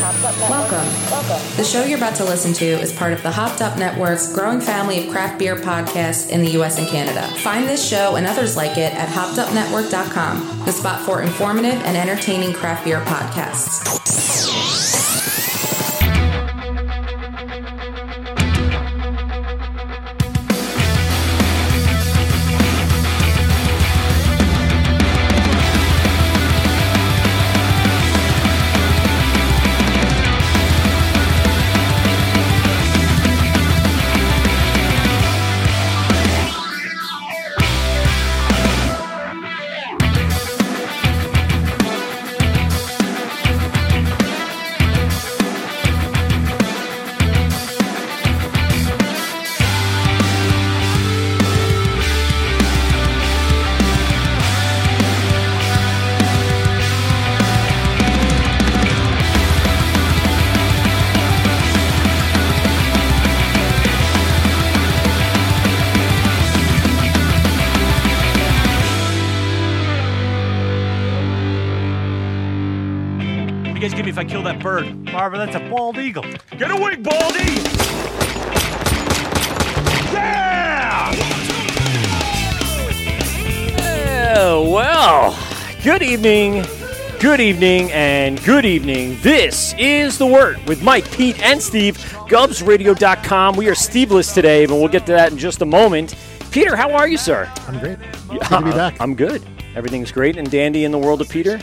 Welcome. The show you're about to listen to is part of the Hopped Up Network's growing family of craft beer podcasts in the US and Canada. Find this show and others like it at hoppedupnetwork.com, the spot for informative and entertaining craft beer podcasts. You guys give me if I kill that bird. Barbara, that's a bald eagle. Get a wig, Baldy! Yeah! well, good evening, good evening, and good evening. This is The Word with Mike, Pete, and Steve, gubsradio.com. We are Steveless today, but we'll get to that in just a moment. Peter, how are you, sir? Uh, I'm great. Good to be back. I'm good. Everything's great and dandy in the world of Peter?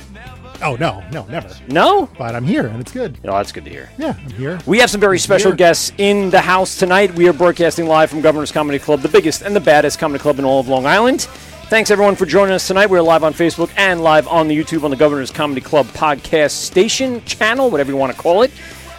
oh no, no, never. No? But I'm here and it's good. No, that's good to hear. Yeah, I'm here. We have some very special Here. guests in the house tonight. We are broadcasting live from Governor's Comedy Club, the biggest and the baddest comedy club in all of Long Island. Thanks everyone for joining us tonight. We're live on Facebook and live on the YouTube on the Governor's Comedy Club podcast station channel, whatever you want to call it.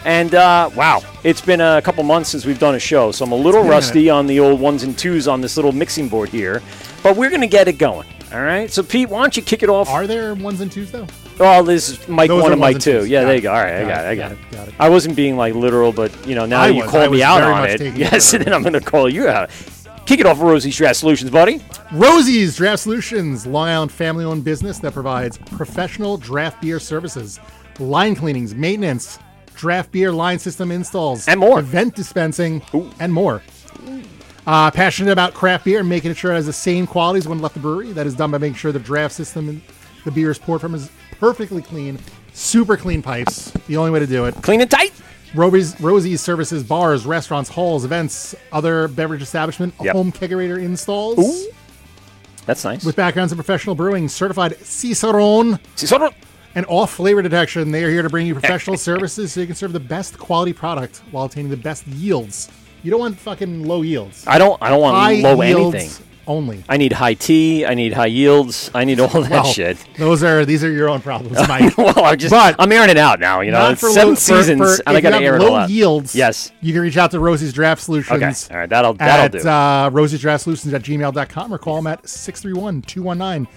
And uh, wow, it's been a couple months since we've done a show, so I'm a little a rusty on the old ones and twos on this little mixing board here. But we're going to get it going. All right. So, Pete, why don't you kick it off? Are there ones and twos though? Oh, this is Mike Those one are and Mike ones two. and twos. Yeah, Got there it. you go. All right, I Got got it. I it, got it. got it, got it. I wasn't being like literal, but you know, now I that you was. I called me was out very on much it. taking Yes, it and then I'm going to call you out. Kick it off with Rosie Strass Solutions, buddy. Rosie's Draft Solutions, Long Island family-owned business that provides professional draft beer services, line cleanings, maintenance, draft beer line system installs, And more. event dispensing, and more. Uh, passionate about craft beer and making sure it has the same qualities when left the brewery. That is done by making sure the draft system and the beer is poured from is perfectly clean, super clean pipes. The only way to do it. Clean and tight. Roby's, Rosie's services bars, restaurants, halls, events, other beverage establishment, Yep. home kegerator installs That's nice. with backgrounds in professional brewing, certified Cicerone, See, sort of- and off flavor detection. They are here to bring you professional services so you can serve the best quality product while obtaining the best yields. You don't want fucking low yields. I don't. I don't want High low yields anything. only. I need high tea. I need high yields. I need all that Well, shit. Those are these are your own problems, Mike. well, I'm just. But- I'm airing it out now. You know, Not it's for seven low- for- seasons, for- and I if you got to have air it all low out. yields. Yes. you can reach out to Rosie's Draft Solutions. Okay. All right, that'll- that'll at, do. Uh, Rosie's Draft Solutions at gmail.com or call them at 631-219-2075.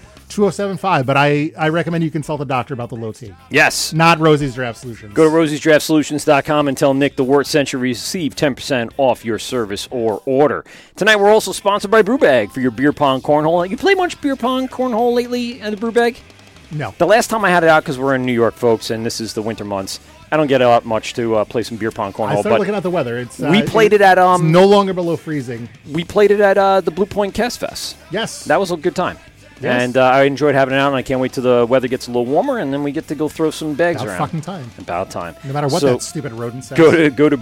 But I, I recommend you consult a doctor about the low T, Yes. not Rosie's Draft Solutions. Go to rosiesdraftsolutions.com and tell Nick the word sent you receive 10% off your service or order. Tonight we're also sponsored by Brewbag for your beer pong cornhole. You play much beer pong cornhole lately at the Brewbag? no. The last time I had it out because we're in New York, folks, and this is the winter months. I don't get out much to uh, play some beer pong I cornhole, started but looking at the weather. It's uh, we played it at, it's um, no longer below freezing. we played it at uh, the Blue Point Cast Fest. Yes. That was a good time. Yes. And uh, I enjoyed having it out, and I can't wait till the weather gets a little warmer, and then we get to go throw some bags About around. fucking time. About time. no matter what So- that stupid rodent says. go to go to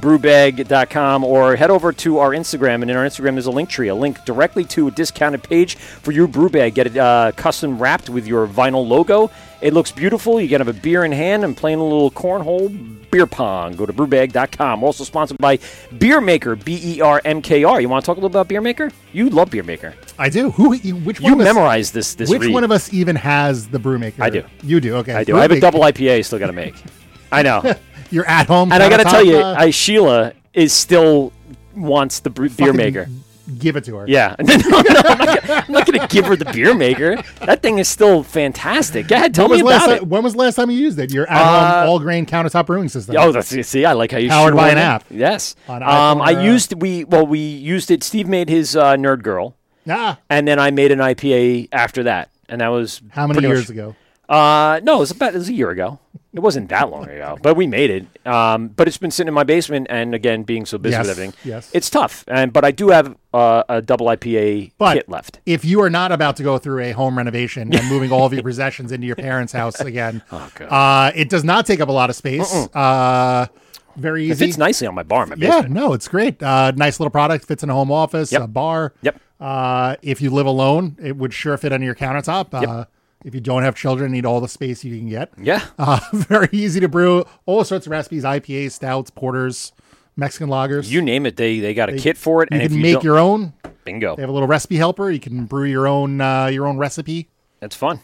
brewbag.com or head over to our Instagram and in our Instagram is a link tree, a link directly to a discounted page for your brew bag. Get it uh, custom wrapped with your vinyl logo. It looks beautiful. You can have a beer in hand and playing a little cornhole beer pong. Go to brewbag.com. Also sponsored by Beer Maker, B E R M K R. You want to talk a little about Beer Maker? You love Beer Maker. I do. Who? you- Which one You of us- memorized this this Which read. one of us even has the brewmaker? I do. You do. Okay. I do. I have a Brewmaker. double IPA I still got to make. I know. You're at home. And I got to countertop, tell you, uh, I, Sheila is still wants the bre- beer fucking maker. Give it to her. Yeah, no, no, I'm not gonna- I'm not going to give her the beer maker. That thing is still fantastic. Go ahead, tell me When was, last about time, it. when was the last time you used it? Your Uh, at-home all-grain countertop brewing system. Oh, that's see, I like how you Powered by shoehorn an it. app. Yes, On um, iPhone I or, uh, used we well we used it. Steve made his uh, Nerd Girl, Ah, and then I made an IPA after that, and that was how many pretty years much- ago? Uh, no, it was about it was a year ago. It wasn't that long ago, but we made it. Um, but it's been sitting in my basement, and again, being so busy Yes, with everything, yes. it's tough. And but I do have uh, a double IPA But kit left. if you are not about to go through a home renovation and moving all of your possessions into your parents' house again, Oh, uh, it does not take up a lot of space. Uh, very It easy. fits nicely on my bar in my yeah, basement. no, it's great. Uh, nice little product. Fits in a home office, Yep. a bar. Yep. Uh, if you live alone, it would sure fit on your countertop. Uh, if you don't have children, need all the space you can get. Yeah. Uh, very easy to brew. All sorts of recipes: IPAs, stouts, porters, Mexican lagers. you name it, they they got a kit for it. You and if can you make don't- your own. bingo. They have a little recipe helper. You can brew your own uh, your own recipe. That's fun.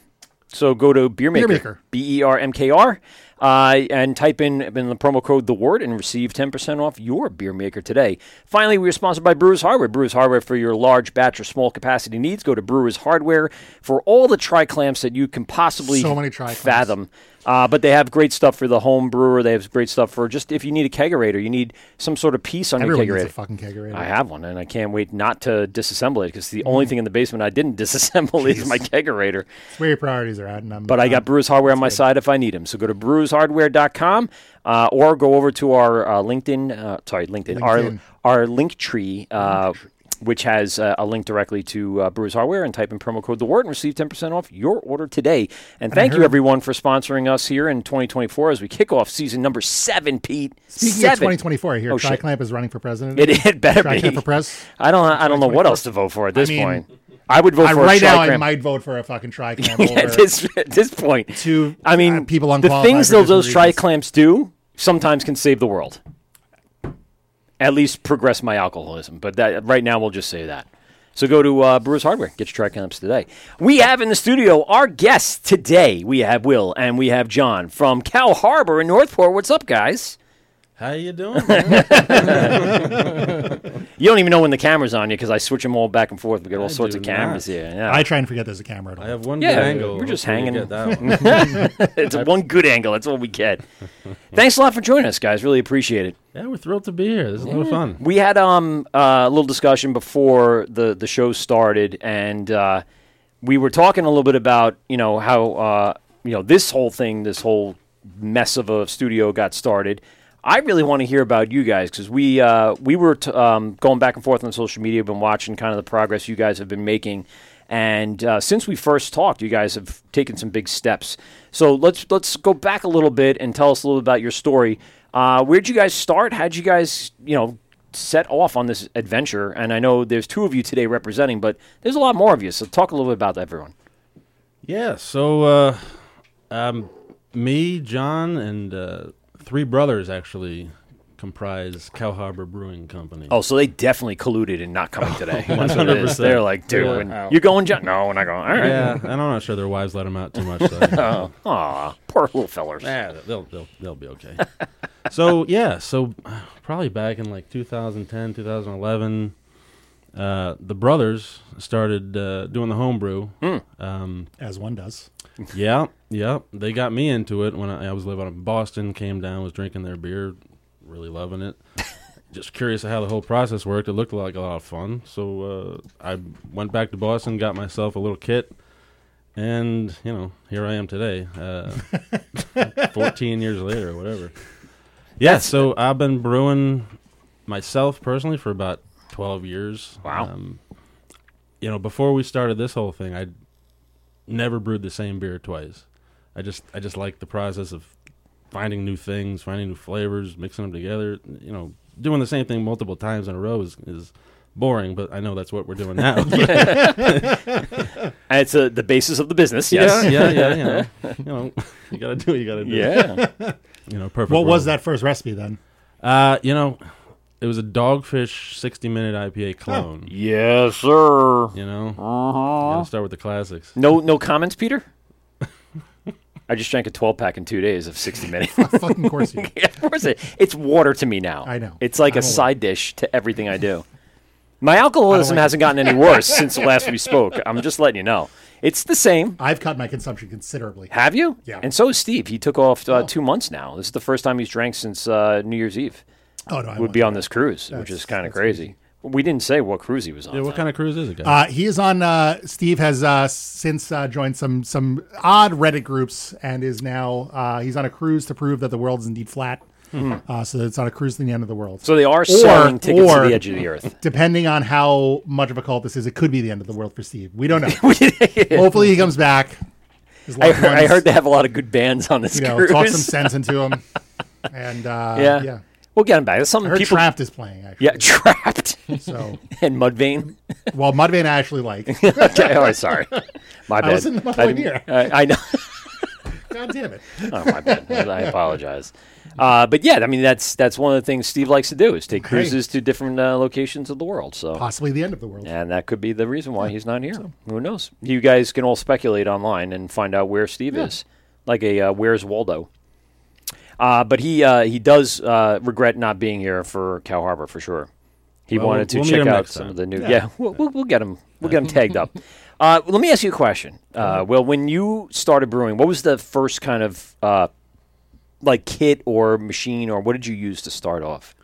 So go to Beer Maker. Maker, B E R M K R, uh, and type in, in the promo code the word and receive 10% off your Beer Maker today. Finally, we are sponsored by Brewers Hardware. Brewers Hardware for your large batch or small capacity needs. Go to Brewers Hardware for all the tri clamps that you can possibly So many tri-clamps. fathom. Uh, but they have great stuff for the home brewer. They have great stuff for just if you need a kegerator, you need some sort of piece on Everyone your needs kegerator. a fucking kegerator. Mm. I have one, and I can't wait not to disassemble it because the only thing in the basement I didn't disassemble is my kegerator. It's where your priorities are at, and I'm, But I got Brewers Hardware on my side if I need them. So go to brewershardware.com uh, or go over to our uh, LinkedIn, uh, sorry, LinkedIn, LinkedIn. our our link tree, uh, which has uh, a link directly to uh, Brewers Hardware, and type in promo code the word and receive ten percent off your order today. And thank you heard- everyone for sponsoring us here in 2024 as we kick off season number seven, Pete. Speaking seven. of 2024, I hear Oh, Tri shit. Clamp is running for president. It, it better Tri be. Clamp for press. I don't. I don't know what else to vote for at this mean, point. I would vote I, for a right now, I Shycram. might vote for a fucking Tri Clamp. at this at this point. Two, I mean, uh, people the unqualified things for that those different tri reasons. clamps do sometimes can save the world. At least progress my alcoholism, but that right now we'll just say that. So go to uh, Brewers Hardware, get your tri clamps today. We have in the studio our guests today. We have Will and we have John from Cal Harbor in Northport. What's up, guys? How you doing? man? You don't even know when the camera's on you because I switch them all back and forth. We got all I sorts do of cameras not. here. Yeah. I try and forget there's a camera at all. I have one Yeah, good angle. we're just Hopefully you hanging. get that one. it's one good angle. That's what we get. Thanks a lot for joining us, guys. Really appreciate it. yeah, we're thrilled to be here. This is a lot of fun. We had um uh, a little discussion before the the show started, and uh, we were talking a little bit about you know how uh, you know this whole thing, this whole mess of a studio got started. I really want to hear about you guys because we uh, we were t- um, going back and forth on social media, been watching kind of the progress you guys have been making, and uh, since we first talked, you guys have taken some big steps. So let's let's go back a little bit and tell us a little about your story. Uh, where'd you guys start? How'd you guys you know set off on this adventure. And I know there's two of you today representing, but there's a lot more of you. So talk a little bit about everyone. Yeah. So, uh, um, me, John, and uh, three brothers actually comprise Cow Harbor Brewing Company. Oh, so they definitely colluded in not coming today. That's what it is. 100%. They're like, dude, Yeah. when- you going, John? No, we're not going. All right. yeah. And I'm not sure their wives let them out too much. So. Oh, aw, poor little fellers. Yeah, they'll they'll they'll be okay. so yeah, so uh, probably back in like 2010, 2011, uh, the brothers started uh, doing the homebrew. Um, As one does. yeah, yeah. They got me into it when I, I was living out in Boston. Came down, was drinking their beer, really loving it. Just curious how the whole process worked. It looked like a lot of fun. So uh, I went back to Boston, got myself a little kit, and you know, here I am today, uh, fourteen years later or whatever. Yeah. so I've been brewing myself personally for about twelve years. Wow. Um, you know, before we started this whole thing, I never brewed the same beer twice. I just I just like the process of finding new things, finding new flavors, mixing them together. You know, doing the same thing multiple times in a row is is boring, but I know that's what we're doing now. And it's uh, the basis of the business. yeah, Yes. yeah, yeah. You know, you, know, you gotta do what you gotta do. You know, perfect. What was world. that first recipe then? Uh, you know, it was a dogfish sixty minute IPA clone. yes, sir. You know, uh-huh. gotta start with the classics. No, no comments, Peter. I just drank a 12 pack in two days of 60 minutes. fucking course you. Yeah, of course it. It's water to me now. I know. It's like I'm a aware. side dish to everything I do. My alcoholism like hasn't gotten any worse since the last we spoke. I'm just letting you know. It's the same. I've cut my consumption considerably. Have you? Yeah. And so is Steve. He took off uh, two months now. This is the first time he's drank since uh, New Year's Eve. Oh no, I Would won't. be on this cruise, which That's- is kind of that's crazy. We didn't say what cruise he was on. Yeah, what kind of cruise is it, guys? Uh, he is on. Uh, Steve has uh, since uh, joined some some odd Reddit groups and is now uh, he's on a cruise to prove that the world is indeed flat. Uh, so it's on a cruise to the end of the world. Mm-hmm. so they are selling tickets or- to the edge of the earth. depending on how much of a cult this is, it could be the end of the world for Steve. We don't know. Hopefully, he comes back. His I loved heard, I ones, heard they have a lot of good bands on this You know, cruise. talk some sense into him, and uh, yeah. yeah. we'll get him back. That's something I heard people. Trapped is playing actually. Yeah, trapped So, and Mudvayne. well, Mudvayne I actually like. okay, oh, sorry, my bad. was in the Mudvayne didn't- era. I, I know. God damn it. Oh, my bad. I apologize. Uh, but yeah, I mean that's that's one of the things Steve likes to do is take cruises to different uh, locations of the world. So Possibly the end of the world. And that could be the reason why he's not here. Who knows? You guys can all speculate online and find out where Steve is, like a uh, "Where's Waldo." Uh, but he uh, he does uh, regret not being here for Cow Harbor for sure. He Well, wanted to we'll meet check him out next some time. of the new. Yeah, we'll, we'll, we'll get him. We'll get him tagged up. Uh, let me ask you a question. Uh-huh. Uh, well, when you started brewing, what was the first kind of uh, like kit or machine or what did you use to start off?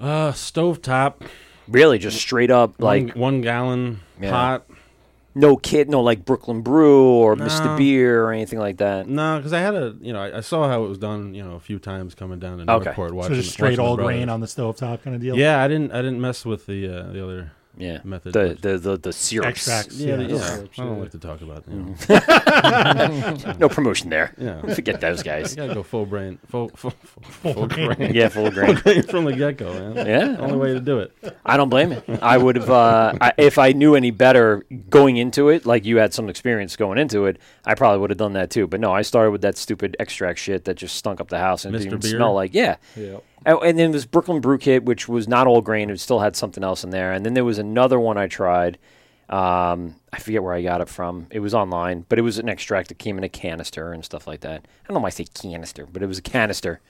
Uh, stovetop, Really, just straight up like like one gallon Yeah. pot. no kid, no like Brooklyn Brew or Mr. No. Beer or anything like that. No, because I had a you know I, I saw how it was done you know a few times coming down to Okay. Northport So watching just straight watching the all grain brothers. on the stovetop kind of deal. Yeah, I didn't I didn't mess with the uh, the other Yeah, method. the the the, the syrups. Extracts. yeah, the- those yeah. syrups, I yeah. don't like to talk about you Mm-hmm. know. No promotion there. Yeah. Forget those guys. You gotta go full brain, full full, full, full brain Yeah, full grain. from the get go, man. Yeah. only way to do it. I don't blame you. I would have, uh, I, if I knew any better going into it, like you had some experience going into it, I probably would have done that too. But no, I started with that stupid extract shit that just stunk up the house and it didn't Mr. even Beer? smell like, yeah. Yeah. And, and then this Brooklyn Brew Kit, which was not all grain, it still had something else in there. And then there was another one I tried. Um, I forget where I got it from. It was online, but it was an extract that came in a canister and stuff like that. I don't know why I say canister, but it was a canister.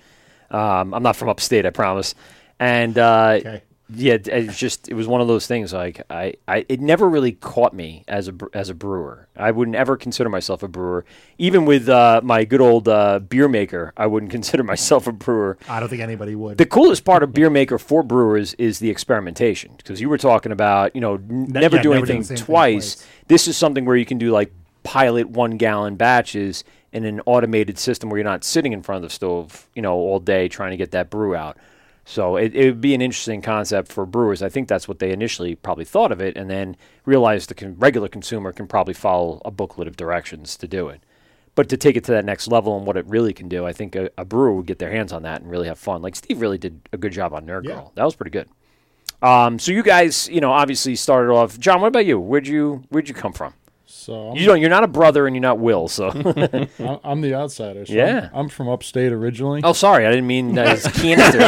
Um, I'm not from upstate, I promise. And uh, Okay. yeah, it- it's just it was one of those things. Like I, I, it never really caught me as a br- as a brewer. I wouldn't ever consider myself a brewer. Even with uh, my good old uh, beer maker, I wouldn't consider myself a brewer. I don't think anybody would. The coolest part of beer maker for brewers is the experimentation because you were talking about you know n- never yeah, do never do anything the same thing twice. twice. This is something where you can do like pilot one gallon batches in an automated system where you're not sitting in front of the stove you know all day trying to get that brew out. So it, it would be an interesting concept for brewers. I think that's what they initially probably thought of it, and then realized the con- regular consumer can probably follow a booklet of directions to do it. But to take it to that next level and what it really can do, I think a, a brewer would get their hands on that and really have fun. Like Steve really did a good job on Nerd Yeah. Girl. That was pretty good. Um, so you guys, you know, obviously started off. John, what about you? Where'd you Where'd you come from? So I'm, You don't. You're not a brother, and you're not Will. So, I'm- I'm the outsider. So Yeah. I'm, I'm from upstate originally. oh, sorry, I didn't mean that as canister.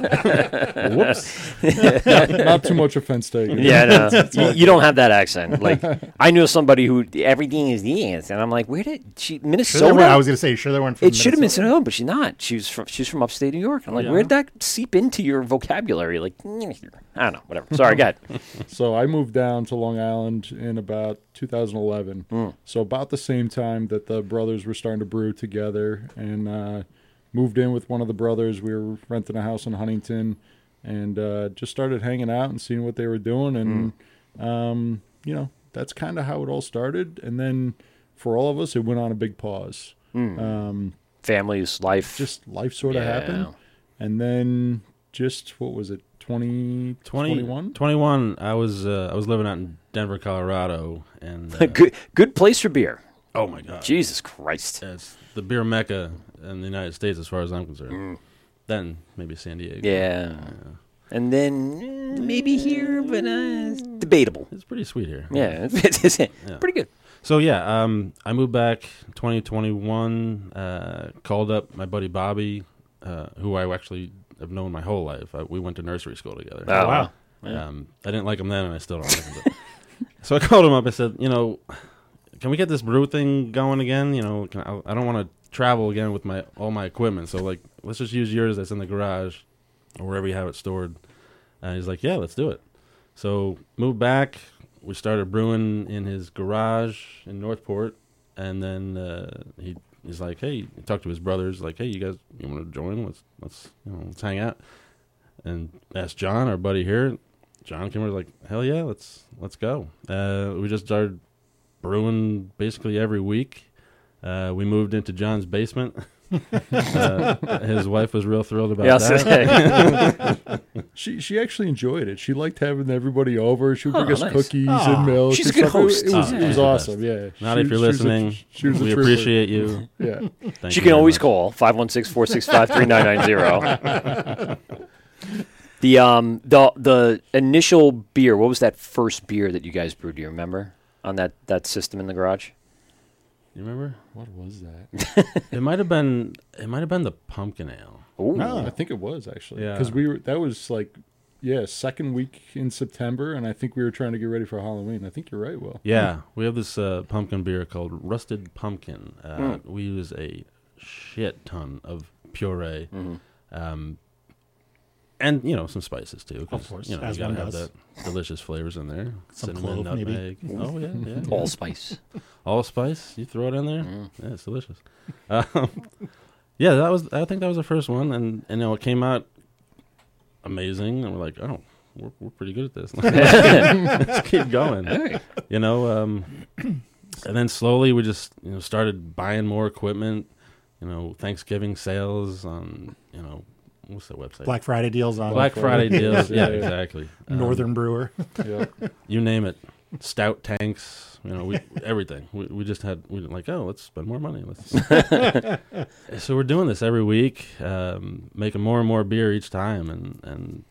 Whoops. not, not too much offense taken. Oh, yeah, no, you, you don't have that accent. Like I knew somebody who everything is the answer, and I'm like, where did she Sure they Minnesota? were- I was going to say, sure, they weren't from It should have been Minnesota. Sonoma, but she's not. She's from she's from upstate New York. I'm like, where'd that seep into your vocabulary? Like, "Eh, I don't know, whatever. Sorry, go ahead. So I moved down to Long Island in about 2011. Hmm. So about the same time that the brothers were starting to brew together, and uh, moved in with one of the brothers. We were renting a house in Huntington, and uh, just started hanging out and seeing what they were doing. And Hmm. um, you know, that's kind of how it all started. And then for all of us, it went on a big pause. Families, life. Just life sort of Yeah. happened, and then just what was it? 20, 21? 21, I was uh, I was living out in Denver, Colorado, and uh, good good place for beer. oh my Uh, god, Jesus Christ. it's the beer mecca in the United States, as far as I'm concerned. Then maybe San Diego. Mm. Yeah. And then eh, maybe here, but uh, it's debatable. it's pretty sweet here. Yeah, it's, it's- it's pretty good. So yeah, um, I moved back 2021. Uh, called up my buddy Bobby, uh, who I actually have known my whole life. I, we went to nursery school together. Oh, wow. Um, I didn't like him then, and I still don't like him. But. so I called him up. I said, you know, can we get this brew thing going again? You know, can I, I don't want to travel again with my all my equipment. So like, let's just use yours that's in the garage or wherever you have it stored. And he's like, yeah, let's do it. So moved back. We started brewing in his garage in Northport, and then uh, he he's like, hey, he talked to his brothers, like, hey, you guys, you want to join? Let's let's you know, let's hang out. and asked John, our buddy here. John came over like, hell yeah, let's let's go. Uh, we just started brewing basically every week. Uh, we moved into John's basement. uh, his wife was real thrilled about Yeah, that. She she actually enjoyed it. She liked having everybody over. She would bring Oh, us nice. cookies Aw, and milk. she's a and good stuff. It was- host. It was, Oh, it she's was the best. awesome. Yeah. Not She- if you're she was a- listening. she was a we trooper. appreciate you. Yeah. Thank She you can very always much. call 516-465-3990. the um the the initial beer, what was that first beer that you guys brewed, do you remember? On that that system in the garage? You remember? What was that? It might have been. It might have been the pumpkin ale. Ooh. no, I think it was actually. Yeah. Because we were that was like yeah, second week in September, and I think we were trying to get ready for Halloween. I think you're right, Will. Yeah, we have this uh, pumpkin beer called Rusted Pumpkin. Uh, Mm. We use a shit ton of puree, Mm-hmm. um, and you know some spices too. 'cause, Of course, you know as you gotta one have does. that delicious flavors in there. Some Cinnamon, clove, maybe. nutmeg. Oh yeah, yeah. yeah. Allspice. allspice. You throw it in there. Yeah, it's delicious. Um, yeah, that was. I think that was the first one, and and you know, it came out amazing. And we're like, oh, we're we're pretty good at this. Let's keep going. You know, um, and then slowly we just you know started buying more equipment. You know, Thanksgiving sales on you know what's that website? Black Friday deals on Black Friday deals. Yeah, yeah, yeah. exactly. Um, Northern Brewer. Yeah. you name it stout tanks you know we everything we, we just had we were like oh let's spend more money let's so we're doing this every week um, making more and more beer each time and and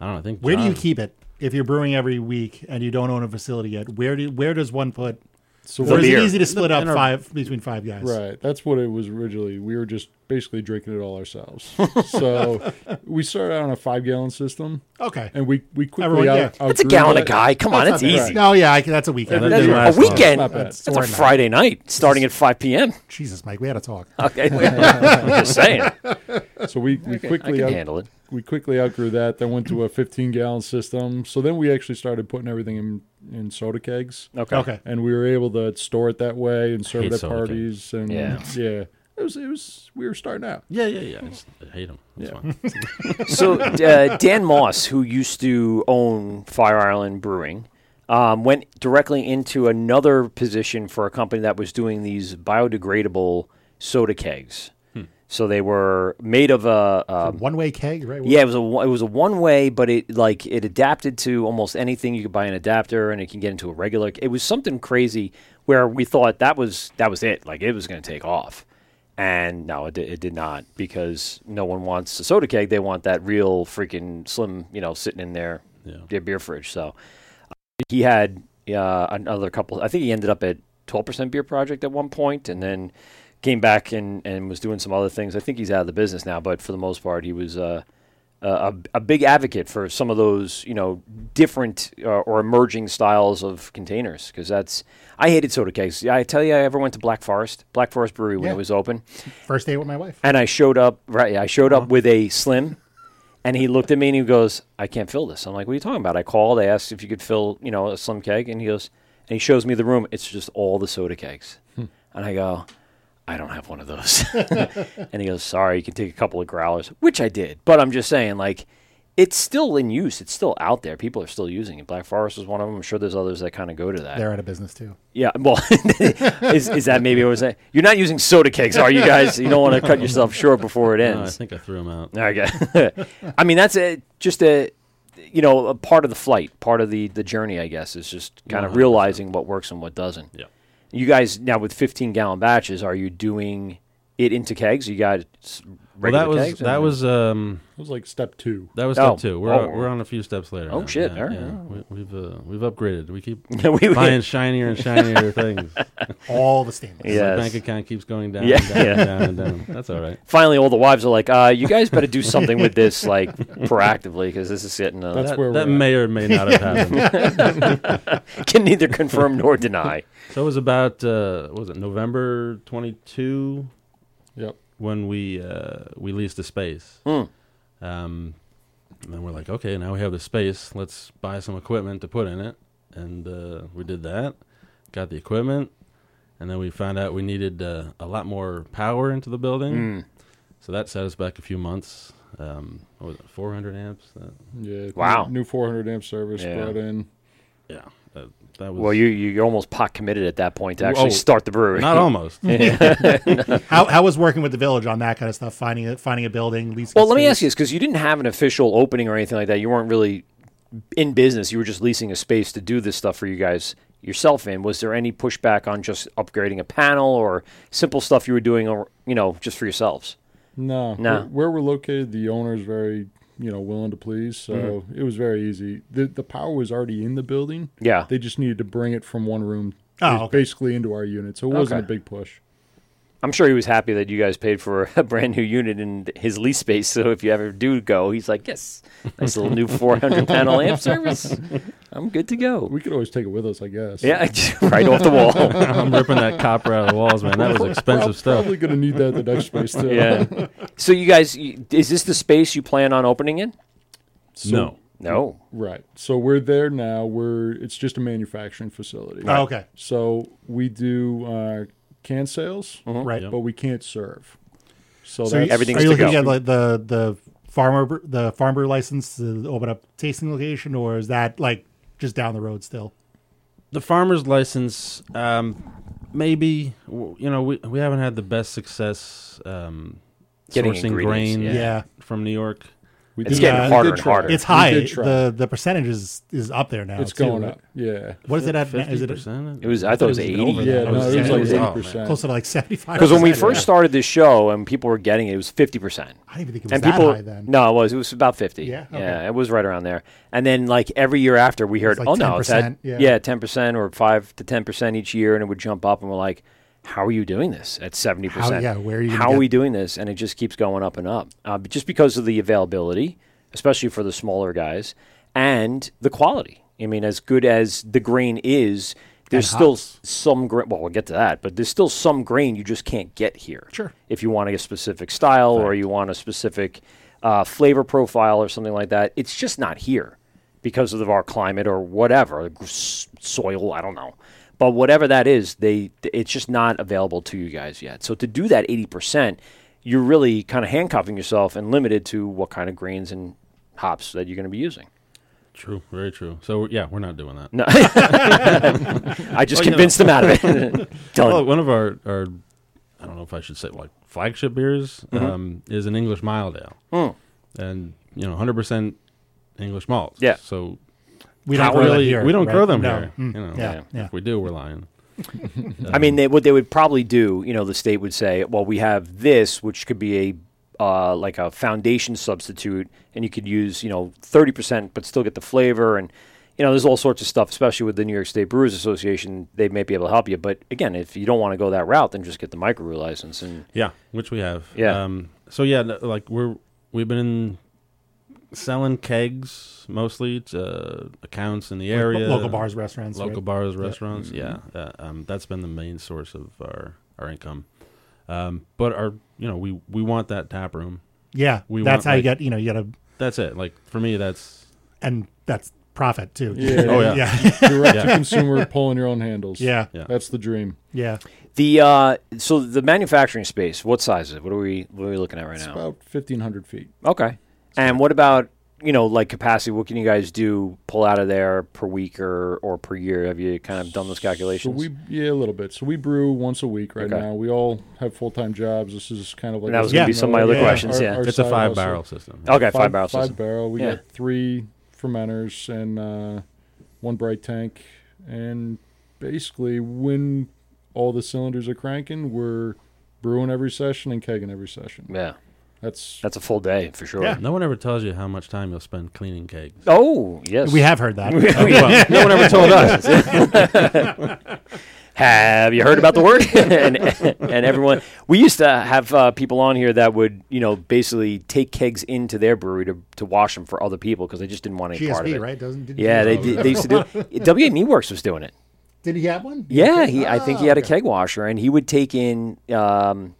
i don't know i think Where do you John- keep it if you're brewing every week and you don't own a facility yet? Where do where does one put? So The or is beer. it easy to split up in our- five between five guys? Right. That's what it was originally. We were just basically drinking it all ourselves. so we started out on a five gallon system Okay. and we, we quickly Everyone, out, yeah. That's a outgrew gallon a that. guy. Come on, that's That's not bad. easy. No, yeah, I, can- that's a weekend. That That's didn't a last weekend. Not bad. That's a Four night. Friday night. Starting at 5 p.m. Jesus, Mike, we had to talk. Okay. I'm just saying. So we, we I quickly can out, handle it. we quickly outgrew that, then went to a fifteen gallon system. So then we actually started putting everything in, in soda kegs. Okay. Okay. And we were able to store it that way and serve Hate it at soda parties and Yeah. yeah. It was it was we were starting out. yeah yeah yeah i, just, I hate them Yeah. So uh, Dan Moss, who used to own Fire Island Brewing, um, went directly into another position for a company that was doing these biodegradable soda kegs. So they were made of a, um, a One way keg, right? yeah, it was a one- it was a one way, but it like it adapted to almost anything you could buy an adapter, and it can get into a regular. It was something crazy where we thought that was that was it, like it was going to take off, and no, it, di- it did not because no one wants a soda keg; they want that real freaking slim, you know, sitting in their Yeah. their beer fridge. So uh, he had uh, another couple. I think he ended up at twelve percent beer project at one point, and then. Came back and, and was doing some other things. I think he's out of the business now, but for the most part, he was uh, a, a big advocate for some of those, you know, different uh, or emerging styles of containers because that's I hated soda kegs. I tell you, I ever went to Black Forest, Black Forest Brewery when Yeah. it was open, First date with my wife. and I showed up right. I showed up with a slim, and he looked at me and he goes, "I can't fill this." I'm like, "What are you talking about?" I called, I asked if you could fill, you know, a slim keg, and he goes, and he shows me the room. It's just all the soda kegs, and I go. I don't have one of those. and he goes, "Sorry, you can take a couple of growlers," which I did. But I'm just saying, like, it's still in use. It's still out there. People are still using it. Black Forest is one of them. I'm sure there's others that kind of go to that. They're out of business too. Yeah. Well, is, is that maybe what was that? You're not using soda cakes, are you guys? You don't want to cut yourself short before it i ends. think i threw them out Okay. I mean, that's a, just a you know a part of the flight, part of the the journey, I guess, is just kind of 100%. realizing what works and what doesn't. yeah You guys now with 15 gallon batches, are you doing it into kegs? You got s- well regular that was kegs that and- was um It was like step two. that was Oh. step two. We're Oh. we're on a few steps later. Oh, now. shit. Yeah, All right. yeah. We, we've uh, we've upgraded. We keep Yeah, we- we- buying shinier and shinier things. All the stainless. It's Yes. My bank account keeps going down, Yeah. and down, Yeah. and down, and down. That's all right. Finally, all the wives are like, uh, "You guys better do something with this, like proactively, because this is getting uh, That's that where we're that at. may or may not have happened. can neither confirm nor deny." so it was about uh, what was it November 22 Yep. when we uh, we leased the space. Hmm. Um, and then we're like, okay, now we have the space. Let's buy some equipment to put in it, and uh, we did that. Got the equipment, and then we found out Hmm. we needed uh, a lot more power into the building. So that set us back a few months. Um, what was it, 400 amps? That, Yeah. Wow. New, new 400 amp service Yeah. brought in. yeah, that, that was Well, you you you're almost pot committed at that point to actually Oh, start the brewery. not almost. How, how was working with the village on that kind of stuff? Finding a, finding a building. Leasing Well, let me space? ask you this because you didn't have an official opening or anything like that. You weren't really in business. You were just leasing a space to do this stuff for you guys yourself in. Was there any pushback on just upgrading a panel or simple stuff you were doing, or you know, just for yourselves? No. No. Where, where we're located, the owner's very, you know, willing to please. So Mm-hmm. it was very easy. The the power was already in the building. Yeah. They just needed to bring it from one room Oh, bas- okay. basically into our unit. So it wasn't Okay. a big push. I'm sure he was happy that you guys paid for a brand new unit in his lease space. So if you ever do go, he's like, "Yes, nice little new 400 panel amp service. I'm good to go." We could always take it with us, I guess. Yeah, right off the wall. I'm ripping that copper out of the walls, man. That was expensive stuff. Probably gonna need that the next space too. Yeah. So you guys, you, is this the space you plan on opening in? So- no. No. Right. So we're there now. We're it's just a manufacturing facility. Oh, okay. So we do uh, can sales, Mm-hmm. Right. but we can't serve. So, So you- that's, everything's Are you to looking go. at like the the farmer br- the farmer license to open up tasting location, or is that like just down the road still? the farmer's license um maybe w- you know we, we haven't had the best success um Getting sourcing ingredients, grain yeah. Yeah. from new york we It's did- getting we harder did and try. harder. It's high. We did try. The the percentage is is up there now. it's too, going right? up. Yeah. What is it at? now? Is it 50%? It was. I thought it was even 80. over Yeah, that. no, it was Yeah. Oh, like man. eighty closer percent. to like seventy five? Because when we first started this show and people were getting it, it was 50 percent. I didn't even think it was And that people, high then. no, it was. It was about 50. Yeah? yeah, Okay. it was right around there. And then like every year after, we heard, It's like oh no, it's at 10%, yeah. yeah, 10 percent or five to 10 percent each year, and it would jump up, and we're like. How are you doing this at seventy percent? yeah, where are you gonna How are get- we doing this? And it just keeps going up and up, uh, b- just because of the availability, especially for the smaller guys, and the quality. I mean, as good as the grain is, there's And still hops. some grain. Well, we'll get to that, but there's still some grain you just can't get here. Sure. If you want a specific style or you want a specific uh, flavor profile or something like that, it's just not here because of our climate or whatever gr- s- soil. I don't know, but whatever that is, they th- it's just not available to you guys yet. So to do that eighty percent, you're really kind of handcuffing yourself and limited to what kind of grains and hops that you're going to be using. true very true so yeah we're not doing that No, I just Well, Oh, you know. Oh, convinced them out of it. Done. Well, one of our, our i don't know if i should say like flagship beers Mm-hmm. um, is an english mild ale Hmm. and you know 100% english malt Yeah. so We don't how grow that really- here, we don't right? grow them No. here Mm. you know Yeah, yeah. if we do we're lying I mean, they, what they would probably do, you know, the state would say, well, we have this, which could be a uh, like a foundation substitute, and you could use, you know, thirty percent, but still get the flavor, and you know, there's all sorts of stuff, especially with the New York State Brewers Association. They may be able to help you, but again, if you don't want to go that route, then just get the microbrew license. And Yeah, which we have. Yeah. Um, so yeah, th- like we're we've been selling kegs mostly to uh, accounts in the Lo- area, local bars, restaurants, local right? bars, restaurants. Yeah, Mm-hmm. Uh, um, that's been the main source of our our income. Um, but our you know we we want that tap room. Yeah, We want, that's how you like- get you know you got to That's it. Like for me, that's and that's profit too. Yeah. Oh, yeah. yeah, Direct to consumer, pulling your own handles. Yeah. Yeah. that's the dream. yeah. the uh, so the manufacturing space, what size is it? What are we what are we looking at right It's now? about fifteen hundred feet. Okay. And what about you know like capacity? What can you guys do? Pull out of there per week or or per year? Have you kind of done those calculations? So we yeah a little bit. So we brew once a week right Okay. now. We all have full time jobs. This is kind of like That was gonna be you some know, of my other our- questions, our- yeah. our it's a side five hustle. barrel system. Oh. okay, five, barrel five system. barrel. We Yeah. got three fermenters and uh, one bright tank, and basically when all the cylinders are cranking, we're brewing every session and kegging every session. Yeah, That's that's a full day for sure. Yeah. No one ever tells you how much time you'll spend cleaning kegs. Oh yes, We have heard that. well, no one ever told us. Have you heard about the word? and and everyone, we used to have uh, people on here that would you know basically take kegs into their brewery to, to wash them for other people because they just didn't want any part of GSB, it. right? Doesn't didn't Yeah, they, oh, did- they used to do. WME E Works was doing it. Did he have one? Yeah, he. I think he had a Ah, keg washer, and he would take in um,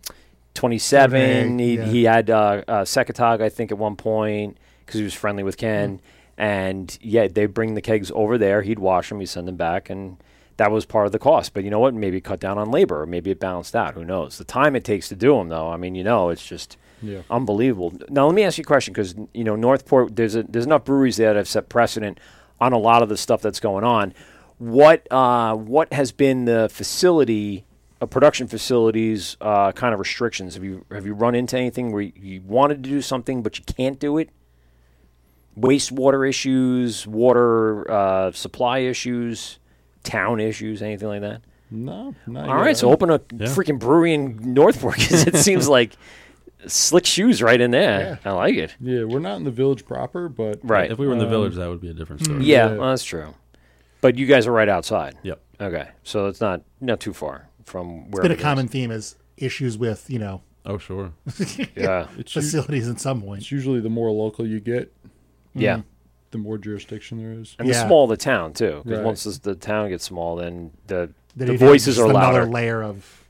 twenty seven. Keg, He, yeah. he had uh, uh, Sekatog, I think, at one point because he was friendly with Ken. And yeah, they bring the kegs over there. He'd wash them. He'd send them back, and that was part of the cost. But you know what? Maybe it cut down on labor, or maybe it balanced out. Who knows? The time it takes to do them, though. I mean, you know, it's just Yeah. unbelievable. Now, let me ask you a question because you know Northport. There's a, there's enough breweries there that have set precedent on a lot of the stuff that's going on. What uh, what has been the facility, uh, production facilities, uh, kind of restrictions? Have you have you run into anything where you, you wanted to do something but you can't do it? Wastewater issues, water uh, supply issues, town issues, anything like that? No, not All right, so open a freaking brewery in Northport 'cause it seems like slick shoes right in there. I like it. yeah, we're not in the village proper, but Right. Mm. If we Uh, were in the village, that would be a different story. yeah, Yeah. well, that's true. But you guys are right outside. Yep. Okay, so it's not not too far from where. Been a common theme is issues with you know Oh, sure. Yeah, it's, u- facilities in some point. it's usually the more local you get, yeah, the more jurisdiction there is. and the Yeah. small the town too. Because Right. once this, the town gets small, then the That the it is voices just are louder. Another layer of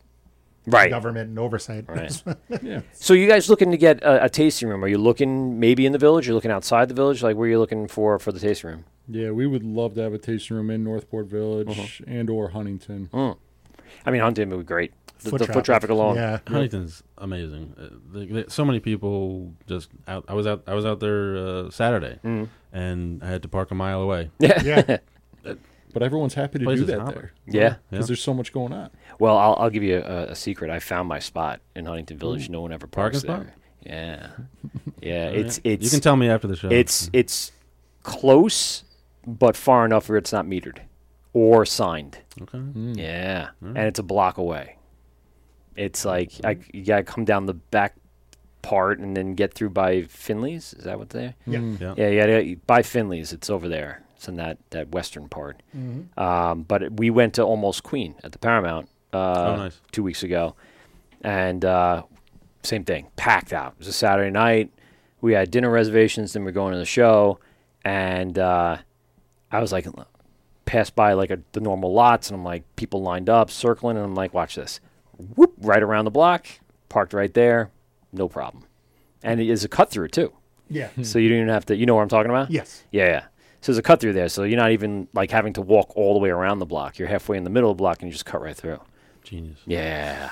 right. government and oversight. Right. Yeah. So you guys looking to get a, a tasting room? Are you looking maybe in the village? You're looking outside the village? Like where are you looking for for the tasting room? Yeah, we would love to have a tasting room in Northport Village Uh-huh. and or Huntington. I mean, Huntington would be great. The the foot traffic. traffic alone. Yeah. Huntington's amazing. Uh, they, they, so many people just out. I was out. I was out there uh, Saturday, Mm-hmm. and I had to park a mile away. Yeah. But everyone's happy to Place do is that hopping. there yeah. because there's so much going on. Well, I'll, I'll give you a, a secret. I found my spot in Huntington Village. No one ever Parking parks there. spot? Yeah, yeah. Oh, Yeah. It's it's you can tell me after the show. it's it's close, but far enough where it's not metered or signed. Mm-hmm. okay. Mm-hmm. Yeah, and it's a block away. Mm-hmm. It's like I you gotta come down the back part and then get through by Finley's. Is that what they? Yeah. Yeah. Yeah, yeah, yeah. By Finley's, it's over there. It's in that that western part. Mm-hmm. Um, but it- we went to almost Queen at the Paramount uh, Oh, nice. two weeks ago, and uh, same thing, packed out. It was a Saturday night. We had dinner reservations, then we are going to the show, and uh, I was like, passed by like a, the normal lots, and I'm like, people lined up, circling, and I'm like, watch this, whoop, right around the block, parked right there, no problem, and it is a cut through too. Yeah. So you don't even have to. You know what I'm talking about? Yes. Yeah, yeah. So there's a cut through there, so you're not even like having to walk all the way around the block. You're halfway in the middle of the block and you just cut right through. Genius. Yeah,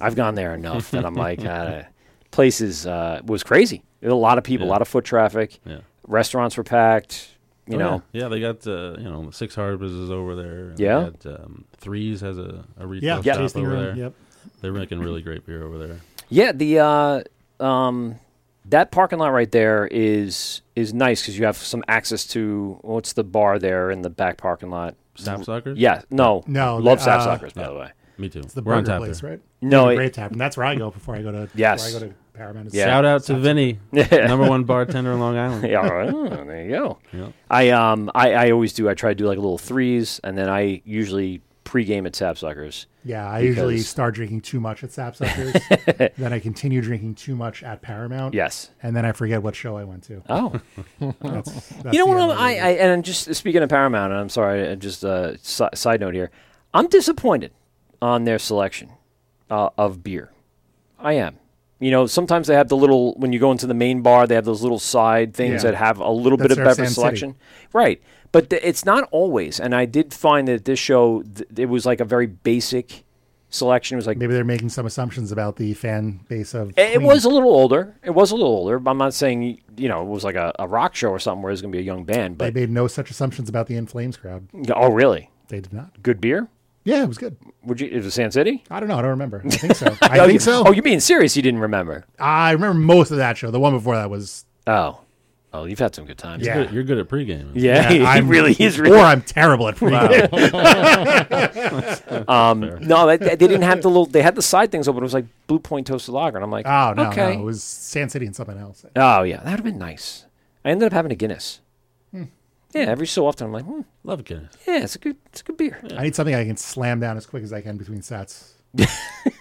I've gone there enough that I'm like, uh, places uh, was crazy. There were a lot of people, a Yeah. lot of foot traffic. Yeah. Restaurants were packed. You Oh, know, Yeah. Yeah, they got uh, you know Six Harbors is over there. and they Yeah. got, um, Threes has a, a Yeah. retail Yeah. shop Tasting over room. there. Yep. They're making really great beer over there. Yeah, the uh, um, that parking lot right there is is nice because you have some access to what's the bar there in the back parking lot. Snap Suckers. Yeah, no, No, love uh, Sap Suckers by the way. Me too. It's the We're on burger tap place, there. right? No, the it- Grape Tap, and that's where I go before I go to. Yes. Before I go to Paramount. Yeah. Shout out to Vinny, number one bartender in Long Island. Yeah, all right. Oh, there you go. Yeah. I um I, I always do. I try to do like little threes, and then I usually pregame at Sap Suckers. Yeah, I usually Because- start drinking too much at Sapsuckers. then I continue drinking too much at Paramount. Yes. And then I forget what show I went to. Oh, That's, that's you know the what? I'm, other I, reason. I and I'm just speaking of Paramount, and I'm sorry, uh, just uh, si- side note here. I'm disappointed on their selection uh, of beer. I am. You know, sometimes they have the little when you go into the main bar, they have those little side things Yeah. that have a little That's bit of their beverage Sam City. selection. Right. But th- it's not always. And I did find that this show, th- it was like a very basic selection. It was like Maybe they're making some assumptions about the fan base of. it, it Queen. was a little older. It was a little older. But I'm not saying you know it was like a, a rock show or something where it was going to be a young band. They But made no such assumptions about the In Flames crowd. oh, really? They did not. Good beer? Yeah, it was good. Would you? Is it San City? I don't know. I don't remember. I think so. I oh, you, think so. Oh, you're being serious? You didn't remember? I remember most of that show. The one before that was. Oh, oh, you've had some good times. Yeah. Good- You're good at pregame. yeah. he I'm- really is. Or Really, I'm terrible at Oh, pre um, no, that, that- they didn't have the little. They had the side things open. It was like Blue Point toasted lager, and I'm like, Oh, no, okay. no. It was San City and something else. Oh yeah, that would have been nice. I ended up having a Guinness. Hmm. Yeah, every so often I'm like, hmm, Love Guinness. yeah, it's a good, it's a good beer. I need something I can slam down as quick as I can between sets. and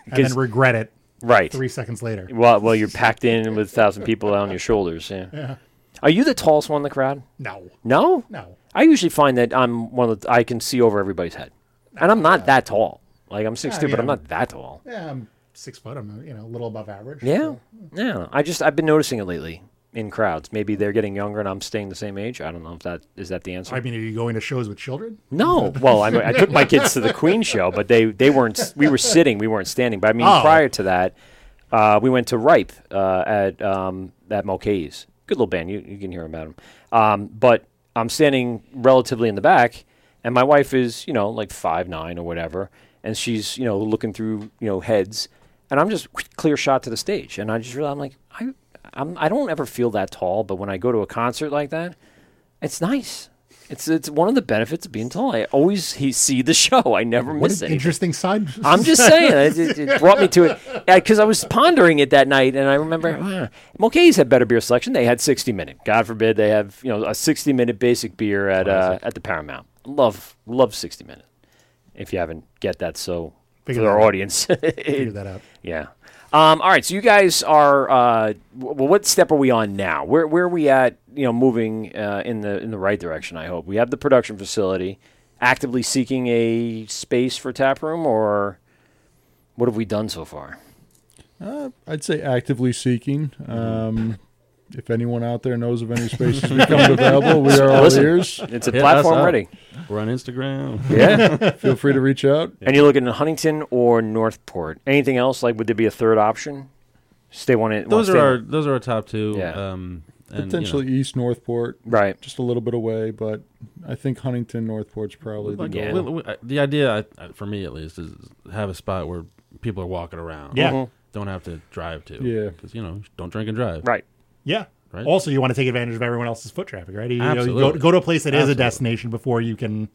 Because- then regret it Right. three seconds later. Well, well, you're packed in with a thousand people on your shoulders. Yeah. Are you the tallest one in the crowd? No. No. No. I usually find that I'm one of the, I can see over everybody's head, and I'm not that tall. Like I'm six two, but I'm yeah. not that tall. Yeah, I'm six foot. I'm, you know, a little above average. Yeah. so- Yeah. I just I've been noticing it lately. in crowds. Maybe they're getting younger and I'm staying the same age. I don't know if that is that the answer. I mean, are you going to shows with children? no. Well, I, mean, I took my kids to the Queen show, but they they weren't. We were sitting. We weren't standing. But I mean, Oh. prior to that, uh, we went to Ripe uh, at um, at Mulcahy's. Good little band. You you can hear about them. Um, but I'm standing relatively in the back, and my wife is you know like five nine or whatever, and she's you know looking through you know heads, and I'm just clear shot to the stage, and I just realized I'm like I I'm, I don't ever feel that tall, but when I go to a concert like that, it's nice. It's it's one of the benefits of being tall. I always he, see the show. I never What miss an it. interesting side. I'm just saying. It, it, it brought me to it because I was pondering it that night, and I remember ah, Mulcahy's had better beer selection. They had 60 minute. God forbid they have you know a 60 minute basic beer at uh, at the Paramount. Love love 60 minute. If you haven't get that, so Figure for our that out. audience, figure that out. yeah. Um, all right. So you guys are. Uh, well, what step are we on now? Where where are we at? You know, moving uh, in the in the right direction. I hope we have the production facility. Actively seeking a space for tap room, or what have we done so far? I'd say actively seeking. Um, if anyone out there knows of any spaces becoming available, we are all Listen. ears. It's a Hit us platform up. ready. We're on Instagram. Yeah. Feel free to reach out. and you're looking at Huntington or Northport. Anything else? Like, would there be a third option? Stay one. in- those stay- are our those are our top two. Yeah. Um, and, Potentially You East Northport, right. just a little bit away, but I think Huntington Northport's probably know, the like, Yeah. we- we- I- the idea, I, I, for me at least, is have a spot where people are walking around. Yeah. Don't have to drive to. Yeah. Because you know, don't drink and drive. Right. Yeah. Right. Also, you want to take advantage of everyone else's foot traffic, right? You, know, you go, Absolutely. go to a place that is Absolutely. a destination before you can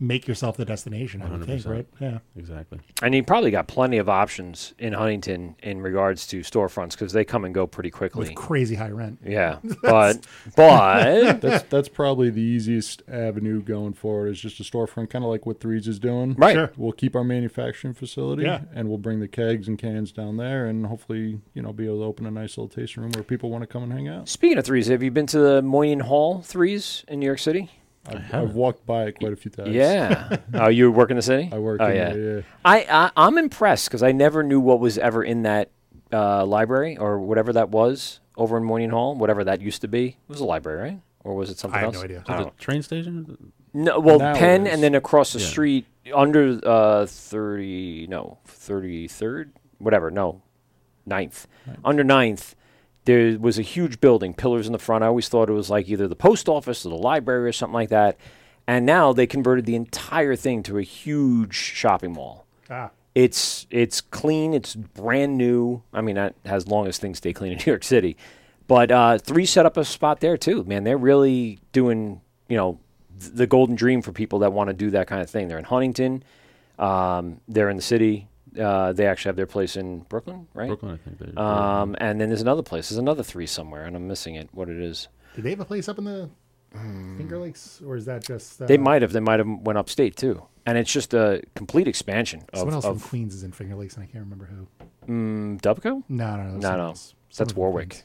make yourself the destination. I would think, 100%. right? Yeah. Exactly. And you probably got plenty of options in Huntington in regards to storefronts because they come and go pretty quickly. With crazy high rent. Yeah, but but That's that's probably the easiest avenue going forward is just a storefront, kind of like what Threes is doing. Right. Sure. We'll keep our manufacturing facility, Yeah. and we'll bring the kegs and cans down there, and hopefully, you know, be able to open a nice little tasting room where people want to come and hang out. speaking of threes, have you been to the Moynihan Hall threes in New York City? I've, I've walked by it quite a few times. Yeah. oh, you work in the city? I work Oh, in yeah. there, yeah. I, I I'm impressed because I never knew what was ever in that uh, library or whatever that was over in Moynihan Hall, whatever that used to be. It was a library, right? Or was it something I have else? no idea. I The don't- train station. No, well, Now it Penn, is. and then across the Yeah. street under uh, thirty, no, thirty third, whatever, no, 9th. under 9th, There was a huge building, pillars in the front. I always thought it was like either the post office or the library or something like that. And now they converted the entire thing to a huge shopping mall. Ah. It's it's clean. It's brand new. I mean, that as long as things stay clean in New York City. But uh, three set up a spot there too. Man, they're really doing you know th- the golden dream for people that want to do that kind of thing. They're in Huntington. Um, they're in the city. Uh, they actually have their place in Brooklyn, right? Brooklyn, I think. they- Um, and then there's another place. There's another three somewhere, and I'm missing it. What it is? Did they have a place up in the Finger Lakes, or is that just uh, They might have. They might have went upstate too. And it's just a complete expansion of, Someone else from of Queens is in Finger Lakes, and I can't remember who. Dubco. No, no, no, No, someone no, else. Someone that's from Warwick. Queens.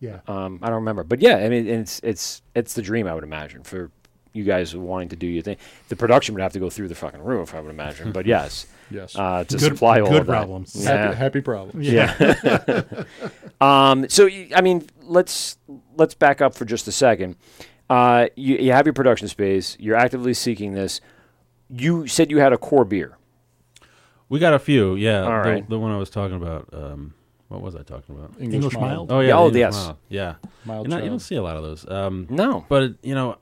Yeah, Um, I don't remember, but yeah, I mean, it's it's it's the dream I would imagine for you guys wanting to do your thing. The production would have to go through the fucking roof, I would imagine. But yes, Yes. uh, to Good- supply all good of that. problems. Yeah. Happy, happy problem. Yeah. um, so y- I mean, let's let's back up for just a second. Uh, you, you have your production space. You're actively seeking this. You said you had a core beer. we got a few. Yeah. All the, right. the one I was talking about. Um, what was I talking about? English, English mild. mild. Oh yeah. Yeah, oh, the English yes. Mile. Yeah. Mild You're not- you Trail. don't see a lot of those. Um, No. But it- you know,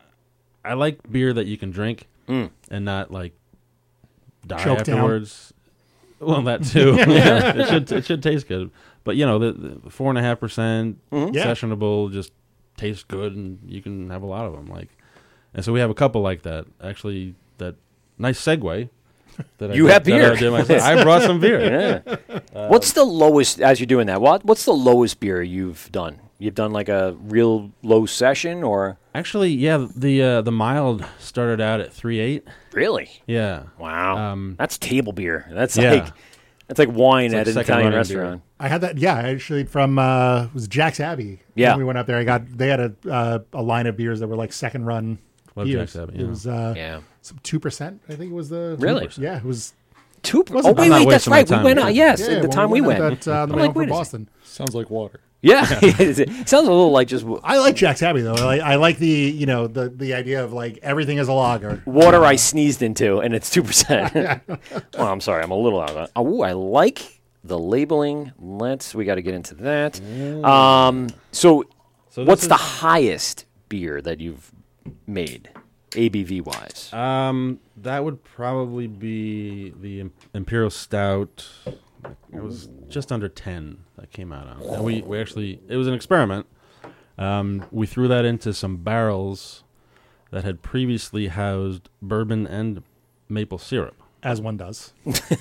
I like beer that you can drink Mm. and not like die Choke down. afterwards. Well, that too. yeah, it should it should taste good. But you know, the, the four and a half percent Mm-hmm. Yeah. sessionable just tastes good, and you can have a lot of them. Like, and so we have a couple like that. Actually, that nice segue. That You did- have that I beer. did myself. I brought some beer. Yeah. Uh, what's the lowest as you're doing that? What what's the lowest beer you've done? You've done like a real low session or Actually, yeah, the uh, the mild started out at three eight. really? Yeah, Wow. Um, that's table beer. That's yeah. like that's like wine like at an second Italian running restaurant. I had that. Yeah, actually, from uh, it was Jack's Abbey. Yeah. When we went up there. I got they had a uh, a line of beers that were like second run Love beers. Jack's Abbey, It yeah. was uh, Yeah. some two percent. I think it was the Really? Yeah, it was. Two. Oh Wasn't- wait, I'm not wait, that's wasting my right. We time. went. out. yes, Yeah, at the when time we went. out That, uh, on the I'm way like, home from wait a second. Boston. Sounds like water. Yeah, it sounds a little like just w- I like Jack's Abbey though. I like, I like the you know the the idea of like everything is a lager. water I sneezed into, and it's two percent. well, I'm sorry, I'm a little out of that. Oh, I like the labeling. Let's we got to get into that. Um, so, So this what's is- the highest beer that you've made ABV wise? Um, that would probably be the Im- Imperial Stout. It was just under ten that came out on. And we we actually it was an experiment. Um, we threw that into some barrels that had previously housed bourbon and maple syrup. As one does.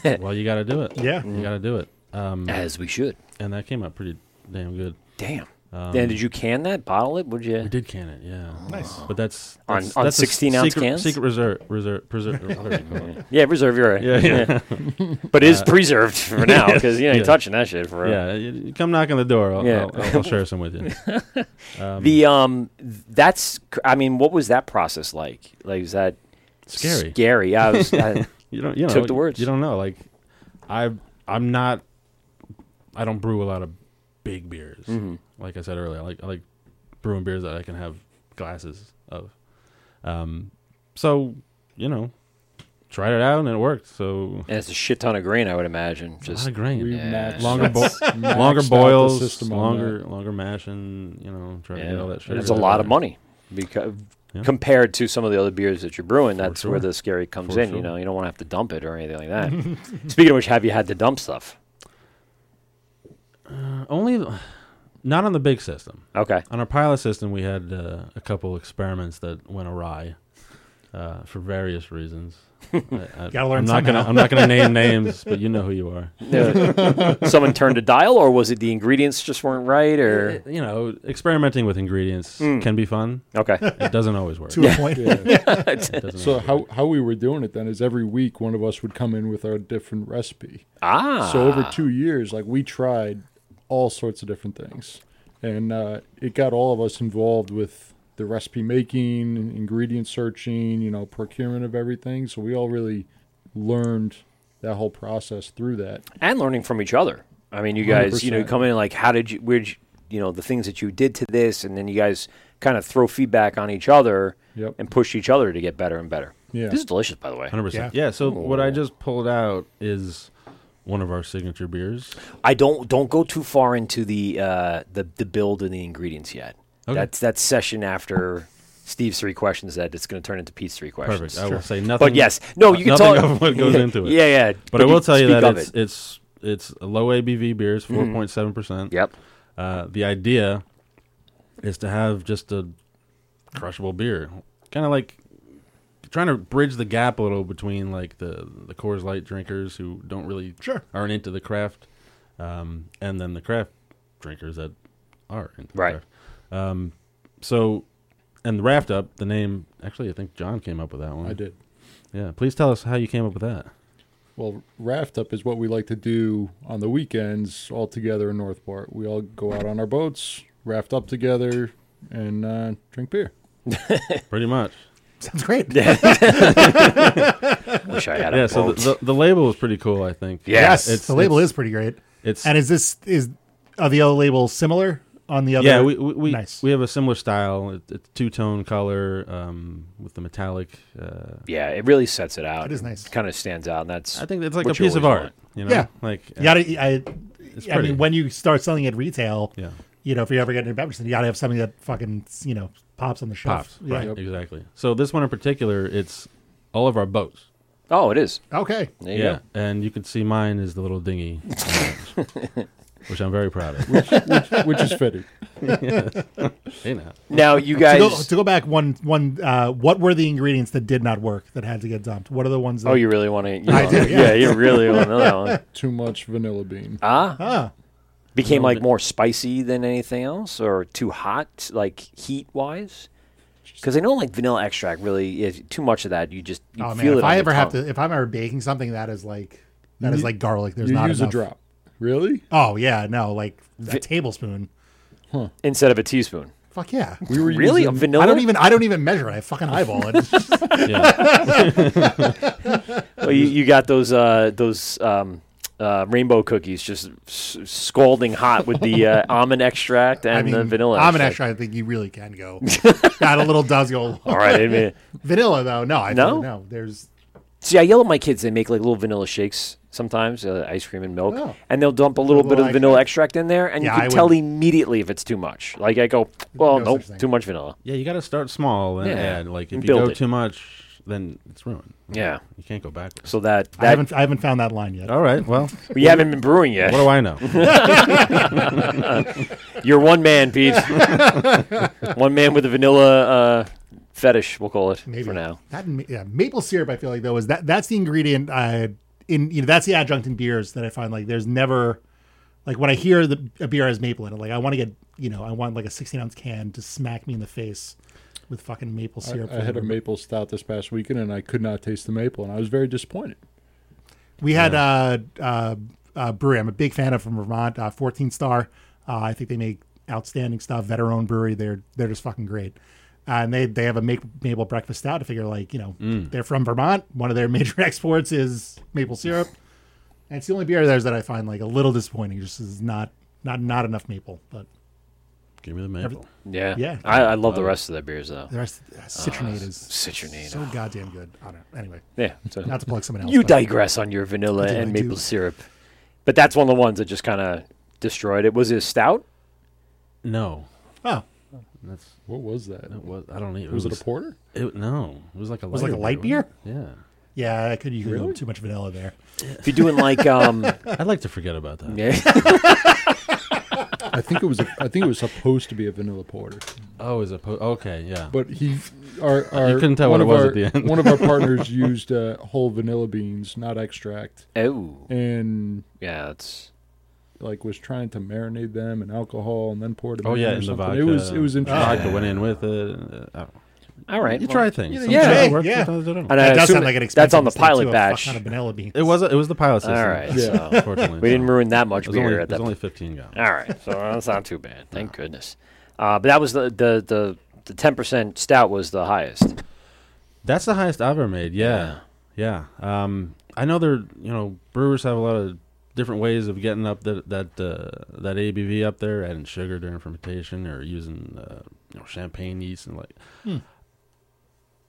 well, you got to do it. Yeah. you got to do it. Um, As we should. and that came out pretty damn good. Damn. then did you can that? Bottle it? Would you? Um, We did can it, yeah. Nice, but that's, On- that's on that's a 16 ounce secret, cans? Secret reserve, reserve, preserve. what do you call it? Yeah, reserve your. yeah, yeah. But it is preserved for now because you know you're Yeah. touching that shit for. Yeah, you- you come knock on the door. I'll, Yeah. I'll, I'll, I'll share some with you. The um, that's. cr- I mean, what was that process like? Like, is that Scary. Scary. I was. I, You don't. You know. Took the words. You don't know. Like, I I'm not. I don't brew a lot of big beers. Mm-hmm. Like I said earlier, I like I like brewing beers that I can have glasses of. Um, so you know, tried it out and it worked. So and it's a shit ton of grain, I would imagine. a lot Just of grain. We Yeah. matched- Longer bo- matched longer out the boils, system on longer longer mashing. You know, trying to yeah. get all that shit. And it's a lot of money because Yeah. compared to some of the other beers that you're brewing, that's where sure. the scary comes For in. You sure. know, you don't want to have to dump it or anything like that. Speaking of which, have you had to dump stuff? Only, not on the big system. Okay. On our pilot system, we had uh, a couple experiments that went awry uh, for various reasons. I, I, Gotta learn I'm not gonna. somehow. I'm not gonna name names, but you know who you are. Yeah. Someone turned a dial, or was it the ingredients just weren't right? Or Uh, You know, experimenting with ingredients can be fun. okay, It doesn't always work. To a point. Yeah. It doesn't so always how how we were doing it then is every week one of us would come in with our different recipe. ah, So over two years, like we tried all sorts of different things, and uh, it got all of us involved with the recipe making, ingredient searching, you know, procurement of everything. So we all really learned that whole process through that. and learning from each other. I mean, you guys, you know, you 100%. come in like, how did you, where'd you, you know, the things that you did to this, and then you guys kind of throw feedback on each other Yep. and push each other to get better and better. Yeah. this is delicious, by the way. Hundred percent. Yeah. So what I just pulled out is one of our signature beers. I don't don't go too far into the uh, the the build and the ingredients yet. Okay. That's that session after Steve's three questions that it's going to turn into Pete's three questions. Perfect. I will say nothing. But yes, no, you can nothing talk of what goes into it. Yeah, yeah. But, I will tell you speak that of it's, it. it's it's a low ABV beers, four point seven percent. Yep. Uh, the idea is to have just a crushable beer, kind of like trying to bridge the gap a little between like the the Coors Light drinkers who don't really Sure. aren't into the craft, um, and then the craft drinkers that are into the Right. craft. Um, so, and Raft Up, the name actually, I think John came up with that one. I did. Yeah, please tell us how you came up with that. Well, raft up is what we like to do on the weekends all together in Northport. We all go out on our boats, raft up together, and uh, drink beer. Pretty much. Sounds great. Wish I had a Yeah. So boat. the, the the label is pretty cool. I think. Yes. It's- the label it's- is pretty great. It's And is this is are the other labels similar on the other? yeah, we we we, nice. we have a similar style. It, it's two tone color um, with the metallic. Uh, yeah, it really sets it out. It is nice. Kind of stands out, and that's I think it's like what a you piece of always art. want. You know, Yeah. like you gotta. I, I pretty. mean, when you start selling at retail, yeah, you know, if you're ever getting a beverage, then you gotta have something that fucking you know pops on the shelf. pops. Yeah. Right, exactly. So this one in particular, it's all of our boats. Oh, it is. Okay. There you yeah, go. and you can see mine is the little dinghy, uh, which I'm very proud of. which is fitting. Hey, now. Now you To guys. go, to go back one one, uh, what were the ingredients that did not work that had to get dumped? What are the ones? That, oh, you really want to? I do, Yeah. you really want to know that one. Too much vanilla bean. Ah, Ah, became little like bit. more spicy than anything else or too hot like heat wise because i know like vanilla extract really if too much of that you just you oh, man, feel it if on I your ever have tongue. to, if I'm ever baking something that is like that is u- like garlic, there's you not use enough. a drop. Really? Oh yeah, no, like a tablespoon. instead of a teaspoon Fuck yeah. We were really a using, vanilla I don't even I don't even measure it. I fucking eyeball it. Yeah. Well, you, you got those uh those um uh, rainbow cookies, just s- scalding hot with the uh, almond extract and I mean, the vanilla. almond extract. I think you really can go. Got a little does go. All right, I mean, vanilla though. No, I No? no. no. There's see, I yell at my kids. They make like little vanilla shakes sometimes, uh, ice cream and milk, Oh. and they'll dump a little bit little of the vanilla extract in there, and Yeah, you can I tell would- immediately if it's too much. Like I go, well, No such nope, thing. too much vanilla. Yeah, you got to start small and Yeah. add. Like if you Build go it. too much, then it's ruined. Yeah. you can't go backwards. So that I that haven't I haven't found that line yet. All right, well, you haven't been brewing yet. what do I know? You're one man, Pete. one man with a vanilla uh, fetish, we'll call it maybe for now. That and ma- yeah, maple syrup. I feel like though is that that's the ingredient I in you know that's the adjunct in beers that I find like there's never like when I hear the a beer has maple in it, like I want to get you know I want like a 16 ounce can to smack me in the face with fucking maple syrup. I had a flavor. maple stout this past weekend, and I could not taste the maple, and I was very disappointed. We had uh, uh, uh, brewery. I'm a big fan of from Vermont, uh, 14 Star. Uh, I think they make outstanding stuff. Veteran brewery. They're they're just fucking great. Uh, and they they have a make, maple breakfast stout. I figure like you know they're from Vermont. One of their major exports is maple syrup. and it's the only beer there's that I find like a little disappointing. Just is not not not enough maple. But Give me the maple. Yeah. Yeah. Uh, I, I love the rest of the beers, though. the rest uh, citronade is Citronade. so goddamn good. I don't know. Anyway, yeah. so- not to plug someone else. you but- digress on your vanilla I do, and I maple do. syrup. But that's one of the ones that just kind of destroyed it. Was it a stout? No, Oh, that's What was that? it was. I don't even. Was it a porter? It, no, it was like a was it like a light beer. wasn't it? Yeah, I could. You could go too much vanilla there. If you're doing like, um, Yeah, I'd like to forget about that. yeah, I think it was. A, I think it was supposed to be a vanilla porter, Oh, is it? Po- okay, yeah. but he, our, our couldn't tell what one it of was our- at the end. one of our partners used uh, whole vanilla beans, not extract, oh, and yeah, that's like was trying to marinate them in alcohol and then poured them. oh in yeah, or and the something. vodka. Ah. It was it was the interesting. Vodka went in with it. Uh, I don't- all right. you well- try things. Sometimes Yeah, it works, yeah. sometimes it don't. And I That does assume sound like an expensive That's on the mistake, too, a pilot fuck batch. ton of vanilla beans. It was. It was the pilot system. All right. Yeah. So Unfortunately, we didn't ruin that much It was beer only, at it was that only 15 gallons. All right, so uh, that's not too bad. Thank goodness. Uh, but that was the the the the ten percent stout was the highest. That's the highest I've ever made. Yeah, yeah. Um, I know they're you know brewers have a lot of different ways of getting up that that uh, that ABV up there, adding sugar during fermentation or using uh, you know champagne yeast and like.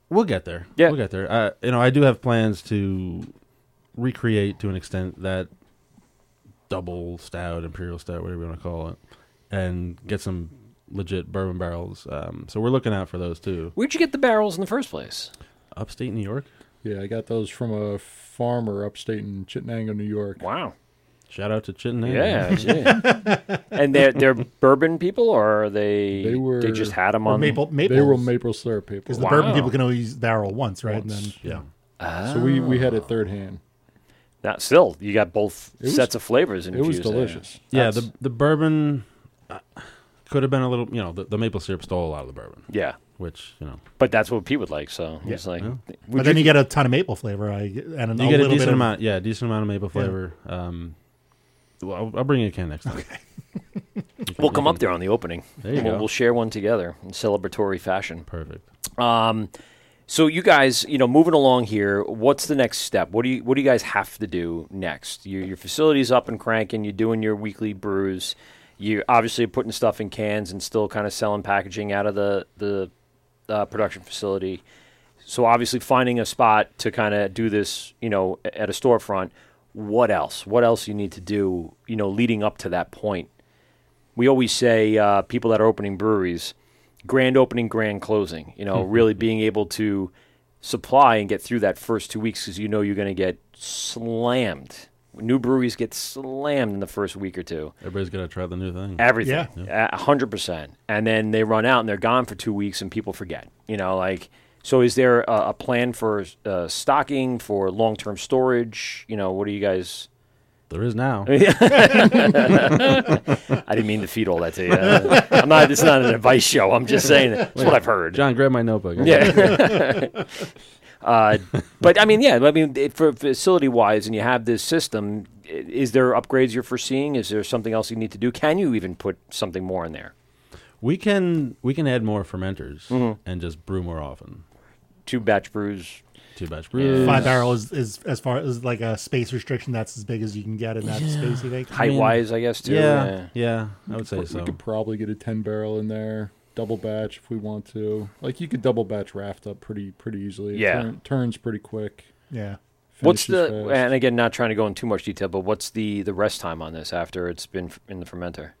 We'll get there. Yeah. we'll get there. I, you know, I do have plans to recreate to an extent that double stout, imperial stout, whatever you want to call it, and get some legit bourbon barrels. Um, so we're looking out for those too. Where'd you get the barrels in the first place? Upstate New York. Yeah, I got those from a farmer upstate in Chittenango, New York. Wow. Shout out to Chittenden. Yeah. gee. and they're they're bourbon people, or are they They were- just had them Or on maple, maple. They were maple syrup people. Because the Wow. bourbon people can only use barrel once, right? And then Once, yeah, So we, we had Oh. it third hand. Now, still, you got both was- sets of flavors It infused. was in delicious. Yeah, That's- the the bourbon uh, could have been a little, you know, the, the maple syrup stole a lot of the bourbon, Yeah, which, you know, but that's what Pete would like. So it's like, would but then you get a ton of maple flavor. I and you a get a little bit decent of, amount, yeah, decent amount of maple flavor. Um, well, I'll, I'll bring you a can next time. You can- we'll you come up can- there on the opening. There you we'll, go. we'll share one together in celebratory fashion. Perfect. Um, so you guys, you know, moving along here, what's the next step? What do you what do you guys have to do next? Your your facility's up and cranking. You're doing your weekly brews. You're obviously putting stuff in cans and still kind of selling packaging out of the the uh, production facility. So obviously finding a spot to kind of do this, you know, a- at a storefront. What else? What else you need to do, you know, leading up to that point? we always say uh, people that are opening breweries, grand opening, grand closing. You know, really being able to supply and get through that first two weeks because you know you're going to get slammed. New breweries get slammed in the first week or two. Everybody's got to try the new thing. Everything, a hundred percent, and then they run out and they're gone for two weeks, and people forget. You know, like so. Is there a, a plan for uh, stocking for long term storage? You know, what do you guys? There is now. I didn't mean to feed all that to you. I'm not. It's not an advice show. I'm just saying that's what I've heard. John, grab my notebook. Yeah. uh, but I mean, yeah. I mean, it, for facility wise, and you have this system. i- Is there upgrades you're foreseeing? Is there something else you need to do? Can you even put something more in there We can we can add more fermenters and just brew more often. to batch brews? two batch brews. Five barrel is, is as far as like a space restriction. That's as big as you can get in that space. You think? Height wise, I guess too. Yeah, yeah, I would say We so. could probably get a ten barrel in there, double batch if we want to. Like you could double batch raft up pretty pretty easily. It Yeah. turn- turns pretty quick. Yeah. What's finishes the fast. and again, not trying to go in too much detail, but what's the the rest time on this after it's been f- in the fermenter?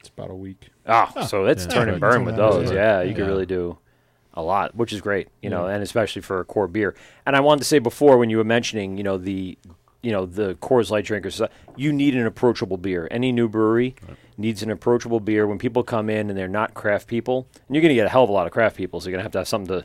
It's about a week. Oh, so it's Yeah. turn Yeah, and you can burn turn with that those. over. Yeah, you can Yeah. really do a lot, which is great, you know, and especially for a core beer. And I wanted to say before when you were mentioning, you know, the you know the Coors Light drinkers, uh, you need an approachable beer. Any new brewery needs an approachable beer. When people come in and they're not craft people, and you're going to get a hell of a lot of craft people, so you're going to have to have something to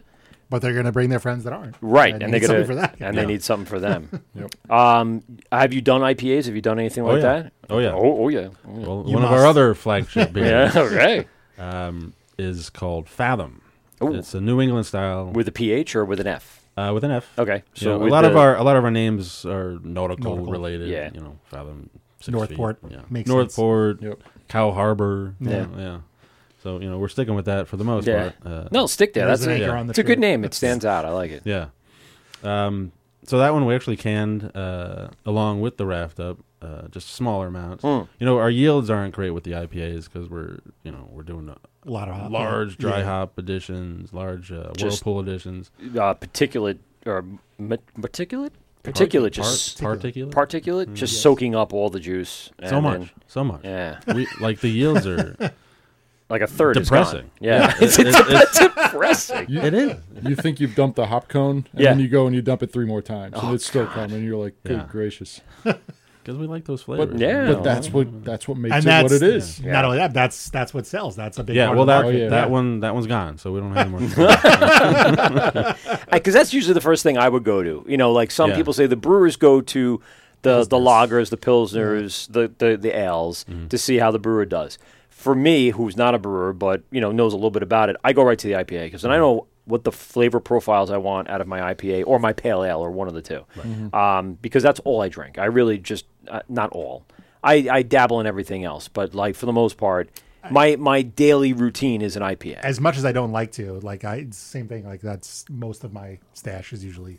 But they're gonna bring their friends that aren't. right, That and they're need going something to for that. and Yeah. they need something for them. Yep. um, have you done IPAs? Have you done anything Oh, like yeah. that? Oh, yeah. Oh, oh yeah. Oh, Well, You one of our must. other flagship Yeah. beers yeah. Okay. um, is called Fathom. Ooh. It's a New England style With a PH or with an F? uh, with an F. Okay. So So a with lot of the- our a lot of our names are nautical, Nautical. related. Yeah. You know, Fathom. Six Northport. Feet, yeah. Makes sense. Northport. Yep. Cow Harbor. Yeah. Yeah. yeah. So you know we're sticking with that for the most Yeah. part. Uh, No, stick there. There's That's an a, anchor yeah. on the it's a good tree. name. It stands out. I like it. Yeah. Um, so that one we actually canned uh, along with the raft up, uh, just smaller amounts. Hmm. You know, our yields aren't great with the IPAs because we're you know we're doing A lot of hop. large dry Yeah. hop additions, large uh, Just- whirlpool additions, Uh, particulate or ma- particulate? Particulate just Par- particulate, Mm, particulate just soaking up all the juice. And so much, then- so much. yeah, We, like the yields are like a third. is gone. depressing. Yeah, It- it- it's- depressing. it is. You think you've dumped the hop cone, and Yeah. Oh, then you go and you dump it three more times, and it's still coming. You're like, good Yeah. gracious! Because we like those flavors. But Yeah. but that's Oh. what that's what makes And it that's what it is. Not only that, that's that's what sells. That's a big Oh, Yeah, Part well, of the that market. yeah. that one that one's gone, so we don't have any more. Because that's usually the first thing I would go to. You know, like some Yeah. people say, the brewers go to the the lagers, the pilsners, the the the ales to see how the brewer does. For me, who's not a brewer but you know knows a little bit about it, I go right to the IPA because then I know what the flavor profiles I want out of my IPA or my pale ale or one of the two. Um, because that's all I drink. I really just uh, not all. I, I dabble in everything else, but like for the most part, my my daily routine is an IPA. As much as I don't like to, like I it's the same thing. Like that's most of my stash is usually.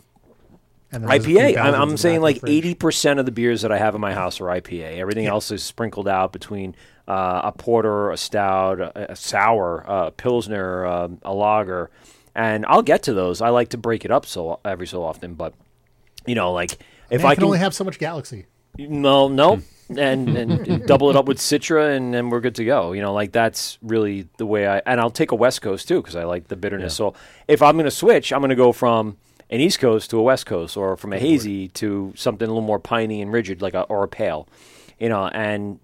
And then there's a few IPA. I'm, thousands in I'm the saying back like of the fridge. eighty percent of the beers that I have in my house are IPA. Everything else is sprinkled out between uh, a porter, a stout, a, a sour, uh, a pilsner, um, a lager, and I'll get to those. I like to break it up so every so often, but you know, like if Man, I can, only have so much Galaxy. no, no. and, and double it up with Citra, and then we're good to go. You know, like that's really the way I. And I'll take a West Coast too because I like the bitterness. So if I'm going to switch, I'm going to go from an East Coast to a West Coast, or from a hazy to something a little more piney and rigid, like a or a pale. You know, and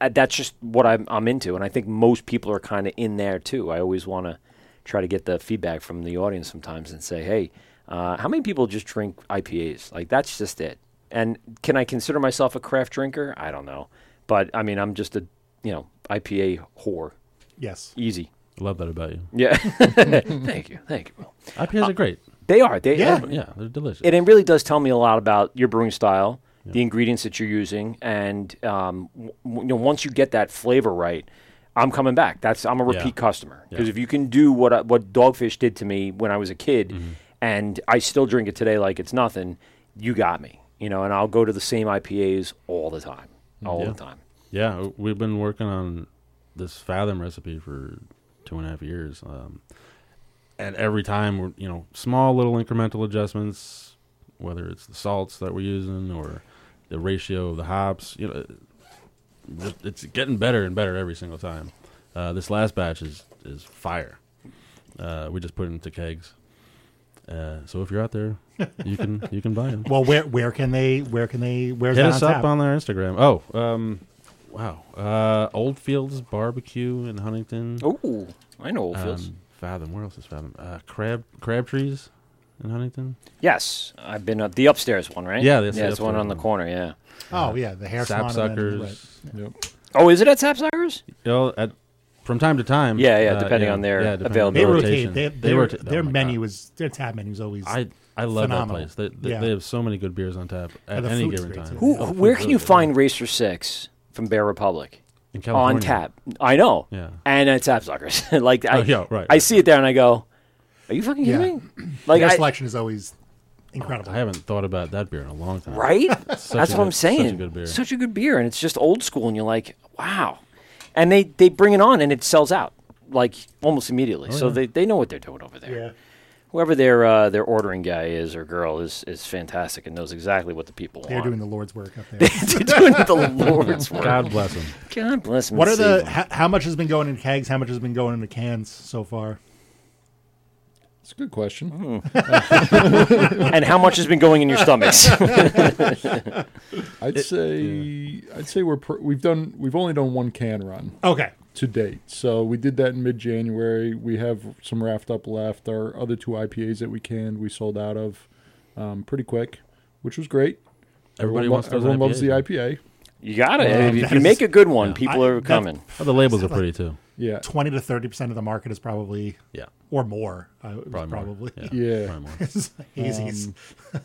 uh, that's just what I'm, I'm into. And I think most people are kind of in there too. I always want to try to get the feedback from the audience sometimes and say, hey, uh, how many people just drink IPAs? Like, that's just it. And can I consider myself a craft drinker? I don't know. But I mean, I'm just a, you know, IPA whore. Yes. Easy. Love that about you. Yeah. thank you. Thank you. Will. IPAs are great. They are. They, Yeah. Yeah, they're delicious. and it really does tell me a lot about your brewing style, the ingredients that you're using, and um, w- w- you know once you get that flavor right, I'm coming back. That's I'm a repeat customer because Yeah. if you can do what I, what Dogfish did to me when I was a kid, Mm-hmm. and I still drink it today like it's nothing, you got me, you know. And I'll go to the same IPAs all the time, all yeah. the time. Yeah, w- we've been working on this fathom recipe for two and a half years, um, and every time we're you know small little incremental adjustments, whether it's the salts that we're using or the ratio of the hops, you know, it- it's getting better and better every single time. Uh, this last batch is is fire. Uh, we just put it into kegs. Uh, so if you're out there, you can you can buy them. Well, where where can they where can they where's Hit that us on up tap? on our Instagram. Oh, um, wow. Uh, Oldfields Barbecue in Huntington. Oh, I know Um, Oldfields. Fathom. Where else is Fathom? Uh, crab Crab Trees in Huntington. yes, I've been up the upstairs one, right? Yeah, that's the yeah, it's the one upstairs on the one. corner. Yeah. Oh yeah, the hair salon. and then- right. Sapsuckers. Yep. Oh, is it at Sapsuckers? You know, at, from time to time. Uh, Yeah, yeah, depending on their availability. The They rotate. They, their rotate- oh their my menu God. was their tab menu is always. I I love phenomenal. that place. They they, Yeah. they have so many good beers on tap at And the any food's given great, time. too. Oh, Who, Yeah, the where food's can really you good. find Racer Six from Bear Republic? in on California. tap. I know. Yeah. And it's Absuckers. like I, Oh, yeah, right, I right. see it there and I go, Are you fucking kidding Yeah. me? Like their I, selection is always Incredible. I haven't thought about that beer in a long time. Right? Such That's a what I'm good- such a saying. good beer. Such a good beer, and it's just old school, and you're like, wow. And they, they bring it on, and it sells out like almost immediately. Oh, so they, they know what they're doing over there. Whoever their uh, their ordering guy is or girl is is fantastic and knows exactly what the people They're want. doing the Lord's work up there. they're doing the Lord's work. God, God bless them. bless them. What are and the save 'em. how, how much has been going in kegs? How much has been going into cans so far? It's a good question. Oh. and how much has been going in your stomachs? I'd say I'd say we're pr- we've done we've only done one can run Okay, to date. So we did that in mid January. We have some raft up left. Our other two IPAs that we canned we sold out of um, pretty quick, which was great. Everybody everyone wants those everyone loves the IPAs. IPA. you got it. Um, if that you is- make a good one, yeah. people I- are that- coming. Oh, the labels are Like- pretty too. Yeah, twenty to thirty percent of the market is probably Yeah. or more. I, probably, Probably. more. probably. Yeah. Probably Um, more. hazies.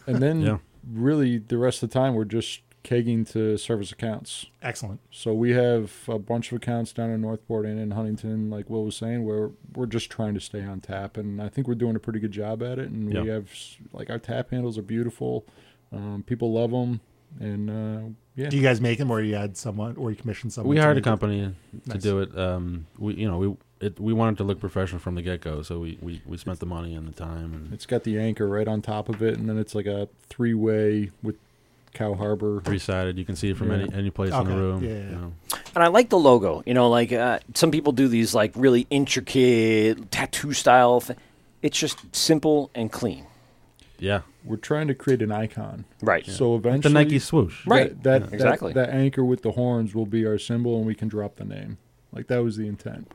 and then Yeah. really the rest of the time we're just kegging to service accounts. Excellent. So we have a bunch of accounts down in Northport and in Huntington, like Will was saying, where we're just trying to stay on tap, and I think we're doing a pretty good job at it. And we Yeah. have s- like our tap handles are beautiful, um, people love them, and uh, yeah, Do you guys make them, or you had someone, or you commissioned someone? we to hired a make it? company to Nice. do it. Um, we you know we it, we wanted to look professional from the get go, so we, we, we spent the money and the time and it's got the anchor right on top of it, and then it's like a three way with Cow Harbor. three sided. You can see it from Yeah. any any place in Okay. the room. Yeah, yeah, yeah. You know. And I like the logo. You know, like uh, some people do these like really intricate tattoo style. Th- it's just simple and clean. yeah. We're trying to create an icon, Right. So eventually, The Nike swoosh. Right. that, that, that- Exactly. that anchor with the horns will be our symbol, and we can drop the name. Like that was the intent.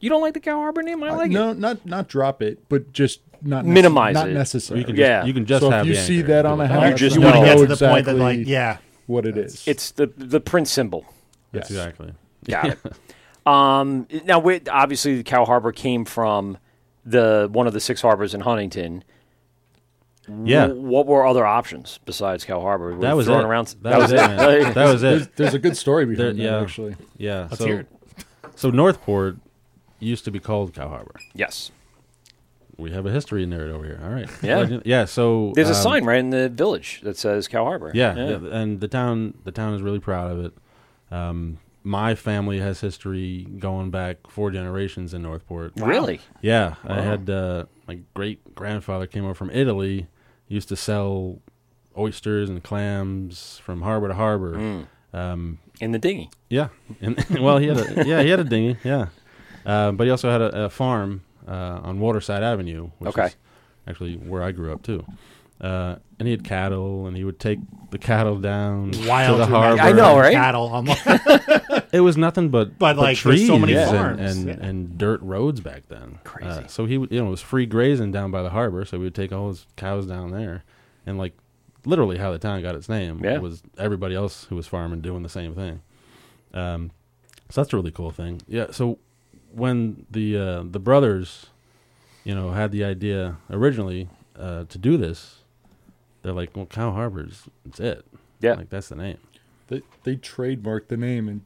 You don't like the Cow Harbor name? I Uh, like it. no, not not drop it, but just not nece- Minimize not it. necessary. You can Yeah. just, you can just so have if you the see anchor. that on a That's hat, You just you want know. to Get know to the point exactly that, like, yeah, what it is. It's the the print symbol. Yes. exactly. Got it. Um, now, we, obviously, the Cow Harbor came from the one of the six harbors in Huntington. Yeah. W- What were other options besides Cow Harbor? Were That you was throwing it. around. That was it, man. That was it. There's a good story There- behind yeah. that actually. Yeah. Let's so, hear it. so Northport used to be called Cow Harbor. Yes. We have a history nerd over here. All right. Yeah. Legend- Yeah. So There's a um, sign right in the village that says Cow Harbor. Yeah, yeah, and the town the town is really proud of it. Um, my family has history going back four generations in Northport. Really? Yeah, I had uh, my great grandfather came over from Italy. He used to sell oysters and clams from harbor to harbor. In the dinghy. Yeah, and well, he had a yeah he had a dinghy. Yeah, uh, but he also had a, a farm uh, on Waterside Avenue, which Okay. is actually where I grew up too. Uh, and he had cattle, and he would take the cattle down wild. to the to imagine harbor. I know, right? Cattle. I'm like, It was nothing but But, like, trees there's so many and, farms, and, yeah. and dirt roads back then. Crazy. Uh, so he would- you know it was free grazing down by the harbor, so we would take all his cows down there, and like literally how the town got its name Yeah. was everybody else who was farming doing the same thing. Um, so that's a really cool thing. Yeah. So when the uh, the brothers, you know, had the idea originally uh, to do this, they're like, well, Cow Harbor's it's it. Yeah. Like that's the name. They they trademarked the name in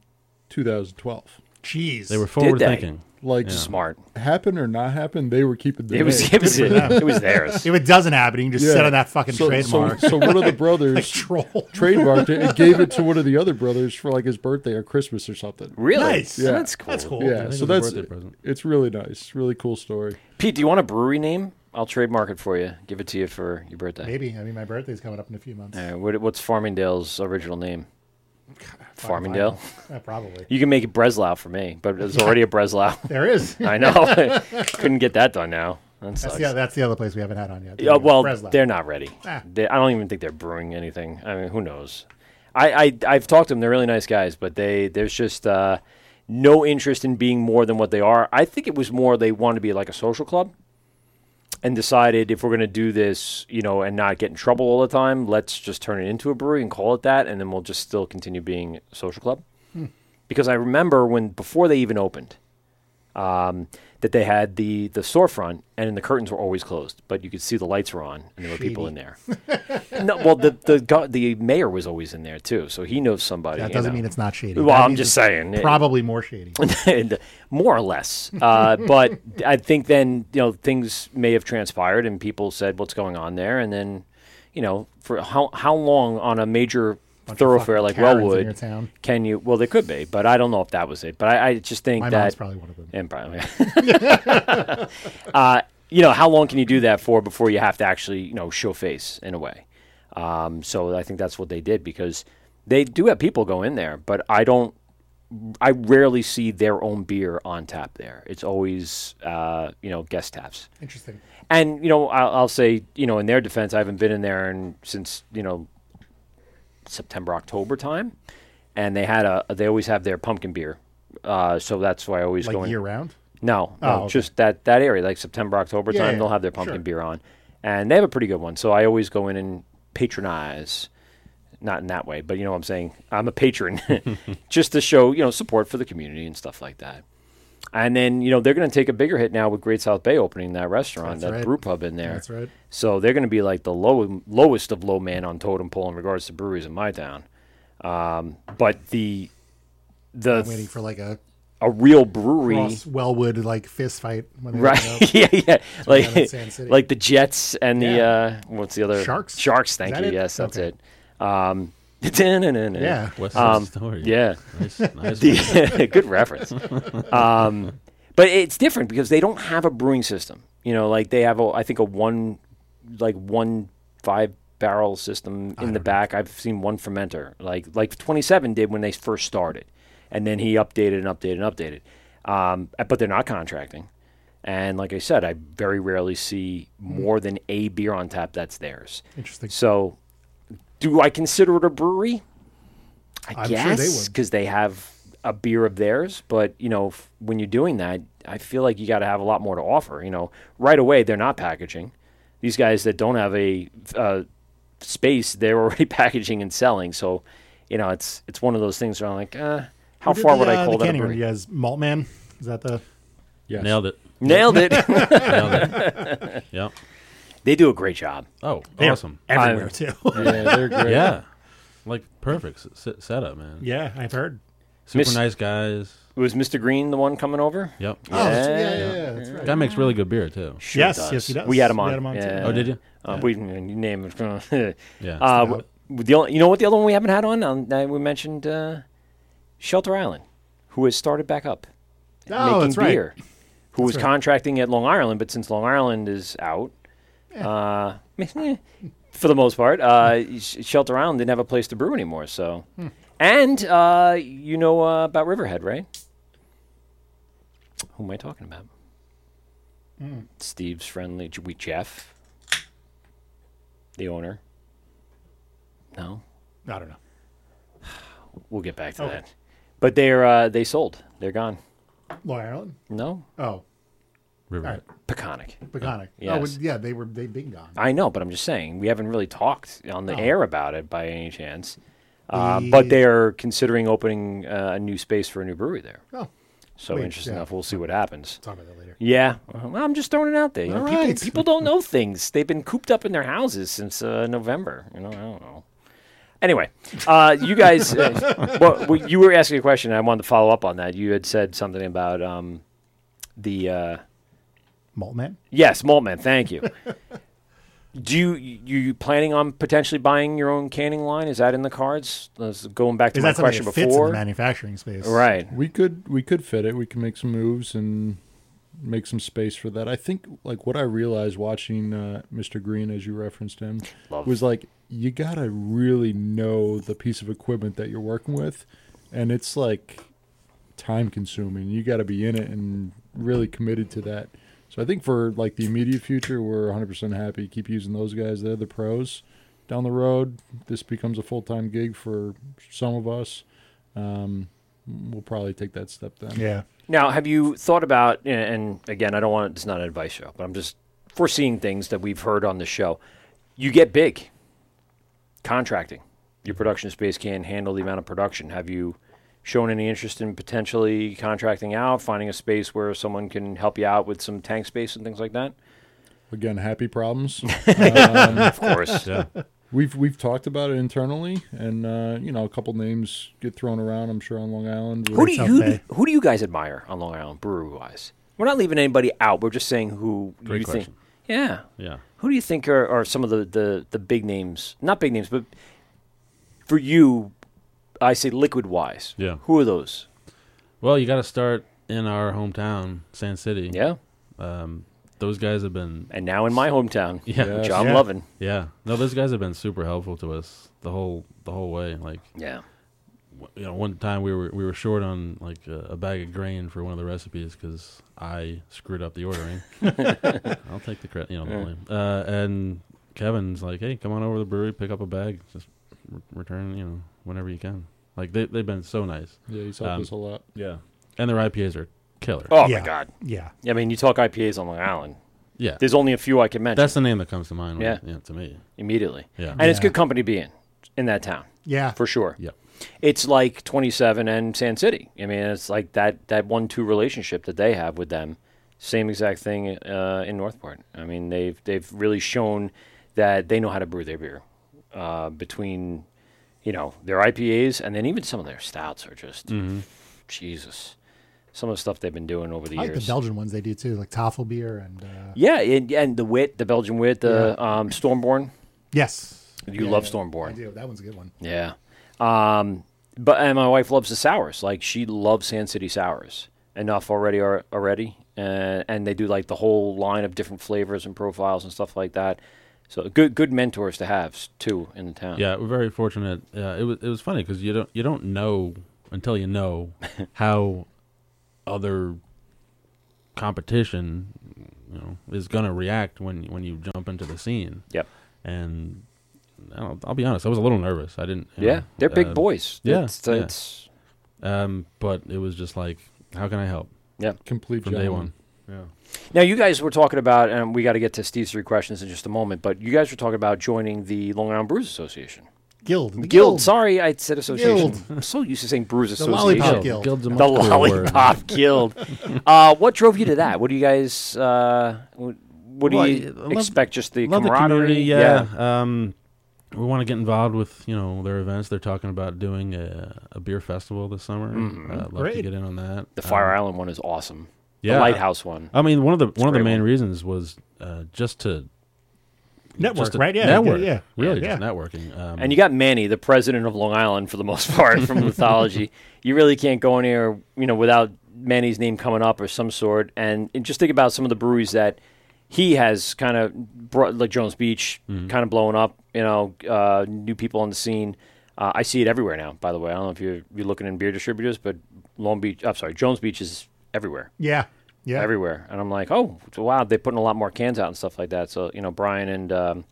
2012. jeez. They were forward they? thinking. Like Smart. happen or not happen, they were keeping the It was, name. it was, it, it was theirs. If it doesn't happen, you can just Yeah. sit on that fucking so, trademark. So, so one of the brothers like troll. trademarked it and gave it to one of the other brothers for like his birthday or Christmas or something. Really? Nice. Yeah. That's cool. That's cool. I think Yeah, so it was a that's birthday present. it's really nice, really cool story. Pete, do you want a brewery name? I'll trademark it for you. Give it to you for your birthday. Maybe. I mean, my birthday's coming up in a few months. Uh, what, what's Farmingdale's original name? Fucking Farmingdale. vinyl. Yeah, probably. You can make it Breslau for me, but there's already a Breslau. There is. I know. Couldn't get that done now. That That's sucks. the, that's the other place we haven't had on yet. Yeah, well, Breslau. they're not ready. Ah. They, I don't even think they're brewing anything. I mean, who knows? I, I I've talked to them. They're really nice guys, but they there's just uh, no interest in being more than what they are. I think it was more they wanted to be like a social club, and decided if we're going to do this, you know, and not get in trouble all the time, let's just turn it into a brewery and call it that, and then we'll just still continue being a social club. Because I remember when before they even opened, um, that they had the the storefront and the curtains were always closed, but you could see the lights were on and there were people in there. no, well, the the go- the mayor was always in there too, so he knows somebody. that you doesn't know. mean it's not shady. Well, That I'm means just it's saying, it- Probably more shady. and more or less. Uh, but I think then you know things may have transpired, and people said, "What's going on there?" And then, you know, for how how long on a major of thoroughfare fucking like Karens in Wellwood your town. can you? Well, they could be, but I don't know if that was it. But I, I just think My that mom's probably one of them. And probably, uh, you know, how long can you do that for before you have to actually, you know, show face in a way? Um, so I think that's what they did because they do have people go in there, but I don't. I rarely see their own beer on tap there. It's always, uh, you know, guest taps. Interesting. And you know, I'll, I'll say, you know, in their defense, I haven't been in there in, since you know September, October time, and they had a. They always have their pumpkin beer, uh, so that's why I always go Like in. year round. No, no, Oh, okay. just that that area, like September, October Yeah, time, yeah, they'll have their pumpkin sure. beer on, and they have a pretty good one. So I always go in and patronize, not in that way, but you know what I'm saying. I'm a patron, just to show you know support for the community and stuff like that. And then you know they're going to take a bigger hit now with Great South Bay opening that restaurant, That's that right. brew pub in there. That's right. So they're going to be like the low, lowest of low man on totem pole in regards to breweries in my town. Um, but the the I'm waiting for like a a real brewery cross Wellwood like fist fight when they open up. Right. yeah, yeah. have in Sand Like, City. like the Jets and the Yeah. uh, what's the other Sharks? Sharks. Is Thank that you. it? Yes, that's Okay. it. Um, yeah. Yeah. West Um, Side Story. Yeah. Nice, nice one. The- good reference. Um, but it's different because they don't have a brewing system. You know, like they have, a, I think a one, like one five barrel system in the back. I've seen one fermenter, like like 27 did when they first started, and then he updated and updated and updated. Um, uh, but they're not contracting, and like I said, I very rarely see more than a beer on tap that's theirs. Interesting. So, do I consider it a brewery? I I'm sure they guess would. because they have a beer of theirs. But you know, f- when you're doing that, I feel like you got to have a lot more to offer. You know, right away they're not packaging. These guys that don't have a uh, space, they're already packaging and selling. So, you know, it's it's one of those things where I'm like, uh, how Who did far the, would uh, I call the that a canning room? brewery? You guys, Malt Man? Is that the? Yes. Nailed it. Nailed it. Nailed it. yeah. they do a great job. Oh, They're awesome. Everywhere I'm- too. Yeah, they're great. Yeah. Like perfect s- set, setup, man. yeah, I've heard. Super Miss- nice guys. Was Mr. Green the one coming over? Yep. Oh, that's- Yeah. yeah, yeah, yeah, that's right. Guy makes really good beer too. Sure Yes, yes, he does. We had him We on. had him on, too. yeah. Oh, did you? Uh, We didn't you name it. Yeah. Uh, w- the only, you know what the other one we haven't had on? Um, that we mentioned uh, Shelter Island, who has started back up Oh, making that's right. beer, who was contracting at Long Ireland, but since Long Ireland is out, uh, for the most part, uh, Sh- Shelter Island didn't have a place to brew anymore. So, Hmm. and uh, you know uh, about Riverhead, right? Who am I talking about? Hmm. Steve's friendly. J- We Jeff, the owner. No, I don't know. we'll get back to that. But they're uh, they sold. They're gone. Long Island. No, Oh, River. right. Peconic. Peconic. Yes. Oh, well, yeah, they were they been gone. I know, but I'm just saying we haven't really talked on Oh. the air about it by any chance. Uh, But they are considering opening uh, a new space for a new brewery there. Oh, So Wait, interesting yeah. enough. We'll see what happens. talk about that later. Yeah, Uh-huh. well, I'm just throwing it out there. You know, All people, right. people don't know things. They've been cooped up in their houses since uh, November. You know, I don't know. Anyway, uh, you guys, uh, well, well, you were asking a question. and I wanted to follow up on that. You had said something about um, the. Uh, Malt Man. Yes, Maltman. Thank you. Do you you you planning on potentially buying your own canning line? Is that in the cards? That's going back to Is my that something question that fits in the before, manufacturing space? right? We could we could fit it. We can make some moves and make some space for that. I think like what I realized watching uh, Mr. Green as you referenced him Love. was like you got to really know the piece of equipment that you're working with and it's like time consuming. You got to be in it and really committed to that. So I think for like the immediate future we're 100% happy keep using those guys. They're the pros. Down the road, this becomes a full-time gig for some of us Um, we'll probably take that step then. Yeah. Now, have you thought about? a- And again, I don't want it's not an advice show, but I'm just foreseeing things that we've heard on the show. You get big contracting. Your production space can handle the amount of production. Have you shown any interest in potentially contracting out, finding a space where someone can help you out with some tank space and things like that? Again, happy problems. Of course. Yeah. we've we've talked about it internally, and uh, you know, a couple names get thrown around. I'm sure on Long Island. Who do you South who, Bay. do- who do you guys admire on Long Island brewery wise? We're not leaving anybody out. We're just saying who Great you question. think. Yeah. Yeah. Who do you think are, are some of the, the, the big names? Not big names, but for you, I say liquid wise. Yeah. Who are those? Well, you got to start in our hometown, San City. Yeah. Um, those guys have been. And now in my hometown, Yeah. which Yes. I'm Yeah. loving. Yeah. No, those guys have been super helpful to us the whole the whole way. Like, Yeah. w- you know, one time we were we were short on like a, a bag of grain for one of the recipes because I screwed up the ordering. I'll take the credit, you know. the blame. Uh, and Kevin's like, "Hey, come on over to the brewery, pick up a bag, just re- return, you know, whenever you can." Like they they've been so nice. Yeah, he's helped Um, us a lot. Yeah, and their IPAs are killer. Oh, yeah. my God. Yeah. I mean, you talk IPAs on Long Island. yeah, There's only a few I can mention that's the name that comes to mind. Yeah. Yeah, yeah to me. immediately. Yeah. And it's good company to be in, in that town, Yeah. for sure. Yep. It's like 27 and San City. I mean, it's like that, that one two relationship that they have with them. Same exact thing uh, in Northport. I mean, they've they've really shown that they know how to brew their beer. Uh, between, you know, their IPAs and then even some of their stouts are just Jesus. Some of the stuff they've been doing over the I like the years. Belgian ones they do too, like Toffel beer and uh, yeah, and, and the wit, the Belgian wit, the um, Stormborn. Yes. You love I Stormborn. do. That one's a good one. Yeah. Um, but and my wife loves the sours. Like she loves Sand City sours enough already ar- already, uh, and they do like the whole line of different flavors and profiles and stuff like that. So good good mentors to have s- too in the town. Yeah, we're very fortunate. Uh, it was it was funny because you don't you don't know until you know how other competition you know is gonna react when when you jump into the scene. Yep. And I don't, I'll be honest, I was a little nervous. I didn't. you Yeah, know, they're big uh, boys. yeah, It's, yeah. it's- Um, but it was just like, how can I help yeah. Complete from day gentleman. one? Yeah. Now you guys were talking about, and we got to get to Steve's three questions in just a moment. But you guys were talking about joining the Long Island Brewers Association. Guild. The Guild. Sorry, I said association. I'm so used to saying Brewers The Association. Lollipop Guild. Guild's a the much cooler word. lollipop guild. Uh, what drove you to that? What do you guys? Uh, wh- what do Well, you I love- expect? Just the Love the camaraderie? community, yeah. Um, we want to get involved with you know their events. They're talking about doing a, a beer festival this summer. Uh, love to Great. get in on that. Mm-hmm. The Um, Fire Island one is awesome. The yeah. Lighthouse one. I mean, one of the one of a the great main one. reasons was uh, just to Network, just to right? Yeah. network. Yeah. really, Yeah. just networking. Um, And you got Manny, the president of Long Island, for the most part, from mythology. You really can't go in here, you know, without Manny's name coming up or some sort. And, and just think about some of the breweries that he has kind of brought, like Jones Beach, kind of blowing up. You know, uh, new people on the scene. Uh, I see it everywhere now. By the way, I don't know if you're you're looking in beer distributors, but Long Beach, I'm sorry, Jones Beach is everywhere Yeah. Yeah. everywhere. And I'm like, oh so wow, they're putting a lot more cans out and stuff like that. So you know, Brian and um,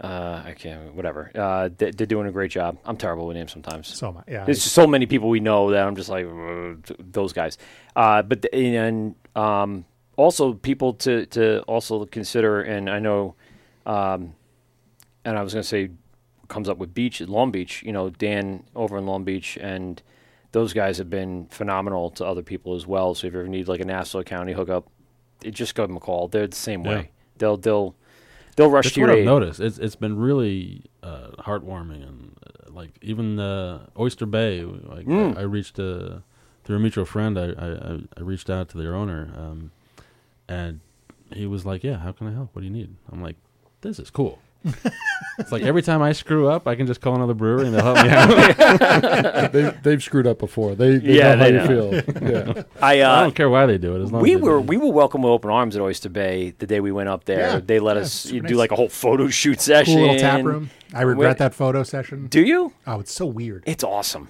uh, I can't whatever. Uh, they, they're doing a great job. I'm terrible with names sometimes. so much. Yeah. There's so many people we know that I'm just like "Ugh, th- those guys. Uh, but the, and um, also people to to also consider. And I know, um, and I was gonna say comes up with Beach Long Beach. You know, Dan over in Long Beach and. Those guys have been phenomenal to other people as well. So if you ever need like a Nassau County hookup, it, just give them a call. They're the same Yeah. way. They'll they'll they'll rush That's to your what I've aid. noticed. It's it's been really uh, heartwarming and uh, like even uh, Oyster Bay. Like Mm. I, I reached uh, through a mutual friend. I, I I- I reached out to their owner, um, and he was like, "Yeah, how can I help? What do you need?" I'm like, "This is cool." it's like every time I screw up, I can just call another brewery and they'll help me out. they, they've screwed up before. They, they Yeah, know they how you feel. yeah. I uh, I don't care why they do it. As long We as they were do we were welcome with open arms at Oyster Bay the day we went up there. Yeah, they let yeah, us super you do nice. like a whole photo shoot session. Cool little tap room. I regret Wait. that photo session. Do you? Oh, it's so weird. It's awesome,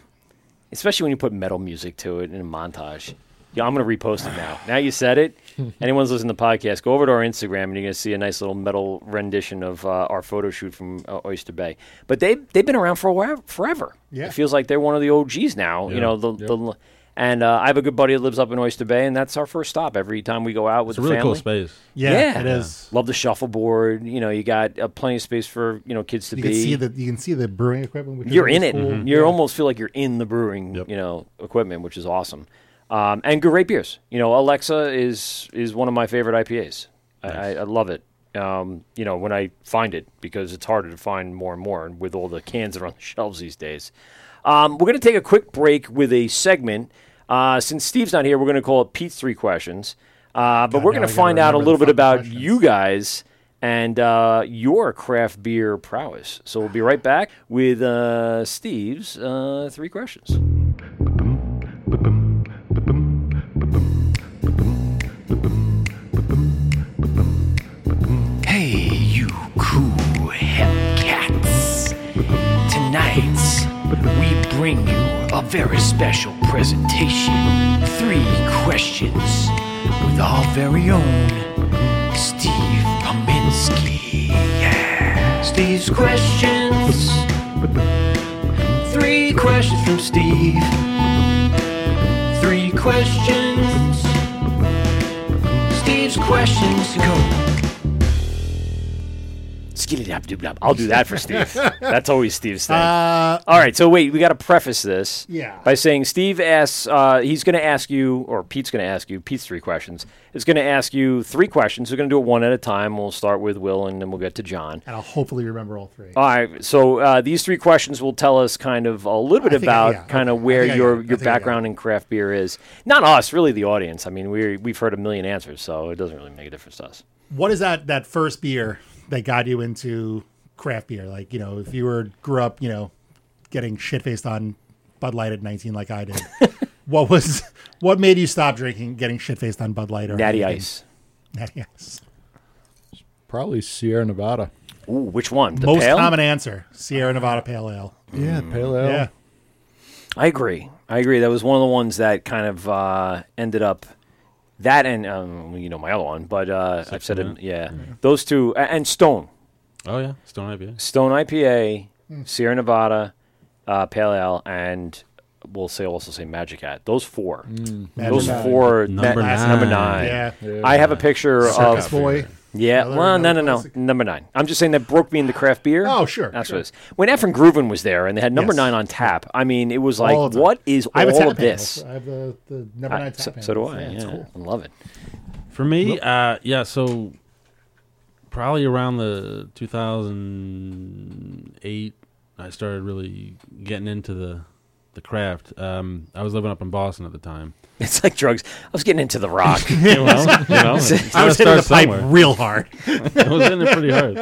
especially when you put metal music to it in a montage. Yeah, I'm gonna repost it now. Now you said it. Anyone's listening to the podcast, go over to our Instagram and you're gonna see a nice little metal rendition of uh, our photo shoot from uh, Oyster Bay. But they they've been around for a while, forever. Yeah. it feels like they're one of the OGs now. You Yeah. know the the. And uh, I have a good buddy that lives up in Oyster Bay, and that's our first stop every time we go out with It's a the really cool family. space. yeah, It is. Love the shuffleboard. You know, you got uh, plenty of space for you know kids to You be. can see the you can see the brewing equipment. Which is You're really in it. Mm-hmm. cool. You almost feel like you're in the brewing. You know, equipment, which is awesome. Um, and great beers. You know, Alexa is is one of my favorite IPAs. I, I, I love it. Um, you know, when I find it because it's harder to find more and more, and with all the cans that are on the shelves these days. Um, we're going to take a quick break with a segment. Uh, since Steve's not here, we're going to call it Pete's Three Questions. Uh, but we're now going I to gotta find out a remember the little bit about fucking questions. you guys and uh, your craft beer prowess. So we'll be right back with uh, Steve's uh, three questions. Hey, you cool head cats. Tonight, we bring you a very special presentation. Three questions with our very own Steve Pominski. Yeah. Steve's questions. Three questions from Steve. Three questions. Steve's questions go. Skididabdooblab. I'll do that for Steve. That's always Steve's thing. Uh, All right, so wait, we got to preface this Yeah. by saying Steve asks, uh, he's going to ask you, or Pete's going to ask you, Pete's three questions, is going to ask you three questions. We're going to do it one at a time. We'll start with Will and then we'll get to John. and I'll hopefully remember all three. All right, so uh, these three questions will tell us kind of a little bit I think I- about yeah, kind of okay. I where think I got your, it. I your think I got background in craft beer is. Not us, really the audience. I mean, we we've heard a million answers, so it doesn't really make a difference to us. what is that that first beer that got you into craft beer? Like, you know, if you were grew up, you know, getting shit faced on Bud Light at nineteen like I did. what was what made you stop drinking getting shit faced on Bud Light or Natty anything? Ice. Natty Ice. Probably Sierra Nevada. Ooh, which one? The Most pale? common answer. Sierra Nevada Pale Ale. Yeah, pale Mm. ale. Yeah. I agree. I agree. That was one of the ones that kind of uh, ended up that and um, you know my other one, but uh, I've said it. Minute. Yeah, Mm-hmm. those two a- and Stone, Oh yeah, Stone IPA. Stone IPA, Mm. Sierra Nevada, uh, Pale Ale, and we'll say also say Magic Hat. Those four. Mm. Those Magic Hat. four. Number that- nine. Number nine. Yeah. I have a picture Circus of boy. yeah. Another- well, no, another no, no. classic. Number nine. I'm just saying that broke me into craft beer. Oh, sure, That's sure. what it is. When Efren Groovin was there and they had number Yes. nine on tap, I mean, it was like, All the time. what is I have a all tap of this? handle. I have the, the number I- nine tap so, handle. so do I. Yeah, it's cool. I love it. For me, uh, yeah, so probably around the 2008, I started really getting into the the craft. Um, I was living up in Boston at the time. It's like drugs. I was getting into the rock. You know, you know, I was hitting the pipe real hard. I was in it pretty hard.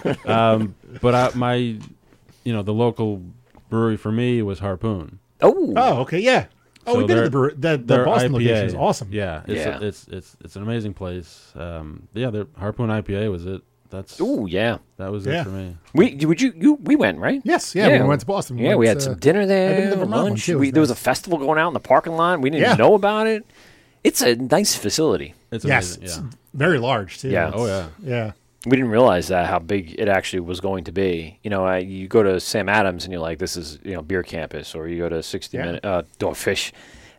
um, but I, my, you know, the local brewery for me was Harpoon. oh, Oh, okay, yeah. Oh, So we've been to their- the, brewer- the, the their Boston IPA. location is awesome. Yeah, it's Yeah. it's it's it's an amazing place. Um, yeah, their Harpoon IPA was it. That's ooh, yeah. that was Yeah. it for me. We you- would you, you we went right? Yes, yeah, we went to Boston. Yeah, we had went, some uh, dinner I've been there, to the Vermont one, lunch. too. It we, was there was a nice. festival going out in the parking lot. We didn't Yeah. know about it. It's a nice facility. It's Yes. amazing. it's yeah. Very large too. Yeah. Oh yeah. Yeah. We didn't realize that how big it actually was going to be. You know, I, you go to Sam Adams and you're like, this is you know beer campus, or you go to 60 Yeah. minute uh, Dogfish,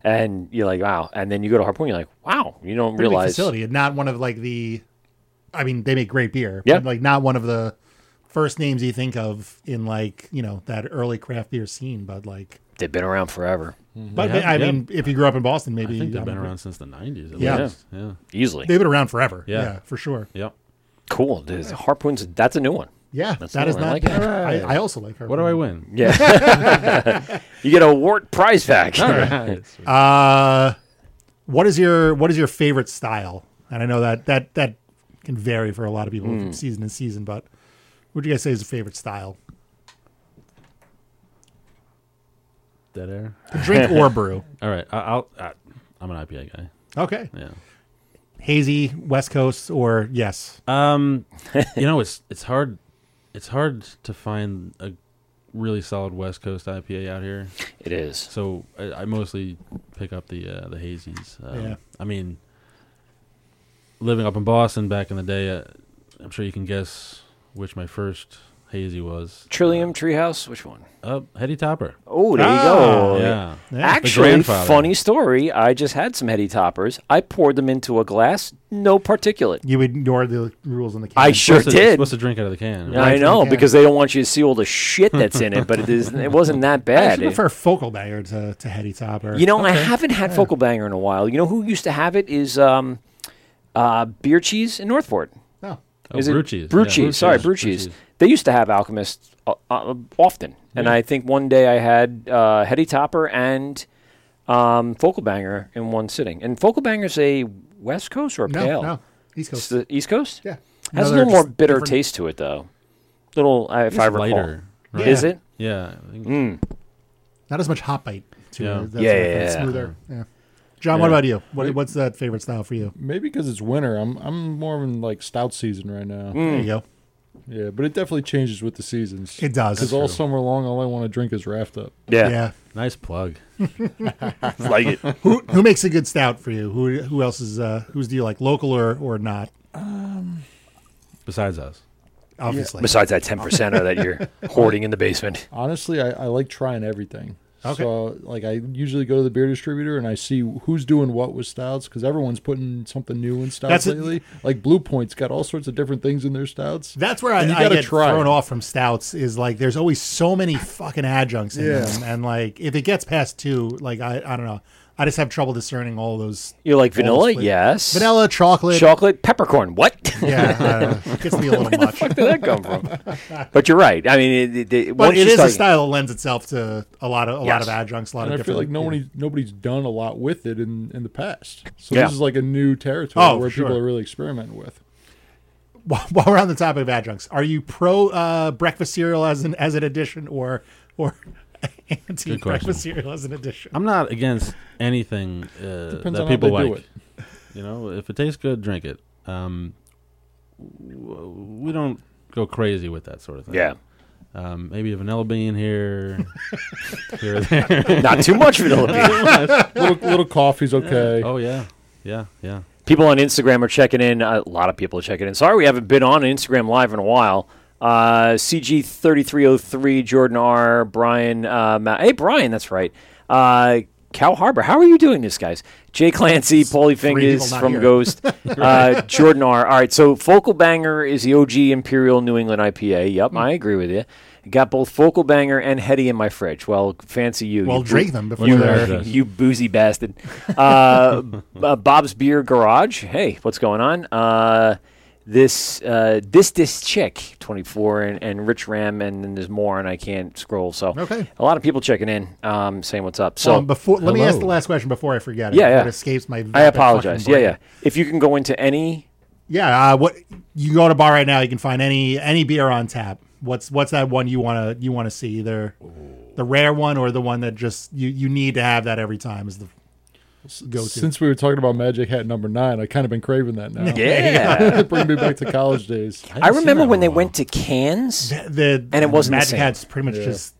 and you're like, wow. And then you go to Harpoon, you're like, wow. You don't pretty big realize facility and not one of like the i mean they make great beer Yeah. but like not one of the first names you think of in like you know that early craft beer scene but like they've been around forever, but Yeah, i yeah. mean if you grew up in boston I maybe think they've um, been around since the 90s. At Yeah. Least. Yeah. easily. they've been around forever yeah, Yeah. for sure Yep. Cool. Dude, Harpoon's that's a new one. yeah That's that is cool. I not like bad. it. I, I also like her What do I win? Yeah. you get a Wart prize pack. uh what is your what is your favorite style and i know that that that can vary for a lot of people from season to season but what do you guys say is a favorite style Dead air. drink or brew All right. I, I'll. I, I'm an IPA guy. okay Yeah. hazy west coast or yes Uh, Um, you know, it's it's hard. It's hard to find a really solid West Coast IPA out here. It is. So I, I mostly pick up the uh, the hazies. Um, Yeah. I mean, living up in Boston back in the day, uh, I'm sure you can guess which my first hazy was. Trillium Treehouse, which one? Uh, Hetty Topper. Oh, Ah, there you go. yeah. Actually, grandfather. funny story. I just had some heady toppers. I poured them into a glass, no particulate. You ignore the rules on the can. I sure Supposed to- did. Supposed to drink out of the can. I know Yeah. because they don't want you to see all the shit that's in it, but it is. It wasn't that I bad. actually prefer focal banger to, to heady topper. you know, I haven't had Focal Banger in a while. You know who used to have it is um, uh, Beer Cheese in Northport. no. Oh, Is it brew cheese. Brew Yeah, cheese. Sorry, brew Brew cheese. They used to have Alchemist uh, uh, often, and I think one day I had uh, Hetty Topper and um, Focal Banger in one sitting. And Focal Banger's a West Coast or a No, pale? no, It's East Coast. the East Coast. Yeah, has a Another little more just bitter different- taste to it though. Little, uh, if It's I recall, lighter, right? is it? Yeah, I think Mm. Not as much hot bite. To Yeah. it. That's Yeah, what I yeah, think. yeah. Smoother. Yeah. John, what Yeah. about you? What, what's that favorite style for you? Maybe because it's winter. I'm I'm more in like stout season right now. There Hmm. you go. Yeah, but it definitely changes with the seasons. It does. Because all summer long, all I want to drink is Raft Up. Yeah, Yeah. nice plug. like it. who who makes a good stout for you? Who who else is uh who's do you like local or or not? Besides us, Obviously. Besides that ten percenter that you're hoarding in the basement. Honestly, I, I like trying everything. Okay. So, like, I usually go to the beer distributor and I see who's doing what with stouts because everyone's putting something new in stouts That's it. lately. like, Blue Point's got all sorts of different things in their stouts. That's where I, And you I gotta get try. thrown off from stouts is like there's always so many fucking adjuncts in Yeah. them, and like if it gets past two, like I I don't know, I just have trouble discerning all those You like all those vanilla? flavors. Yes. vanilla, chocolate, Chocolate, peppercorn. What? yeah, I don't know. it gets me a little much. Where did that come from? but you're right. I mean, it, it, it, But once it you is start, a style that lends itself to a lot of a lot Yes. of adjuncts, a lot And of I feel different. like nobody nobody's done a lot with it in, in the past. So Yeah. this is like a new territory Oh, where for people sure. are really experimenting with. while, while we're on the topic of adjuncts, are you pro uh, breakfast cereal as an as an addition or or anti breakfast cereal as an addition? Um, I'm not against anything uh, Depends that on how people they do like. You know, if it tastes good, drink it. Um, w- we don't go crazy with that sort of thing. yeah, Um, maybe a vanilla bean here, here or there. not too much vanilla. bean. little, little coffee's okay. Oh yeah, yeah, yeah. People on Instagram are checking in. A lot of people are checking in. Sorry, we haven't been on Instagram live in a while. Uh, CG3303, Jordan R, Brian. Uh, Ma- hey, Brian, that's right. Uh, Cal Harbor, how are you doing this, guys? Jay Clancy, Paulie people Fingers not from here. Ghost, uh, Jordan R. All right, so Focal Banger is the OG Imperial New England IPA. Yep, Hmm. I agree with you. Got both Focal Banger and Hetty in my fridge. Well, fancy you. Well, you drink them before you, they're- Yes. you boozy bastard. Uh, b- uh, Bob's Beer Garage. Hey, what's going on? Uh, this uh, this this chick 24 and, and Rich Ram and then there's more and I can't scroll. So Okay. a lot of people checking in, um, saying what's up. So um, before let me ask hello. the last question before I forget it. Yeah, yeah. It escapes my. I apologize. Yeah, yeah. If you can go into any, yeah. Uh, what you go to a bar right now? You can find any any beer on tap. What's what's that one you want to you want to see? Either the rare one or the one that just you you need to have that every time is the go to. Since we were talking about Magic Hat number nine, I kind of been craving that now. yeah. it bring me back to college days. I haven't seen remember that when in a they while. went to cans. The And it wasn't the Magic same. Hat's pretty much just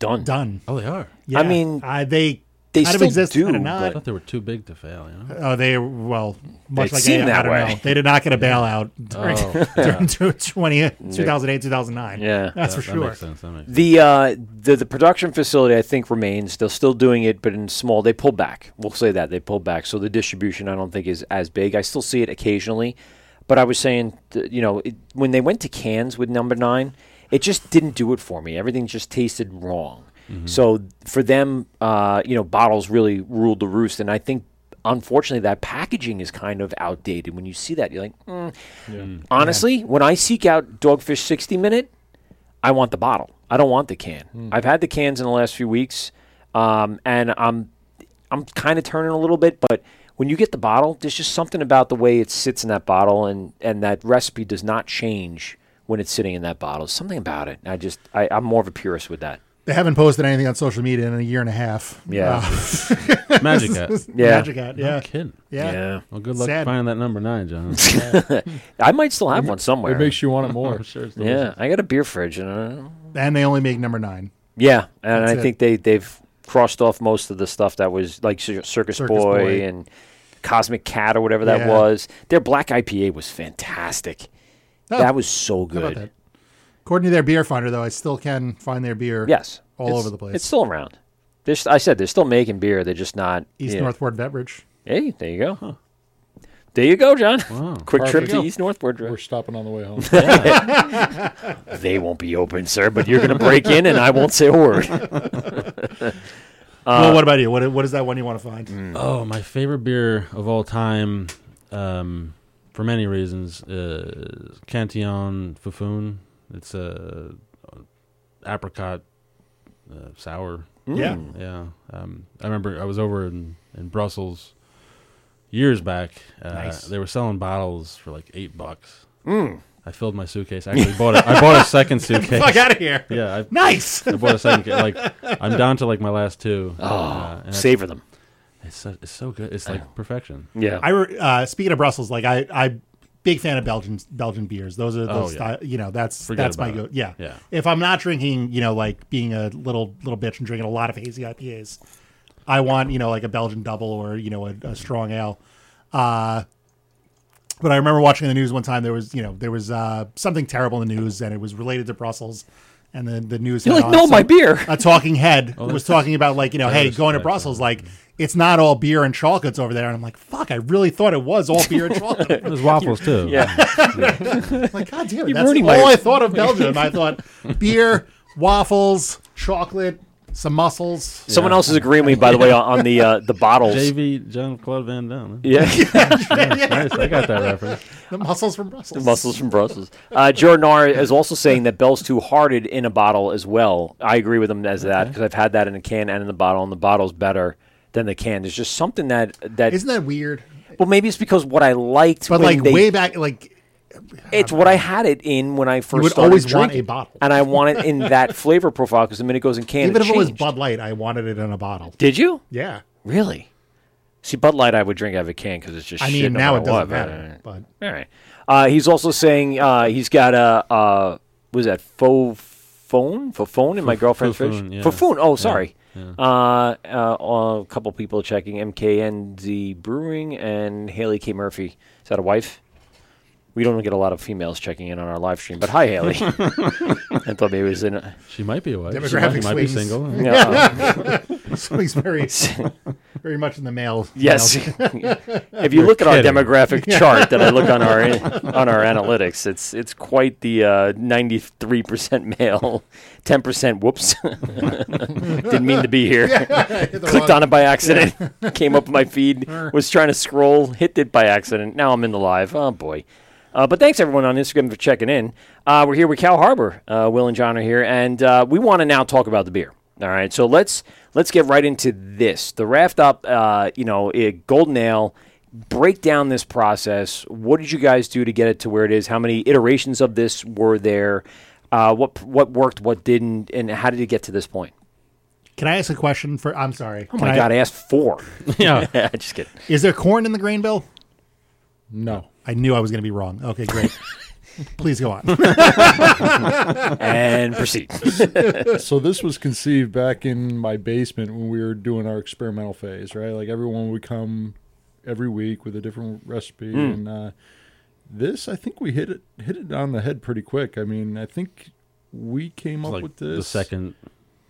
Done. done. Oh, they are. Yeah. mean, uh, they they kind of still exist, do, kind of I not. thought they were too big to fail. You know. Oh, they well, much It like seemed AM, I that don't way. know. They did not get a bailout during, Oh, during 20, 2008, 2009. Yeah. that's for that sure. makes sense. That makes sense. The uh, the the production facility I think remains. They're still doing it, but in small. They pulled back. We'll say that they pulled back. So the distribution I don't think is as big. I still see it occasionally, but I was saying, th- you know, it, when they went to cans with number nine, it just didn't do it for me. Everything just tasted wrong. So for them, uh, you know, bottles really ruled the roost, and I think. Unfortunately, that packaging is kind of outdated. When you see that, you're like, mm. honestly, when I seek out Dogfish 60 Minute, I want the bottle. I don't want the can. I've had the cans in the last few weeks, um, and I'm I'm kind of turning a little bit. But when you get the bottle, there's just something about the way it sits in that bottle, and and that recipe does not change when it's sitting in that bottle. Something about it. I just I, I'm more of a purist with that. They haven't posted anything on social media in a year and a half. Uh, Yeah. Magic Hat. Yeah. Magic Hat. No Yeah. kidding. yeah, Well, good luck Sad. finding that number nine, John. I might still have one It somewhere. makes you want it more. I'm Oh, sure it's delicious. yeah, I got a beer fridge, and uh, And they only make number nine. yeah, and That's I it. think they they've crossed off most of the stuff that was like Cir- Circus, Circus Boy, Boy. and Cosmic Cat or whatever that Yeah. was. Their black IPA was fantastic. Oh, that was so How about good. that? According to their beer finder, though, I still can find their beer. Yes, all It's- over the place. It's still around. There's, I said they're still making beer. They're just not East yeah. Northport Beverage. Hey, there you go. There you go, John. Quick trip Perfect. to East Northport. We're stopping on the way home. They won't be open, sir, but you're going to break in and I won't say a word. Uh, well, what about you? What what is that one you want to find? mm. Oh, my favorite beer of all time, um, for many reasons, is Cantillon Fufun. It's a apricot uh, sour. Yeah, Yeah, um, I remember I was over in, in Brussels years back. Uh, Nice. They were selling bottles for like eight bucks. I filled my suitcase. I actually bought a, I bought a second suitcase. Fuck out of here. Yeah, I, Nice. I bought a second. ca- Like I'm down to like my last two. Oh, uh, and I- Savor them. it's so, it's so good. It's like perfection. Yeah. I re- uh, speaking of Brussels, like I, I big fan of Belgian Belgian beers. Those are Oh, those, yeah. you know, that's Forget that's my about go. it. Yeah, Yeah. If I'm not drinking, you know, like being a little little bitch and drinking a lot of hazy IPAs, I want you know like a Belgian double or you know a, a strong ale. Uh, but I remember watching the news one time. There was you know there was uh, something terrible in the news, and it was related to Brussels. And then the news. You're had like, on "No, my some- beer." a talking head Oh, was talking about like you know hey that's going to correct. brussels like it's not all beer and chocolates over there and i'm like fuck i really thought it was all beer and chocolate There's waffles too. yeah. like god damn You're it that's all ruining my- i thought of belgium i thought beer waffles chocolate some mussels Someone else is agreeing with me, by the way, on on the uh, the bottles. JV John Claude Van Damme. eh? Yeah. Nice. I got that reference. the mussels from brussels Muscles from Brussels. Uh, Jordan R is also saying that Bell's Too Hearted in a bottle as well. I agree with him as that because I've had that in a can and in the bottle, and the bottle's better than the can. There's just something that that. isn't that weird well, maybe it's because what I liked, but when like they- way back like it's what I had it in when I first would started always want drinking. a bottle. and I want it in that flavor profile because the minute it goes in can, even it if it was changed. bud light i wanted it in a bottle Did you yeah really? See, Bud Light I would drink out of a can because it's just. i shit mean no now matter it what, doesn't matter but All right. Uh, he's also saying uh, he's got a uh, was that faux phone for phone in my girlfriend's fridge. Fofoon, yeah. Fofoon. Oh, sorry. Uh, uh, a couple people checking MKNZ Brewing and Haley K Murphy. Is that a wife? We don't get a lot of females checking in on our live stream, but hi, Haley. I thought maybe it was in. A, She might be away. She might, Demographic might be swings. single. you know, so he's very um, very much in the male yes. if you look at kidding. our demographic chart that I look on our on our analytics, it's it's quite the ninety three percent male, ten percent whoops. Didn't mean to be here. Clicked on it by accident. Came up with my feed. Was trying to scroll. Hit it by accident. Now I'm in the live. Oh boy. Uh, but thanks everyone on Instagram for checking in. Uh, we're here with Cal Harbor. Uh, Will and John are here, and uh, we want to now talk about the beer. All right, so let's let's get right into this. The raft up, uh, you know, it, golden ale. Break down this process. What did you guys do to get it to where it is? How many iterations of this were there? Uh, what what worked? What didn't? And how did it get to this point? can i ask a question for i'm sorry Oh my God, I asked four. Yeah. Just kidding. is there corn in the grain bill No. I knew I was going to be wrong. Okay, great. Please go on. And proceed. so this was conceived back in my basement when we were doing our experimental phase, right? Like everyone would come every week with a different recipe, Hmm. and uh, this I think we hit it hit it on the head pretty quick. I mean, I think we came up Like with this the second.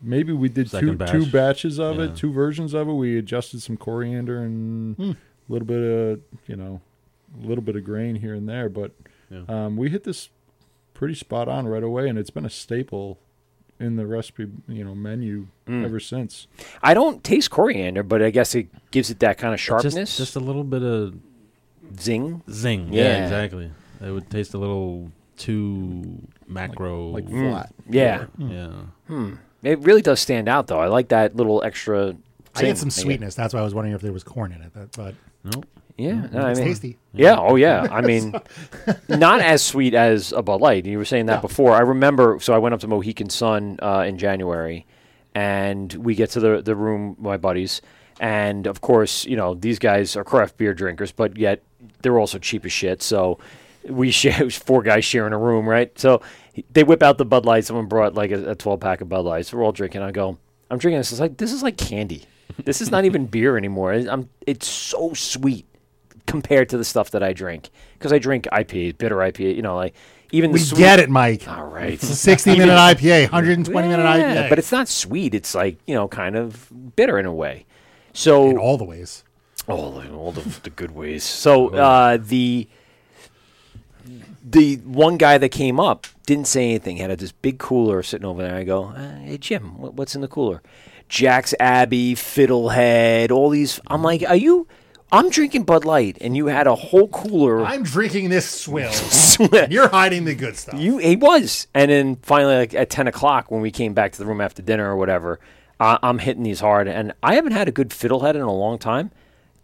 Maybe we did two second batch. two batches of Yeah. it, two versions of it. We adjusted some coriander and Hmm. a little bit of you know, a little bit of grain here and there, but Yeah. um, we hit this pretty spot on right away, and it's been a staple in the recipe you know menu Hmm. ever since. I don't taste coriander, but I guess it gives it that kind of sharpness. Just, just a little bit of zing. zing. Yeah. exactly. It would taste a little too macro. Mm. Like flat. Yeah, yeah. it really does stand out though. I like that little extra. I zing. get some sweetness. That's why I was wondering if there was corn in it. That, but Nope. Yeah, no, I Mm-hmm. it's mean, tasty. Yeah, oh yeah. I mean, not as sweet as a Bud Light. You were saying that before. I remember. So I went up to Mohican Sun uh, in January, and we get to the the room, my buddies, and of course, you know, these guys are craft beer drinkers, but yet they're also cheap as shit. So we share it was four guys sharing a room, right? So they whip out the Bud Light. Someone brought like a, a twelve pack of Bud Lights. We're all drinking. I go, I'm drinking this. It's like this is like candy. This is not even beer anymore. I'm, it's so sweet compared to the stuff that I drink because I drink IPAs, bitter IPA. You know, like even the We sweet, get it, Mike. All right, 60 minute IPA, 120 minute Yeah, IPA. but it's not sweet. It's like you know, kind of bitter in a way. So Oh, in all the ways. all the, all the, the good ways. So uh, the the one guy that came up didn't say anything. Had this big cooler sitting over there. I go, uh, hey Jim, what, what's in the cooler? Jack's Abbey, Fiddlehead, all these. I'm like, are you? I'm drinking Bud Light, and you had a whole cooler. I'm drinking this swill. and you're hiding the good stuff. You he was, and then finally, like at ten o'clock when we came back to the room after dinner or whatever, uh, I'm hitting these hard, and I haven't had a good fiddlehead in a long time.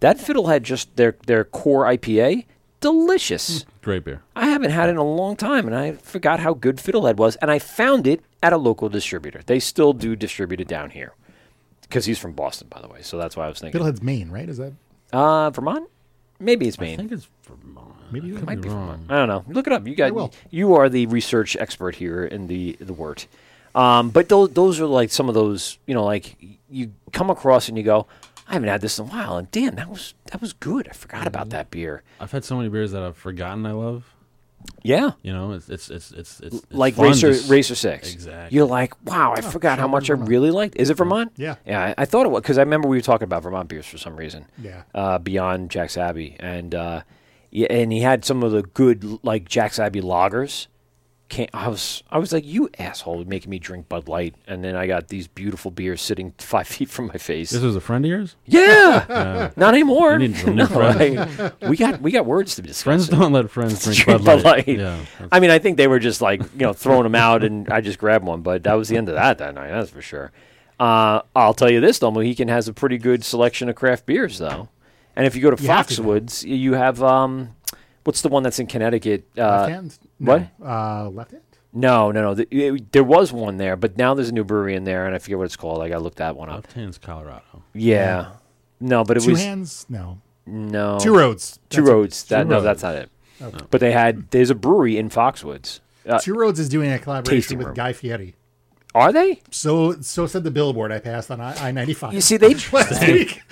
That Fiddlehead just their their core IPA, delicious. Great beer. I haven't had it in a long time, and I forgot how good Fiddlehead was. And I found it at a local distributor. They still do distribute it down here because he's from Boston, by the way. So that's why I was thinking. Fiddlehead's Maine, right? Is that Uh, Vermont? Maybe it's Maine. I think it's Vermont. maybe? I you could might be wrong. I don't know. Look it up. You got. will. You are the research expert here in the the wort. Um, but those those are like some of those. You know, like you come across and you go, I haven't had this in a while, and damn, that was that was good. I forgot about that beer. I've had so many beers that I've forgotten I love. Yeah. You know, it's it's it's it's, it's, it's Like fun Racer to s- Racer Six, Exactly. You're like, wow, I forgot how much I really liked. Is it Vermont? Yeah. yeah. I, I thought it was because I remember we were talking about Vermont beers for some reason. Yeah. uh, beyond Jack's Abbey, and uh, yeah, and he had some of the good like Jack's Abbey lagers. Can't, I was I was like, you asshole, making me drink Bud Light, and then I got these beautiful beers sitting five feet from my face. This was a friend of yours. yeah, not anymore. You need some No, new friends. I- we got we got words to discuss. Friends don't let friends drink Drink Bud Light. Yeah, Yeah, I mean, I think they were just like you know throwing them out, and I just grabbed one. But that was the end of that that night. That's for sure. Uh, I'll tell you this though, Mohican has a pretty good selection of craft beers though. And if you go to You have to, though. Foxwoods, y- you have um, what's the one that's in Connecticut? left Uh, hand? what? No. Uh, left hand? No, no, no. th- it- there was one there, but now there's a new brewery in there, and I forget what it's called. I gotta look that one up. Left hand's Colorado. Yeah. No, but it Two was hands? No. no Two roads. Two That's it. roads. That no, that's not it. But they had there's a brewery in Foxwoods. Uh, Two roads is doing a Tasting collaboration with room. Guy Fieri. are they? So so said the billboard I passed on I ninety five. You see, they- last week.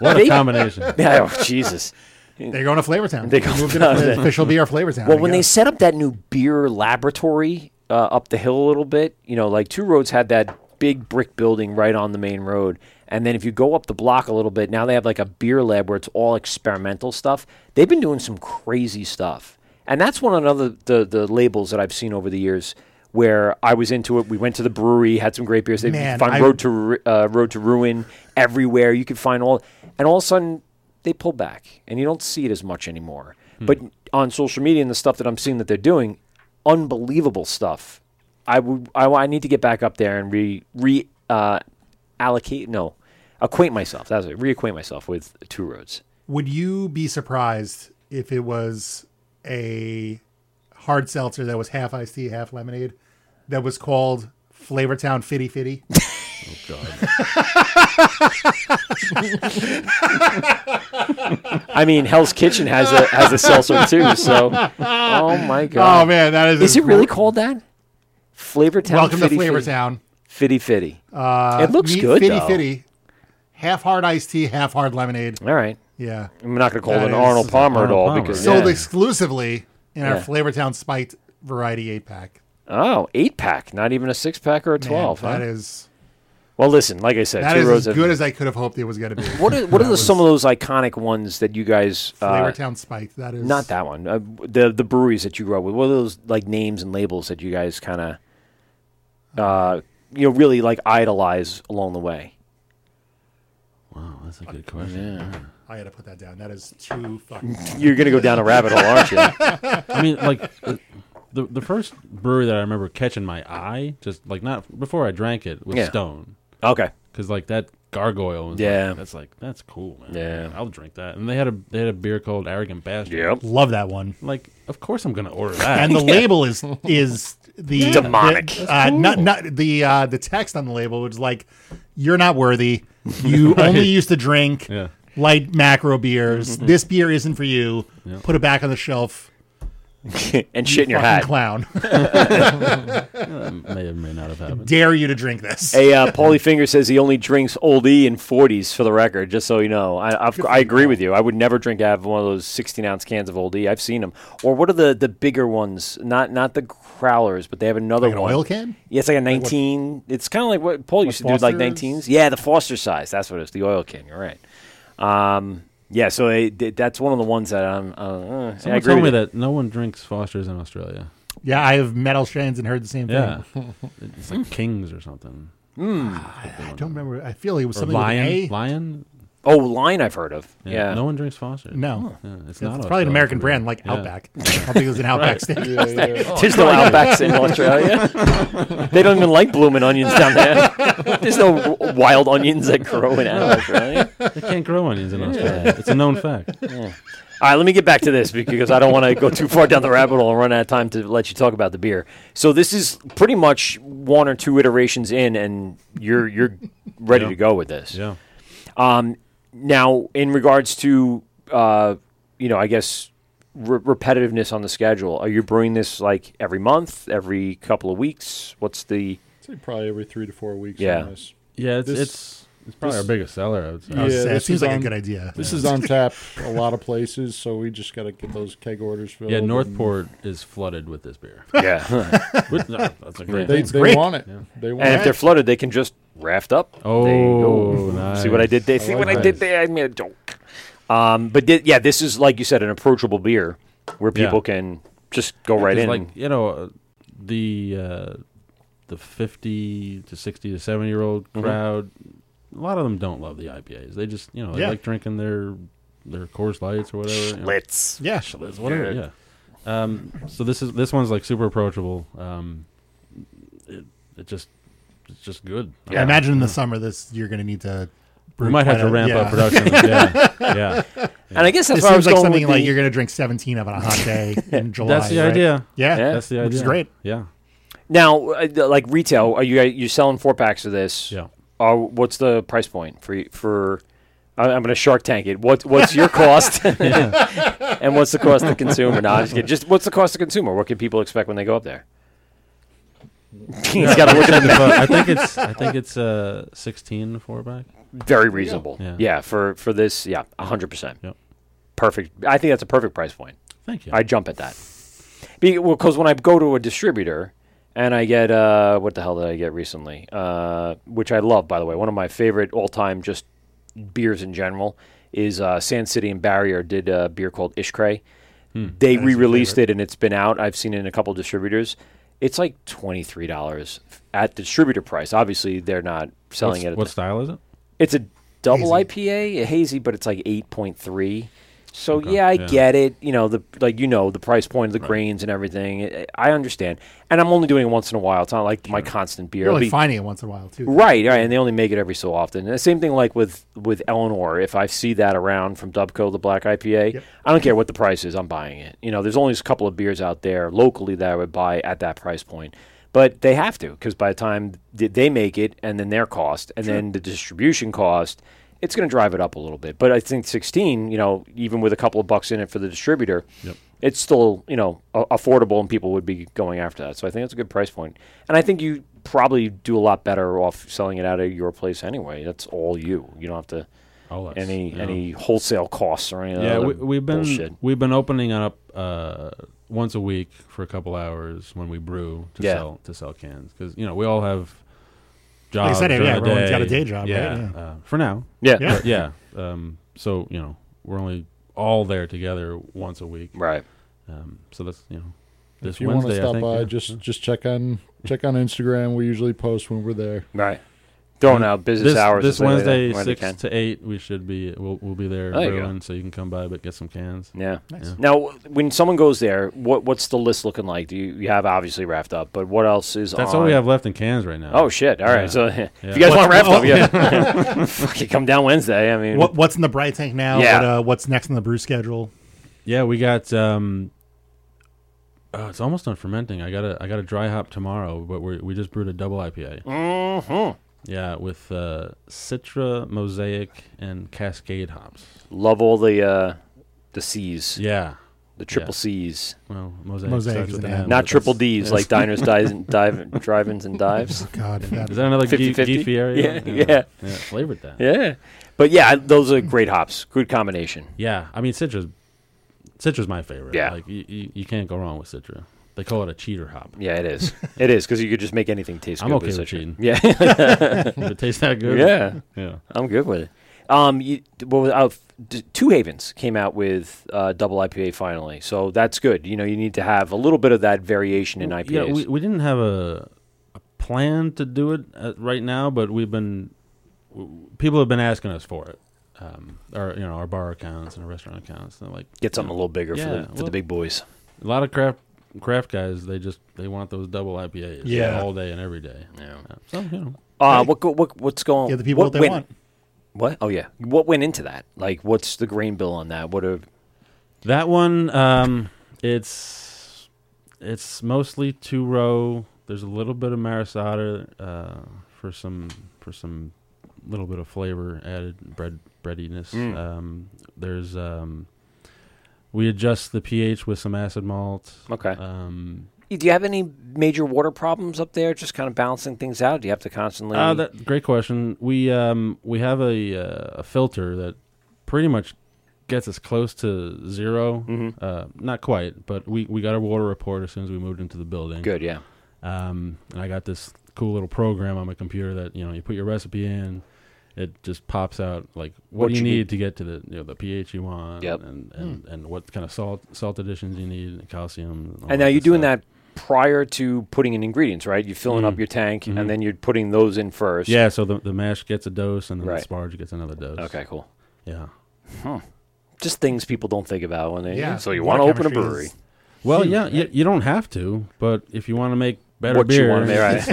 What They- a combination. Yeah, oh, Jesus. They're going to Flavortown. They They, go- moved into the official beer Flavortown. Well, I when they guess. set up that new beer laboratory uh, up the hill a little bit, you know, like Two Roads had that big brick building right on the main road. And then if you go up the block a little bit, now they have like a beer lab where it's all experimental stuff. They've been doing some crazy stuff. And that's one another the the labels that I've seen over the years where I was into it. We went to the brewery, had some great beers. They Man, found I- Road to Ru- uh, Road to Ruin everywhere. You could find all, and all of a sudden they pull back, and you don't see it as much anymore. But on social media and the stuff that I'm seeing that they're doing, unbelievable stuff. I would, I, I need to get back up there and re re uh, allocate no, acquaint myself. That's it. Reacquaint myself with Two Roads. would you be surprised if it was a hard seltzer that was half iced tea, half lemonade, that was called Flavortown Fitty Fitty? I mean, Hell's Kitchen has a has a seltzer too. So, oh my oh god, man, that is is it really called that? Flavortown. Welcome Fitty to Fitty. Flavortown. Fitty Fitty. Uh, it looks Meet good Fitty though. Fitty. Half hard iced tea, half hard lemonade. All right. Yeah. I'm not going to call That it an is- Arnold Palmer at Arnold all Palmer. because Sold yeah. exclusively in our Yeah. Flavortown Spiked Variety 8 pack. oh, eight pack, not even a six pack or a twelve. That huh? is well, listen, like I said, that two is rows as of good as I could have hoped it was going to be. what are what are the, some of those iconic ones that you guys? Uh, Flavortown Spiked. That is not that one. Uh, the the breweries that you grow up with. What are those like names and labels that you guys kind of, uh, you know, really like idolize along the way? Wow, that's a good question. I had to put that down. That is too fucking. You're going to go down a rabbit hole, aren't you? I mean, like uh, the the first brewery that I remember catching my eye, just like not before I drank it, was Yeah. Stone, Okay. because like that gargoyle. Was Yeah. like, that's like that's cool, man. Yeah. I'll drink that. And they had a they had a beer called Arrogant Bastard. Love that one. Like, of course I'm gonna order that. And the label is is the Demonic. the, uh, not not the uh, the text on the label was like, "You're not worthy. You only used to drink Yeah. light macro beers. This beer isn't for you. Put it back on the shelf. and shit in your fucking hat. clown. may or may not have happened. Dare you to drink this? Hey, uh, Paulie Finger says he only drinks Old E in 40s for the record, just so you know. I, I've, I agree with you. I would never drink out of one of those 16 ounce cans of Old E. I've seen them. Or what are the, the bigger ones? Not not the Crowlers, but they have another Like an one. oil can? Yeah, it's like a 19. it's kind of like what Paul used to do, like Foster's? 19s. Yeah, the Foster size. That's what it is, the oil can. You're right. Um, yeah, so it, th- that's one of the ones that I'm. Uh, uh, I Someone agree told me with you. that no one drinks Foster's in Australia. Yeah, I have metal strands and heard the same thing. Yeah, it's like Kings or something. I don't remember. I feel like it was Or something lion, with an A. lion. Oh, line I've heard of. Yeah. No one drinks Foster's. No. Yeah, it's It's, probably not. an Australian American beer. brand like Yeah. Outback. I don't think it was an Outback steak. Yeah, yeah. There's no outbacks in Australia. they don't even like blooming onions down there. There's no w- wild onions that grow in Australia. All They can't grow onions in Australia. It's a known fact. right, let me get back to this because I don't want to go too far down the rabbit hole and run out of time to let you talk about the beer. So this is pretty much one or two iterations in, and you're you're ready to go with this. Yeah. Um, now, in regards to, uh, you know, I guess re- repetitiveness on the schedule, are you brewing this like every month, every couple of weeks? What's the. I'd say probably every three to four weeks. Yeah. on this. Yeah, it's This- it's, it's probably this- our biggest seller. I would say. I was Yeah, gonna say, it this seems is like a on- good idea. This is on tap a lot of places, so we just got to get those keg orders filled. Yeah, and Northport is flooded with this beer. Yeah. With- no, that's a great They, thing. they great. want it. They want and if it. they're flooded, they can just raft up. Oh, There you go. See what I nice. did there? See like what I that. did there? I made a joke. Um, but thi- yeah, this is, like you said, an approachable beer where Yeah. people can just go right It's in. like you know uh, the uh, the fifty to sixty to seventy year old crowd. A lot of them don't love the IPAs. They just you know they Yeah. like drinking their their Coors Lights or whatever. you know. Let's. Yeah. whatever. Yeah. Um, so this is this one's like super approachable. Um, it, it just it's just good. I imagine in the summer this you're going to need to. We brew might have quite to a- ramp yeah. up production. yeah, yeah. And I guess that's It why I was seems like going something with like the- you're going to drink 17 of on a hot day in July. That's the right? idea. Yeah. Yeah. That's the idea. Which is great. Yeah, Now, uh, d- like retail, are you you selling four packs of this? yeah. Uh, what's the price point for y- for? I- I'm going to Shark Tank it. What what's your cost? and what's the cost to consumer? No, I'm just, kidding. just what's the cost to consumer? What can people expect when they go up there? He's got to look at it. But I think it's I think it's uh sixteen four pack. Very reasonable. Yeah. Yeah. for for this, yeah, 100. percent Yep. Perfect. I think that's a perfect price point. Thank you. I jump at that. Be, well, because when I go to a distributor and I get uh, what the hell did I get recently? Uh, which I love, by the way. One of my favorite all-time just beers in general is uh, Sand City and Barrier did a beer called Ishkray. Hmm. They re-released it and it's been out. I've seen it in a couple distributors. It's like twenty-three dollars at distributor price. Obviously, they're not selling What's- it. At what style is it? it's a double Hazy. IPA, a hazy, but it's like eight point three. So Okay, yeah, I yeah. get it. You know the like you know the price point of the grains and everything. I- I understand, and I'm only doing it once in a while. It's not like my constant beer. You're It'll only be- finding it once in a while, too. Right, right, and they only make it every so often. And the same thing like with with Eleanor. If I see that around from Dubco, the black IPA, Yep. I don't care what the price is, I'm buying it. You know, there's only a couple of beers out there locally that I would buy at that price point, but they have to because by the time th- they make it, and then their cost, and then the distribution cost, it's going to drive it up a little bit. But I think 16, you know, even with a couple of bucks in it for the distributor, it's still you know a- affordable, and people would be going after that. So I think that's a good price point, and I think you probably do a lot better off selling it out of your place anyway. That's all you. You don't have to All us, any yeah. any wholesale costs or any of that Yeah, other we, we've been bullshit. we've been opening up uh, once a week for a couple hours when we brew to Yeah. sell to sell cans because you know we all have I jobs. said, yeah, during the everyone's day. got a day job, right? Yeah, Yeah. Uh, for now. yeah. Yeah. But yeah. Um, so you know we're only all there together once a week. right. Um, so that's you know this if you want to Wednesday. I stop think, by, yeah. Hmm. just just check on check on Instagram. We usually post when we're there. Right. Throwing out business this, hours. this and things like that Wednesday when they six can. to eight we should be we'll we'll be there, There you go. brewing, so you can come by but get some cans. Yeah. Yeah. Now, w- when someone goes there, what what's the list looking like? Do you, you have obviously wrapped up, but what else is That's on? all we have left in cans right now. Oh shit! All right. Yeah. So if you guys want wrapped up, oh, yeah, fucking come down Wednesday. I mean, What, what's in the bright tank now? Yeah. What, uh, what's next in the brew schedule? Yeah, we got. Um, uh, it's almost done fermenting. I got to I got to dry hop tomorrow, but we we just brewed a double IPA. Mm-hmm. Yeah, with uh, Citra, Mosaic, and Cascade hops. love all the uh, the C's, Yeah. the triple C's, Well, Mosaic. Mosaic starts is with an an ad. M, not but triple that's- D's like diners, dives, and dive, drive-ins, and dives. God, Is that, that another 50, Guy 50? Guy Fieri? Yeah, yeah. yeah. yeah, Flavored that. Yeah, but yeah, I- those are great hops. Good combination. Yeah, I mean Citra's Citra's my favorite. Yeah. like you, you, you can't go wrong with Citra. They call it a cheater hop. Yeah, it is. it is because you could just make anything taste. I'm good okay with such a- cheating. Yeah, If it tastes that good. yeah. yeah. I'm good with it. Um, you, what was, uh, f- d- Two Havens came out with uh, double IPA finally, so that's good. You know, you need to have a little bit of that variation in IPAs. Yeah, we, we didn't have a, a plan to do it uh, right now, but we've been w- people have been asking us for it. um, our you know our bar accounts and our restaurant accounts. And they're like Get something a little bigger for, the, Yeah, for the well- big boys. a lot of craft craft guys. They just they want those double IPAs. Yeah. all day and every day. Yeah. So you know, Uh, what, go, what what's going? Give the people what what they went- want. What? Oh yeah. What went into that? Like, what's the grain bill on that? What are That one, um, it's it's mostly two row. There's a little bit of marisada uh, for some for some little bit of flavor added bread breadiness. Um, there's um, we adjust the pH with some acid malt. okay? Um, Do you have any major water problems up there? Just kind of balancing things out. Do you have to constantly? Uh, that great question. We um we have a uh, a filter that pretty much gets us close to 0 Mm-hmm. Uh, not quite, but we we got our water report as soon as we moved into the building. Good. Yeah. Um, and I got this cool little program on my computer that you know you put your recipe in, it just pops out like what, What do you, you need, need. to get to the you know the pH you want, Yep. and and, and what kind of salt salt additions you need, and calcium. all And now that you're good doing stuff. Mm. that prior to putting in ingredients, right? You're filling up your tank, and then you're putting those in first. Mm-hmm. Yeah, so the, the mash gets a dose, and then Right. the sparge gets another dose. Okay. Cool. Yeah. Just things people don't think about when they. Yeah, So you water want to open a chemistry is- brewery? Well, yeah, you, you don't have to, but if you want to make better What you beer, wanna make, right. it's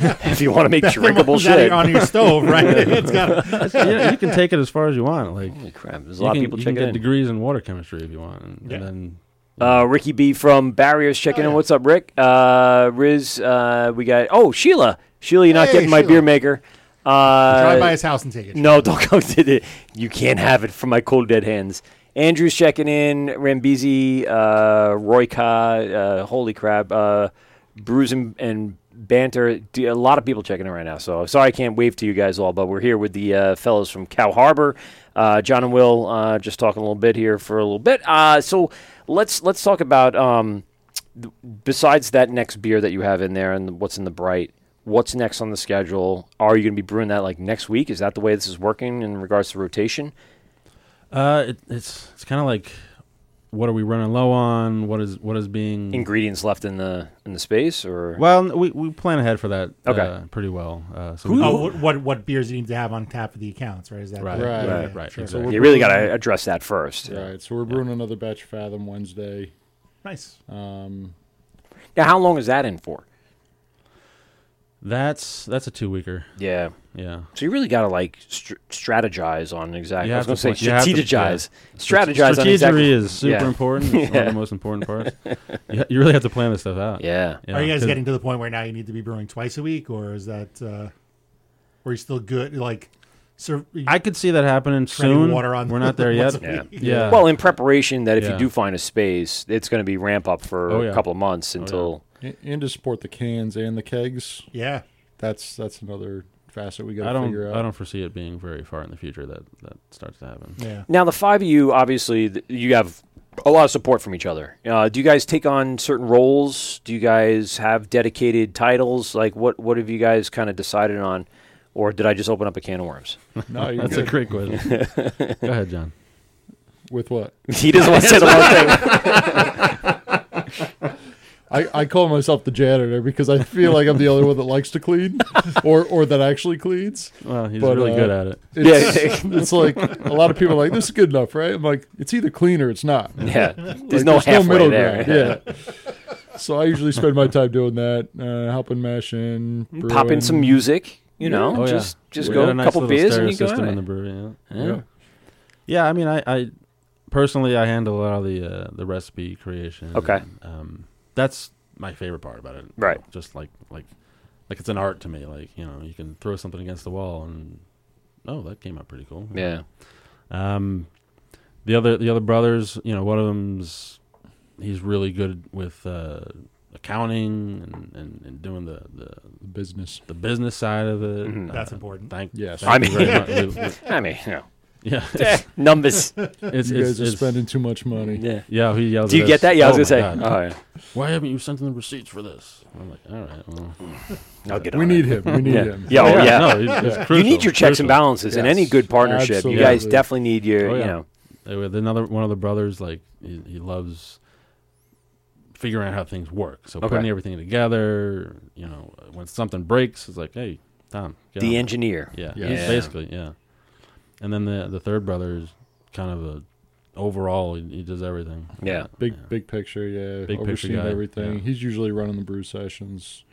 like, if you want to make drinkable Is that shit. on your stove, right? it's got you, know, you- you can take it as far as you want. Like Holy crap! There's a you lot can, of people you can checking get in. degrees in water chemistry if you want, and, Yeah. and then Uh, Ricky B from Barriers checking Oh, in. What's up, Rick? Uh, Riz, uh, we got. Oh, Sheila. Sheila, you're not Hey, getting my Sheila. beer maker. Uh, Drive by his house and take it. No, don't go to the. You can't have it from my cold dead hands. Andrew's checking in. Rambizi, uh, Royka, uh, holy crap, uh, Bruise and, and banter. D- A lot of people checking in right now. So sorry I can't wave to you guys all, but we're here with the uh, fellows from Cow Harbor. Uh, John and Will uh, just talking a little bit here for a little bit. Uh, so let's let's talk about um, th- besides that next beer that you have in there and what's in the bright what's next on the schedule are you going to be brewing that like next week is that the way this is working in regards to rotation uh, it, it's it's kind of like what are we running low on? What is what is being ingredients left in the in the space or well? n- We we plan ahead for that. Okay. uh, pretty well. Uh, so we oh, what, don't- what what beers you need to have on tap for the accounts, right? Is that right, Yeah, right, yeah, right, yeah, sure. exactly. you really got to address that first Right. So we're brewing another batch of Fathom Wednesday. Nice. now how long is that in for That's that's a two weeker. yeah Yeah, so you really got to like str- strategize on exactly You i was going have to say to plan- you have strategize to- yeah. strategize on strategy exactly is super yeah. important. It's one of the most important parts. you, you really have to plan this stuff out. yeah Yeah, Are you guys 'cause- getting to the point where now you need to be brewing twice a week, or is that uh, where you still good? Like, serve, I could see that happening Treading soon. water on We're not there once yet. a week. Yeah. well in preparation that if you Yeah. do find a space it's going to be ramp up for Oh, a yeah. couple of months until A- And to support the cans and the kegs, yeah, that's that's another facet we got I to don't. figure out. I don't foresee it being very far in the future that that starts to happen. yeah. Now, the five of you, obviously, th- you have a lot of support from each other. Uh, do you guys take on certain roles? Do you guys have dedicated titles? Like, what, what have you guys kind of decided on? Or did I just open up a can of worms? No, you're That's a good. great question. Go ahead, John. With what? he doesn't want to say the wrong thing. I, I call myself the janitor because I feel like I'm the only one that likes to clean, or or that actually cleans. Well, he's But, really uh, good at it. It's, it's like a lot of people are like this is good enough, right? I'm like it's either clean or it's not. Yeah, there's Like, no halfway there. ground. Yeah. so I usually spend my time doing that, uh, helping mash in, Pop in some brewing. music, you know, Oh, yeah. just just We go got a, a nice couple little beers stereo and you go system at in it. the brewery. Yeah. Yeah. Yeah. Yeah, I mean, I, I personally I handle a lot of the uh, the recipe creation. Okay. Um, that's my favorite part about it. Right. Just like like like it's an art to me. Like you know, you can throw something against the wall and oh, that came out pretty cool. Yeah. Um, the other the other brothers, you know, one of them's he's really good with uh, accounting and, and, and doing the, the business. the business side of it. Mm-hmm. Uh, That's important. Thank Yes. thank I you mean- very much. We- we- I mean, you know, yeah, it's, numbers. it's, You it's, guys are it's- spending too much money. yeah. Yeah, he yells. Do you at get us. that? Yeah, I Oh was my going to say. God. Oh, yeah. Why haven't you sent in the receipts for this? I'm like, all right, well, I'll get We on need it. him. We need Yeah. him. Yeah, oh, yeah. no, it's, it's crucial. you need your checks and crucial. balances in Yes. any good partnership. You Absolutely. guys definitely need your, Oh, yeah. you know, Uh, with another one of the brothers like he, he loves figuring out how things work so Okay. putting everything together you know when something breaks it's like hey tom get the on it." engineer. yeah, Yeah. he's Yeah. basically yeah And then the the third brother is kind of a overall. He, he does everything. Yeah. Big big picture, yeah. Big picture Overseeing guy, everything. yeah. He's usually running the brew sessions.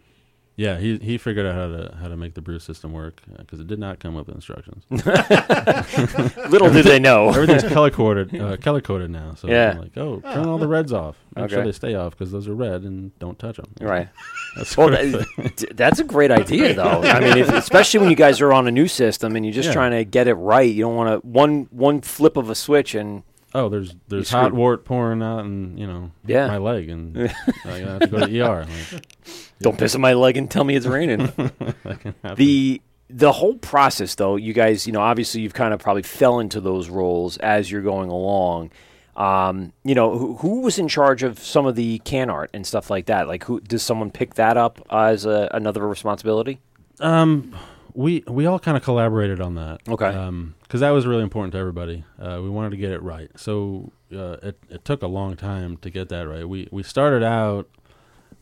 Yeah, he he figured out how to how to make the brew system work because it did not come with instructions. Little did they know. Everything's color coded uh, color coded now. So Yeah. I'm like, oh, turn all the reds off. Make sure Okay. they stay off because those are red and don't touch them. right. That's Well, what I that, think. d- that's a great idea, though. I mean, if, especially when you guys are on a new system and you're just Yeah. trying to get it right. You don't want to one one flip of a switch and oh, there's there's screwed. hot wart pouring out and you know Yeah. my leg and I have to go to ER. Like, don't piss on my leg and tell me it's raining. the the whole process, though, you guys, you know, obviously you've kind of probably fell into those roles as you're going along. Um, you know, who, who was in charge of some of the can art and stuff like that? Like, who does someone pick that up as a, another responsibility? Um, we we all kind of collaborated on that. Okay. Um, because that was really important to everybody. Uh, we wanted to get it right, so uh, it it took a long time to get that right. We we started out.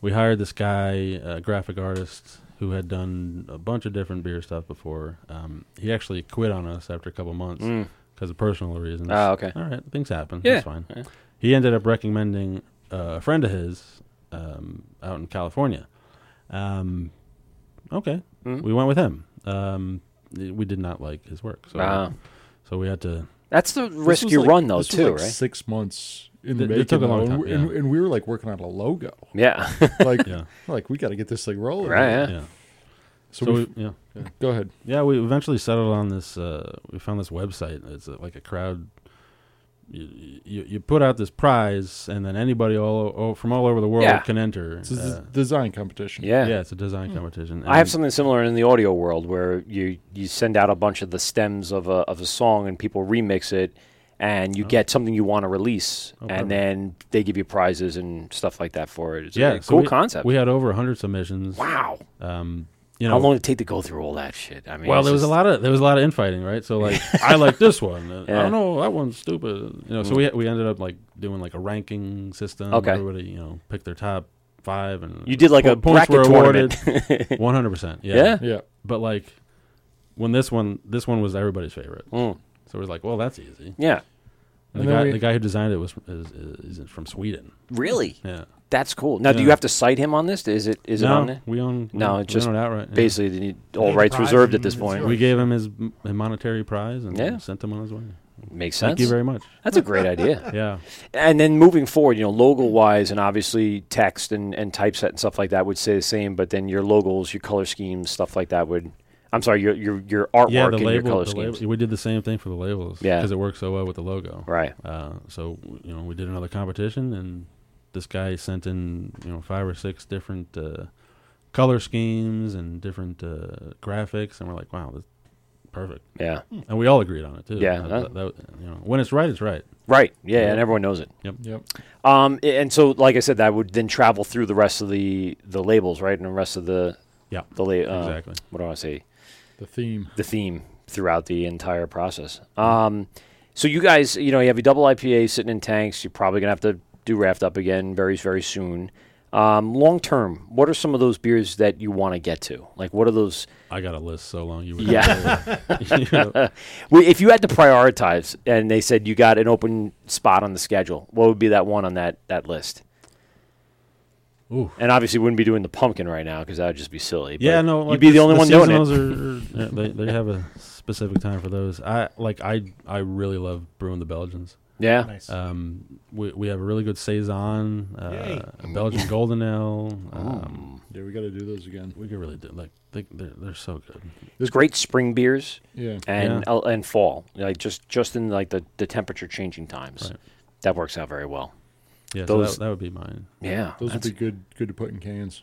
We hired this guy, a graphic artist, who had done a bunch of different beer stuff before. Um, he actually quit on us after a couple months because of personal reasons. Mm. Ah, okay. All right, things happen. Yeah. That's fine. He ended up recommending uh, a friend of his um, out in California. Um, okay, Hmm? we went with him. Um, we did not like his work, so Wow. so we had to. That's the risk was you like- run, though, this was too, like right? Six months in the It- it making, took a long though, and time, we- and, yeah. and we were like working on a logo. yeah, Like, Yeah. like we got to get this thing rolling. right. Yeah. Yeah. So, So, we, we, yeah, go ahead. yeah, we eventually settled on this. Uh, we found this website. It's uh like a crowd. You, you, you put out this prize, and then anybody all, o from all over the world Yeah. can enter. It's a Hmm. Uh, d- design competition. Yeah. yeah, it's a design competition. I have and- something similar in the audio world where you, you send out a bunch of the stems of a, of a song and people remix it and you get something you want to release Oh. perfect. and then they give you prizes and stuff like that for it. It's a Yeah, so cool we- concept. We had over 100 submissions. wow. Um, you know, How long did it take to go through all that shit? I mean, Well, it's there was a just- lot of there was a lot of infighting, right? So like, I like this one. uh, Yeah. Mm. I don't know that one's stupid. You know, so we we ended up like doing like a ranking system. Okay. everybody you know picked their top five, and You did like a bracket tournament. One hundred percent. Yeah. Yeah. Yeah. But like, when this one this one was everybody's favorite, Mm. so it was like, well, that's easy. Yeah. And And the then guy we- the guy who designed it was is, is, is from Sweden. Really? Yeah. That's cool. Now, do you Yeah. have to cite him on this? Is it is it no, on there? we own. we No, own- it's we just own it outright. yeah. Basically, the- all the rights prize reserved at and this it's point. yours. We gave him his m- monetary prize and Yeah. sent him on his way. Makes sense. Thank you very much. That's a great idea. Yeah. And then moving forward, you know, logo wise, and obviously text and, and typeset and stuff like that would stay the same. But then your logos, your color schemes, stuff like that would. I'm sorry, your your your artwork yeah, the and your label, color the schemes. label- We did the same thing for the labels. Yeah. because it worked so well with the logo. Right. Uh, so w- you know, we did another competition, and this guy sent in you know five or six different uh, color schemes and different uh, graphics, and we're like, wow, this perfect. Yeah. And we all agreed on it too. Yeah, That- uh. that- that- you know, when it's right, it's right. Right. Yeah, and everyone knows it. Yep. Um, a- and so, like I said, that would then travel through the rest of the the labels, right, and the rest of the Yeah. the la- uh, Exactly. What do I say? The theme. the theme throughout the entire process. Um, so you guys, you know, you have your double IPA sitting in tanks. You're probably gonna have to do raft up again very, very soon. Um, long term, what are some of those beers that you want to get to? Like, what are those? I got a list so long. You would Yeah. you know, Well, if you had to prioritize, and they said you got an open spot on the schedule, what would be that one on that that list? Ooh. And obviously, wouldn't be doing the pumpkin right now because that would just be silly. but yeah, no, like you'd be the only one doing it. seasonals Are, are- yeah, they they have a specific time for those. I like I I really love brewing the Belgians. yeah, Nice. Um, we, we have a really good saison, uh, a Belgian golden ale. Um, Yeah, we got to do those again. we could really do like they, they're they're so good. it's great spring beers. Yeah. and Yeah. uh, and fall like just just in like the, the temperature changing times Right. that works out very well Yeah, Those- so that, that would be mine. yeah Those would that's- be good good to put in cans.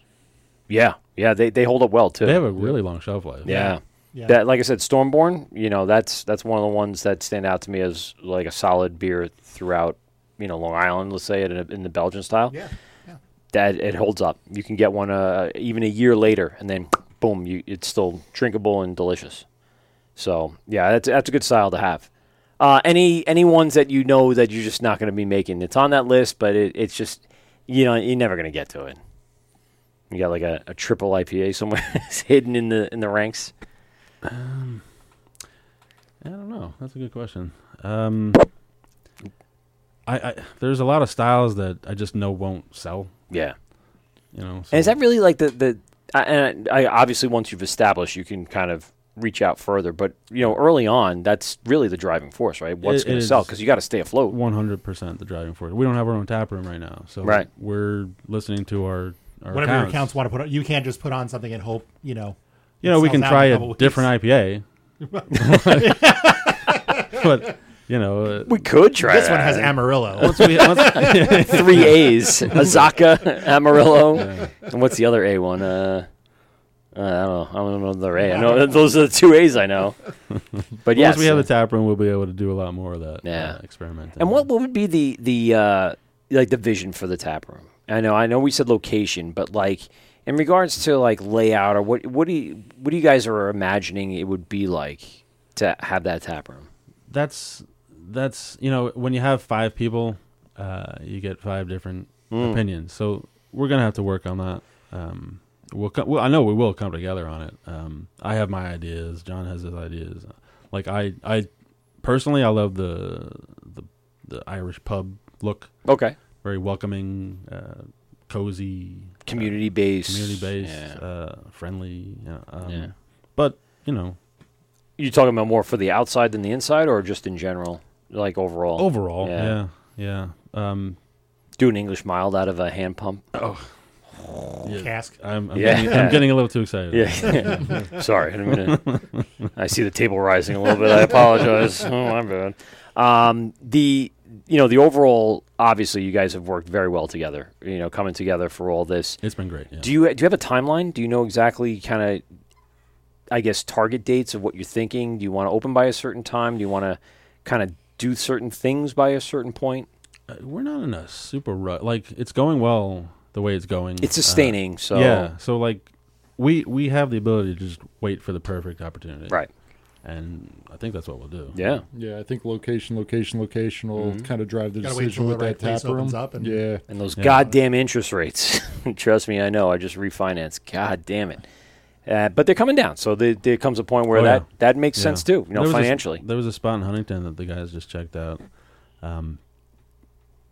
yeah yeah they, they hold up well too They have a really long shelf life. yeah. Yeah. that like i said stormborn you know that's that's one of the ones that stand out to me as like a solid beer throughout you know long island let's say it in, in the belgian style yeah. that it holds up you can get one uh, even a year later and then boom you it's still drinkable and delicious so yeah that's that's a good style to have Uh, any any ones that you know that you're just not going to be making? It's on that list, but it, it's just you know you're never going to get to it. You got like a, a triple IPA somewhere it's hidden in the in the ranks. I don't know. That's a good question. Um, I, I there's a lot of styles that I just know won't sell. Yeah. You know, so And is that really like the the? I, and I obviously once you've established, you can kind of reach out further. But you know, early on, that's really the driving force, right? What's It going to is. sell? Because you got to stay afloat. 100% the driving force. We don't have our own tap room right now, so Right. we're listening to our our Whatever your accounts. accounts want to put on, you can't just put on something and hope, you know. You it know, we can sells out in try a a couple weeks. different IPA, but you know, uh, We could try. This one has Amarillo. once we once, three A's: Azaka, Amarillo, and what's the other A one? Uh, uh, I don't know. I don't know the other A. I know those are the two A's I know. But yes, once we have the tap room, we'll be able to do a lot more of that. Yeah. uh, experimenting. And what, what would be the the uh, like the vision for the tap room? I know I know we said location, but like in regards to like layout or what what do you what do you guys are imagining it would be like to have that tap room? that's that's you know when you have five people uh, you get five different Hmm. opinions so we're gonna have to work on that um, we'll, co- well i know we will come together on it um, i have my ideas john has his ideas like i i personally i love the the, the irish pub look Okay, very welcoming uh, cozy community based, community based Yeah. uh, friendly you know, um, Yeah. but you know you talking about more for the outside than the inside, or just in general, like overall? overall Yeah. yeah yeah, Um, do an English mild out of a hand pump. yeah. Cask. I'm, I'm, Yeah. getting, I'm getting a little too excited. Yeah. Sorry. I, didn't mean to- I see the table rising a little bit. I apologize. Oh, my bad. Um, the you know the overall obviously you guys have worked very well together. You know coming together for all this. It's been great. Yeah. Do you do you have a timeline? Do you know exactly kind of I guess target dates of what you're thinking? Do you want to open by a certain time? Do you want to kind of do certain things by a certain point? Uh, We're not in a super rut. Like it's going well the way it's going. It's Uh, sustaining. so Yeah. So like we we have the ability to just wait for the perfect opportunity. right. And I think that's what we'll do. Yeah. Yeah, I think location, location, location will kind of drive the Gotta wait decision till the with right that place tap room. opens up and- yeah, And those Yeah. goddamn interest rates. Trust me, I know. I just refinanced. God damn it. Uh, but they're coming down, so the, there comes a point where Oh, that, yeah. that makes sense Yeah. too. You know, There was a s- financially. there was a spot in Huntington that the guys just checked out. Um,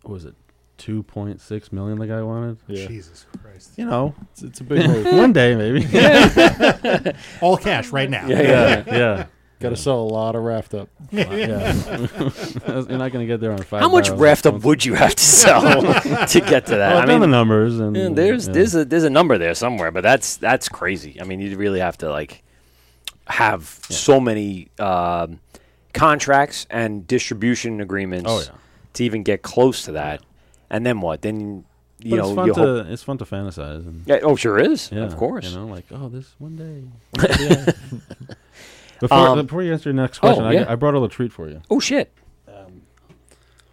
what was it? Two point six million. The guy wanted. yeah. Jesus Christ. You know, It's, it's a big move. one day maybe. yeah. All cash right now. Yeah. Got to sell a lot of raft up. yeah. You're not gonna get there on five. How much barrels. raft up would you have to sell to get to that? Well, I've I done mean, the numbers and yeah, there's yeah. there's a there's a number there somewhere, but that's that's crazy. I mean, you really have to like have so many um, contracts and distribution agreements Oh, yeah. to even get close to that. And then what? Then you But know it's fun you to hope it's fun to fantasize and Yeah, oh, sure is. yeah, of course. You know, like oh, this one day. Yeah. before Um, before you answer your next question, oh, I, yeah. I brought a little treat for you. Oh shit. Um,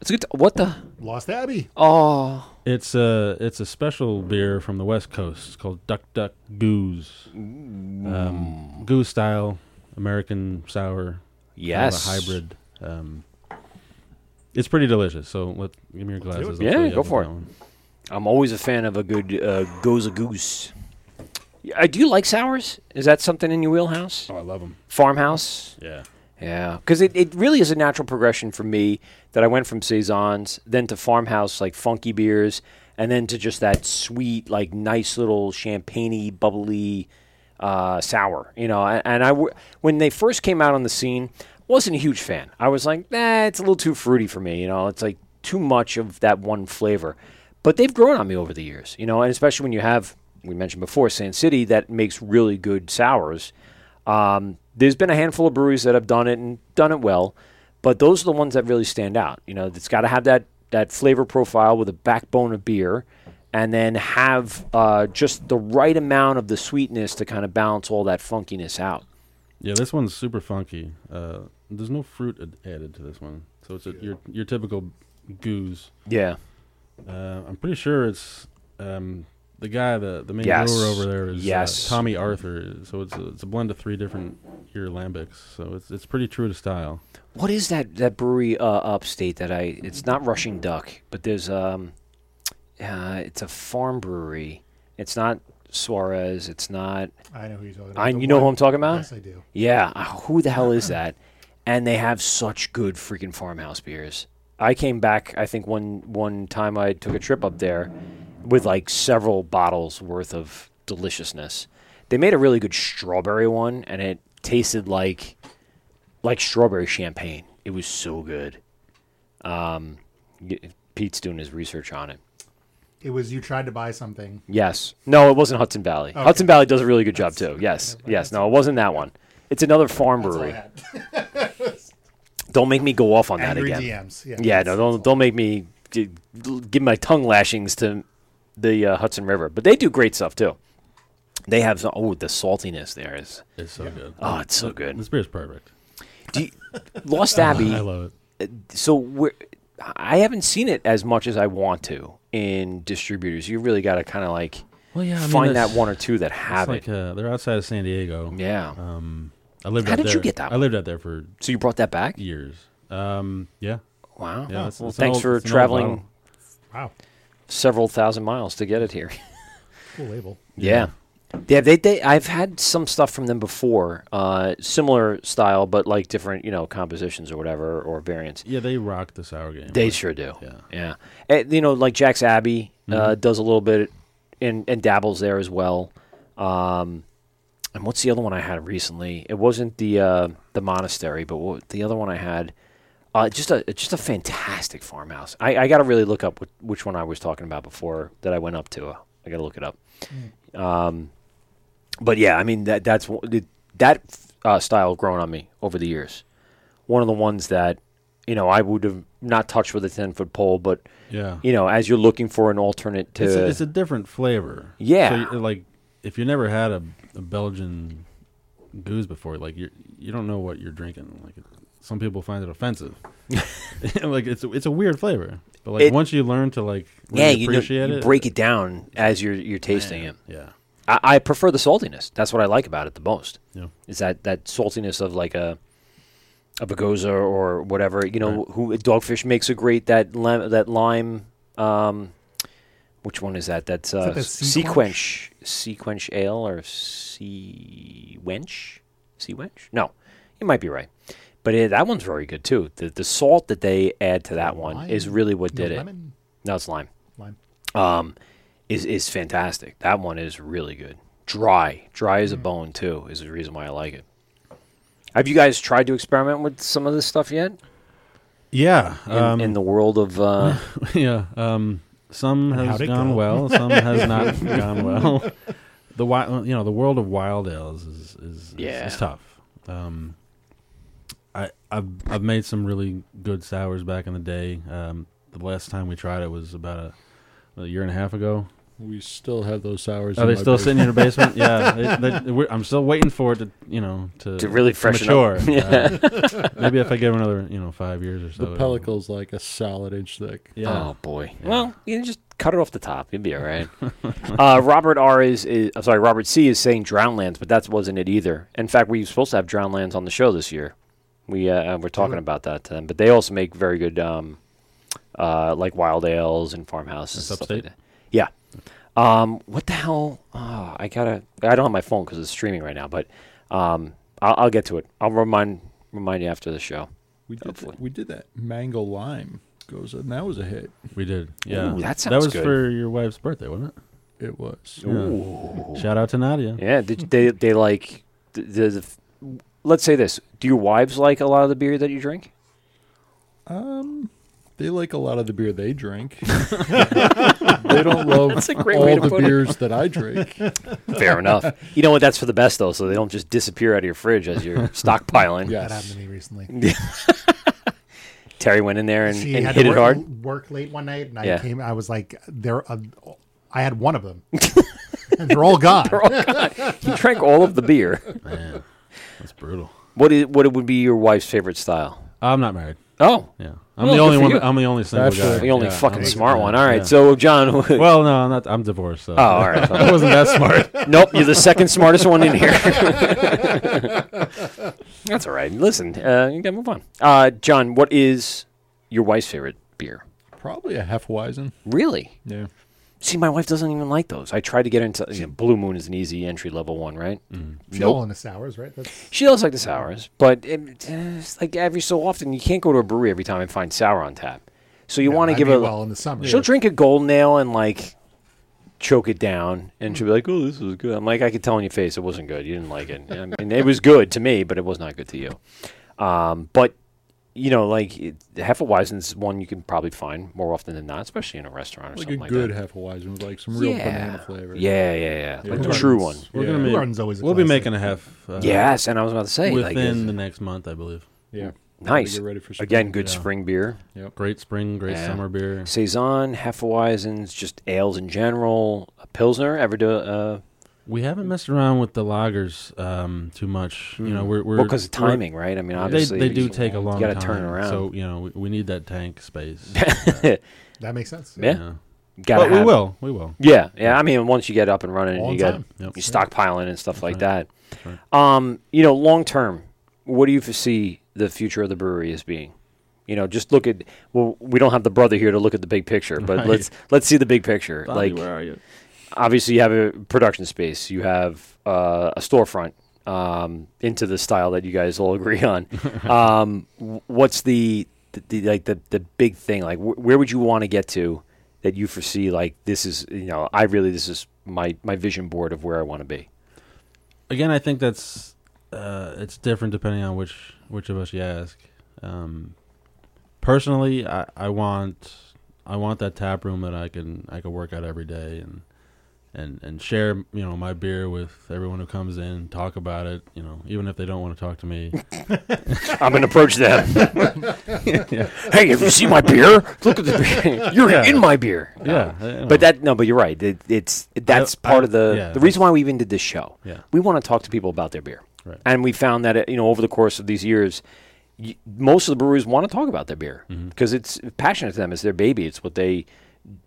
it's good. what the? Lost Abbey. Oh, It's a it's a special beer from the West Coast. It's called Duck Duck Goose, um, goose style American sour. kind of yes. a hybrid. Um, it's pretty delicious. So let give me your glasses. I'll Yeah, fill you go up with for that it. one. I'm always a fan of a good uh, goes a goose. Yeah, uh, do you like sours? Is that something in your wheelhouse? Oh, I love them. Farmhouse? Yeah. Yeah, because it, it really is a natural progression for me that I went from saisons, then to farmhouse like funky beers, and then to just that sweet, like nice little champagne bubbly uh, sour. You know, and, and I w- when they first came out on the scene, wasn't a huge fan. I was like, nah, it's a little too fruity for me. You know, it's like too much of that one flavor. But they've grown on me over the years. You know, and especially when you have we mentioned before San City that makes really good sours. Um, there's been a handful of breweries that have done it and done it well, but those are the ones that really stand out. You know, it's got to have that that flavor profile with a backbone of beer, and then have uh, just the right amount of the sweetness to kind of balance all that funkiness out. Yeah, this one's super funky. Uh, there's no fruit ad- added to this one, so it's a, your your typical goose. Yeah, Uh, I'm pretty sure it's um, the guy, the the main Yes. brewer over there is uh, Yes. Tommy Arthur. So it's a, it's a blend of three different year lambics. So it's it's pretty true to style. what is that that brewery uh, upstate that I? It's not Rushing Duck, but there's um, uh, it's a farm brewery. It's not Suarez. It's not I know who you're talking about. I, The you know who one- I'm talking about? Yes, I do. Yeah, uh, who the hell is that? and they have such good freaking farmhouse beers. I came back, I think one one time I took a trip up there with like several bottles worth of deliciousness. They made a really good strawberry one, and it tasted like like strawberry champagne. It was so good. Um, y- Pete's doing his research on it. It was you tried to buy something. Yes. No, it wasn't Hudson Valley. Hudson Valley does a really good job too. Yes. Yes. No, it wasn't that one. It's another farm brewery. Don't make me go off on that Angry again. DMs. Yeah. Yeah, no, don't don't make me gi- give my tongue lashings to the uh, Hudson River. But they do great stuff too. They have some, oh the saltiness there is It's so good. oh it's so good. This beer's perfect. Do you, Lost Abbey. I love it. so we're, I haven't seen it as much as I want to in distributors. You really got to kind of like Well, yeah, I mean, find that that's- one or two that It's have like it. uh, they're outside of San Diego. Um, yeah. I lived. How out did you there- get that I lived out there for so you brought that back? years. Um, yeah. Wow. Yeah, it's- well, it's an thanks old- for it's an old traveling bottle. Wow. several thousand miles to get it here. Cool label. Yeah. Yeah, they, they I've had some stuff from them before, uh, similar style, but like different, you know, compositions or whatever or variants. Yeah, they rock the sour game. They Like, sure do. Yeah. yeah. And, you know, like Jack's Abbey uh, does a little bit and and dabbles there as well. Um, and what's the other one I had recently? It wasn't the uh, the monastery, but what, the other one I had, uh, just a just a fantastic farmhouse. I, I got to really look up what, which one I was talking about before that I went up to. I got to look it up. Um, but yeah, I mean that that's one- it- that uh, style grown on me over the years. One of the ones that you know I would have not touched with a ten foot pole, but Yeah. you know as you're looking for an alternate to it's, a, it's a different flavor. Yeah. So you- like if you never had a, a Belgian goose before, like you you don't know what you're drinking. Like it, some people find it offensive. like it's a, it's a weird flavor, but like It- once you learn to like yeah, really you, know, appreciate you it, break it down as you're you're tasting it. Yeah. I, I prefer the saltiness. That's what I like about it the most. Yeah. Is that that saltiness of like a a Bagoza or whatever. You know, who Dogfish makes a great that lime, that lime. Um, which one is that? That's uh, that the Sequench Sequench Ale or Sea Wench Sea Wench? No, you might be right. But it, that one's very good too. The the salt that they add to that one is Lime? really what No, did it. lemon? No, it's lime Lime. um, is is fantastic. That one is really good. Dry, dry as a bone too is the reason why I like it. Have you guys tried to experiment with some of this stuff yet Yeah. in, in the world of? Uh, yeah. Um, some has how'd it gone go? well. Some has not gone well. The wild, you know, the world of wild ales is is, is, Yeah. is tough. Um, I I've I've made some really good sours back in the day. Um, the last time we tried it was about a, a year and a half ago. We still have those sours. Are in they my still basement. sitting in your basement? yeah, they, they, we're, I'm still waiting for it to you know to To really freshen mature. up. Uh, maybe if I give it another you know five years or so. The it'll- pellicle's like a solid inch thick. Yeah. Oh boy. Well, you can just cut it off the top. You'll be all right. uh, Robert R is, is I'm sorry. Robert C is saying Drownlands, but that wasn't it either. In fact, we were supposed to have Drownlands on the show this year. We uh, uh, we're talking about that to them, but they also make very good um, uh, like wild ales and farmhouse and That's stuff like upstate? that. Yeah. Um, what the hell? Oh, I gotta. I don't have my phone because it's streaming right now, but um, I'll, I'll get to it. I'll remind remind you after the show. We did Hopefully. that, we did that mango lime goes and that was a hit. We did. Yeah. Ooh, that That sounds was good. for your wife's birthday, wasn't it? It was. Shout out to Nadia. Yeah, did they they like the, the, the f- let's say this. Do your wives like a lot of the beer that you drink? They like a lot of the beer they drink. they don't love a great way all to the put it. beers that I drink. Fair enough. You know what? That's for the best though, so they don't just disappear out of your fridge as you're stockpiling. Yes. That happened to me recently. Terry went in there and, she and had hit to it work, hard. work late one night, and I Yeah. came. I was like, "There, uh, I had one of them, and they're all gone." He drank all of the beer. Man, that's brutal. What is what would be your wife's favorite style? I'm not married. Oh. Yeah, Well, I'm the good only for one. you. I'm the only single That's guy. right. The only Yeah, fucking I'm- smart yeah, one. All right. yeah. So Oh. John Oh, well, no, I'm not. I'm divorced. So. all right. I wasn't that smart. Nope, you're the second smartest one in here. That's all right. Listen, uh, you gotta move on. Uh, John, what is your wife's favorite beer? Probably a Hefeweizen. Really? Yeah. See, my wife doesn't even like those. I tried to get her into you know, Blue Moon is an easy entry level one, right? She's all in the sours, right? That's, She does like the sours, but it, it's like every so often you can't go to a brewery every time and find sour on tap. So you want to I give mean, it. well in the summer. She'll drink a gold nail and like choke it down, and she'll be like, "Oh, this is good." I'm like, I could tell in your face it wasn't good. You didn't like it. I mean, it was good to me, but it was not good to you. Um, but you know, like it, Hefeweizen's one you can probably find more often than not, especially in a restaurant or Like a something like good that. Hefeweizen with like some real banana flavor. Yeah, yeah, yeah, like the Right. true one. We're Yeah. gonna make. Gordon's always a we'll be classic. making a half. Uh, Yes, and I was about to say, like, Within it's- the next month, I believe. Yeah. nice. Get ready for spring. Again, good yeah. spring beer. Great spring, great Yeah. summer beer. Saison, Hefeweizens, just ales in general. A Pilsner, ever do uh, We haven't messed around with the lagers um, too much. You know, we're, we're Mm. well because of we're- timing, right? I mean, They, obviously they do take a long gotta time. turn around. So you know, we, we need that tank space. that makes sense. yeah, yeah. gotta But we have- will. We will. Yeah, yeah. I mean, once you get up and running, All and you the got time. Yep. you stockpiling and stuff like that. Um, you know, long term, what do you foresee the future of the brewery as being? You know, just look at. Well, we don't have the brother here to look at the big picture, but Right. let's let's see the big picture. like, are you? obviously you have a production space, you have uh, a storefront um, into the style that you guys all agree on. um, w- what's the, the, the like the, the big thing? Like wh- where would you want to get to that you foresee? Like this is you know I really this is my my vision board of where I want to be. again, I think that's uh, it's different depending on which which of us you ask. Um, personally, I, I want I want that tap room that I can I can work out every day and and and share you know my beer with everyone who comes in, talk about it. You know, even if they don't want to talk to me. I'm gonna approach them. Hey, have you seen my beer? Look at the beer. You're Yeah. in my beer. No. Yeah, I- I know. But that no, but you're right. It, it's that's I- part of the yeah, the reason why we even did this show. Yeah. we want to talk to people about their beer, Right. and we found that uh, you know over the course of these years, y- most of the breweries want to talk about their beer Mm-hmm. because it's passionate to them. It's their baby. It's what they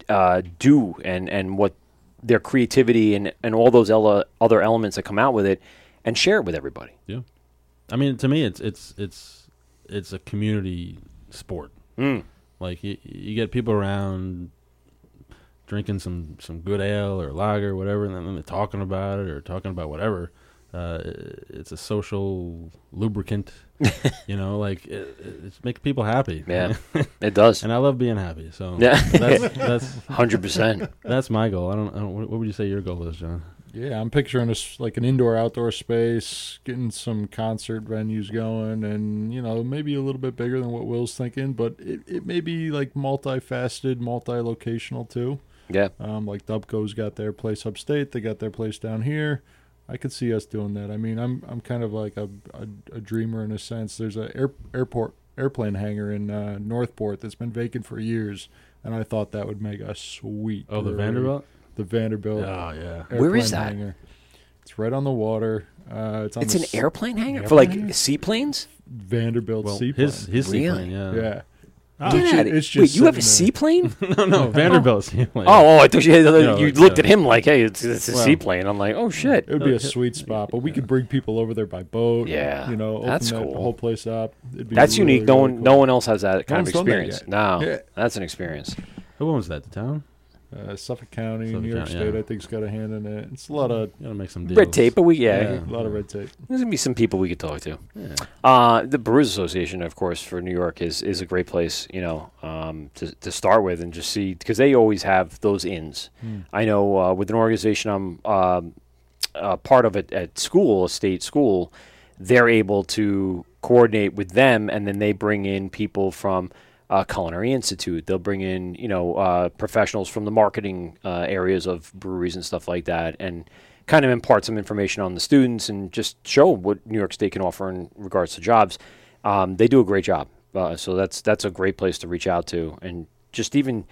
uh, do, and and what their creativity and and all those ele- other elements that come out with it, and share it with everybody. Yeah, I mean, to me, it's it's it's it's a community sport. Mm. Like you, you get people around drinking some some good ale or lager, whatever, and then they're talking about it or talking about whatever. Uh, it's a social lubricant, you know. Like it, it it makes people happy. Yeah, it does. and I love being happy. So Yeah. that's that's Hundred percent. that's my goal. I don't. I don't what, what would you say your goal is, John? Yeah, I'm picturing us like an indoor outdoor space, getting some concert venues going, and you know maybe a little bit bigger than what Will's thinking, but it, it may be like multifaceted, multi-locational too. Yeah. Um, like Dubco's got their place upstate, they got their place down here. I could see us doing that. I mean, I'm I'm kind of like a a, a dreamer in a sense. There's a air, airport airplane hangar in uh, Northport that's been vacant for years, and I thought that would make a sweet. Oh, the Uh, brewery. Vanderbilt. The Vanderbilt. Oh yeah. Where is that? airplane hangar. It's right on the water. Uh, it's on It's the an s- airplane hangar for airplane like hangar? seaplanes. Vanderbilt Well, seaplane. his uh, his Really? seaplane, yeah. yeah. Get ju- out of Ah, it's Wait, just you have a sitting seaplane? No, no, Vanderbilt's seaplane. Oh, oh, I thought you, had, No, you it's, looked uh, at him like, hey, it's, it's a Well. seaplane. I'm like, oh shit. It would be a sweet spot, but we could bring people over there by boat. Yeah, you know, open that's that cool. whole place up. It'd be That's really, unique. No really one, cool. no one else has that kind of one's done that experience. yet. No, Yeah. that's an experience. Who owns that? The town? Uh, Suffolk County, Suffolk New York County, State, yeah. I think's got a hand in it. It's a lot of You gotta make some deals. Red tape, but we yeah, Yeah. a lot of red tape. There's gonna be some people we could talk to. Uh, the Brewers Association, of course, for New York is is a great place, you know, um, to to start with and just see because they always have those ins. Hmm. I know uh, with an organization I'm um, uh, part of it at school, a state school, they're able to coordinate with them, and then they bring in people from uh, Culinary Institute. They'll bring in you know uh, professionals from the marketing uh, areas of breweries and stuff like that, and kind of impart some information on the students and just show what New York State can offer in regards to jobs. Um, they do a great job, uh, so that's that's a great place to reach out to, and just even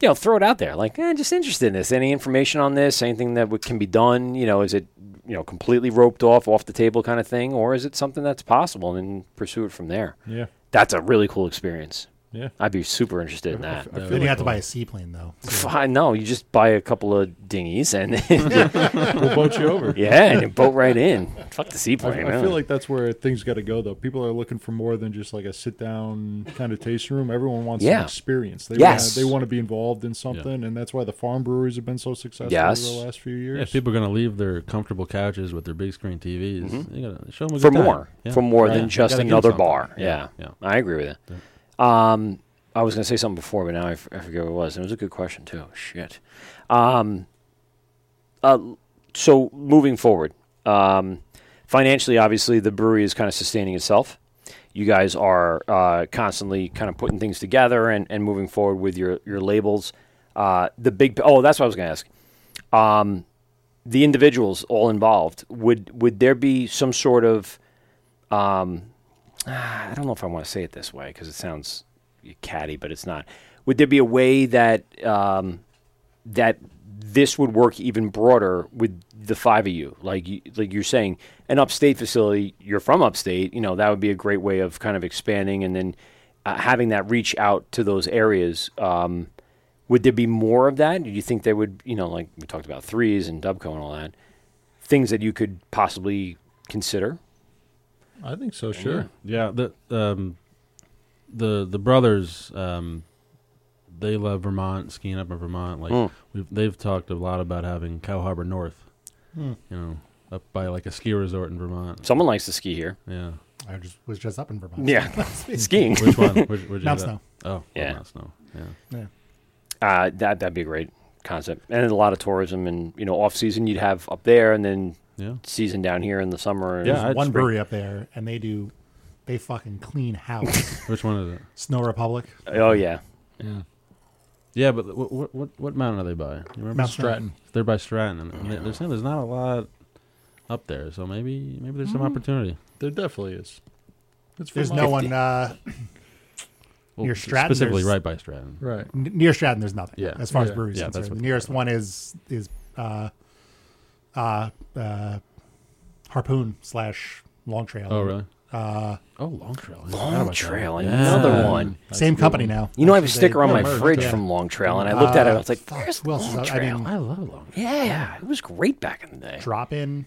you know, throw it out there. Like, eh, just interested in this. Any information on this? Anything that w- can be done? You know, is it you know completely roped off, off the table kind of thing, or is it something that's possible and pursue it from there? Yeah. That's a really cool experience. Yeah. I'd be super interested in that. Then you have to buy a seaplane though. I know. You just buy a couple of dinghies and We'll boat you over. yeah, and you boat right in. Fuck the seaplane. I huh? feel like that's where things got to go, though. People are looking for more than just like a sit down kind of tasting room. Everyone wants Yeah. an experience. They Yes. wanna, they want to be involved in something, and that's why the farm breweries have been so successful Yes. over the last few Yeah, years. if people are going to leave their comfortable couches with their big screen TVs, you got to show them Mm-hmm. a for good time. more, Yeah. for more Right. than You just gotta give 'em another something. bar. Yeah. Yeah. yeah. I agree with it. Um, I was going to say something before, but now I, f- I forget what it was. It was a good question too. Shit. Um, uh, so moving forward, um, financially, obviously, the brewery is kind of sustaining itself. You guys are uh, constantly kind of putting things together and, and moving forward with your your labels. Uh, the big oh, that's what I was going to ask the individuals all involved would would there be some sort of um ah, I don't know if I want to say it this way because it sounds catty but it's not would there be a way that um that this would work even broader with the five of you like you, like you're saying an upstate facility you're from upstate you know that would be a great way of kind of expanding and then uh, having that reach out to those areas um would there be more of that? Do you think there would, you know, like we talked about threes and Dubco and all that, things that you could possibly consider? I think so, sure. Yeah, the um, the the brothers um, they love Vermont, skiing up in Vermont. Like Mm. we've they've talked a lot about having Cow Harbor North, Hmm. you know, up by like a ski resort in Vermont. Someone likes to ski here. Yeah, I just was just up in Vermont. Yeah, skiing. which one? Which, which Mount is that? Snow. Oh, Yeah. yeah, Mount Snow. Yeah, Uh, that that'd be a great concept, and a lot of tourism, and you know, off season you'd have up there, and then yeah. season down here in the summer. Yeah, I'd one spring- brewery up there, and they do they fucking clean house. Which one is it? Snow Republic, Oh yeah. Yeah, yeah. But what what what, what mountain are they by? You remember? Mount Stratton. They're by Stratton, and and they- they're saying there's not a lot up there, so maybe maybe there's Mm. some opportunity. There definitely is. It's There's Vermont. no one uh, Well, Near s- Stratton, specifically there's- right by Stratton. Right. n- near Stratton. There's nothing. Yeah. as far as Yeah. breweries Yeah, that's concerned, what the they nearest one is is uh, uh, uh, Harpoon slash Long Trail. Oh really? Uh, oh, Long Trail. Long Trail, another one. Same company now. You know, I have a Actually, sticker they- on my they merged, fridge yeah. from Long Trail, and I looked at it. I was like, fuck, "There's who else is Long out- I Trail." mean- I love Long Trail. yeah, it was great back in the day. Drop in.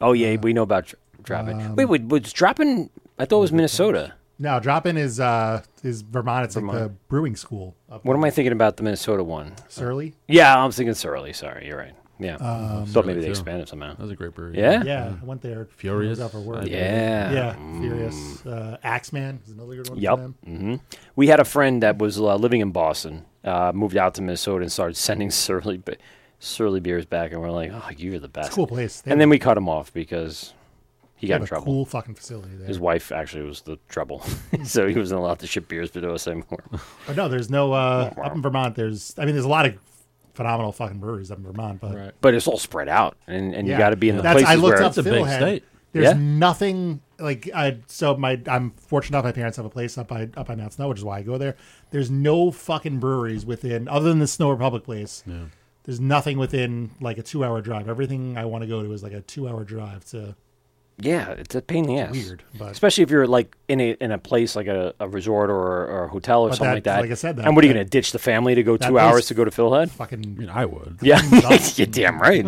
Oh yeah, we know about dr- dropping. wait, wait, was dropping? I thought it was Minnesota. No, Drop In is uh is Vermont. It's like the Vermont. brewing school. Up What am I thinking about the Minnesota one? Surly? Yeah, I'm thinking Surly. Sorry, you're right. Yeah, thought maybe Surly, they too. expanded somehow. That was a great brewery. Yeah, Yeah, I went there. when I was Furious, out for work. I Yeah, yeah, Mm. Furious. Uh, Axeman is another good one. Yep. For them. hmm We had a friend that was uh, living in Boston, uh, moved out to Minnesota, and started sending Surly, be- Surly beers back, and we're like, "Oh, you're the best." It's a cool place. They And have- then we cut him off because he they got have in a trouble. cool fucking facility there. His wife actually was the trouble, so he wasn't allowed to ship beers to us anymore. But no, there's no uh, up in Vermont. There's I mean, there's a lot of phenomenal fucking breweries up in Vermont, but Right. But it's all spread out, and, and Yeah. you got to be in the That's- places I looked where up It's a big Fiddlehead. state. There's Yeah. nothing like I. So my I'm fortunate enough. My parents have a place up by up by Mount Snow, which is why I go there. There's no fucking breweries within other than the Snow Republic place. There's nothing within like a two hour drive. Everything I want to go to is like a two hour drive to Yeah, it's a pain in the ass. weird, but- especially if you're like in a in a place like a, a resort or, or a hotel or But something that- like that. like I said, that- and what are you that- going to ditch the family to go that two place- hours to go to Philhead? I fucking mean, I would. Yeah, you're damn right.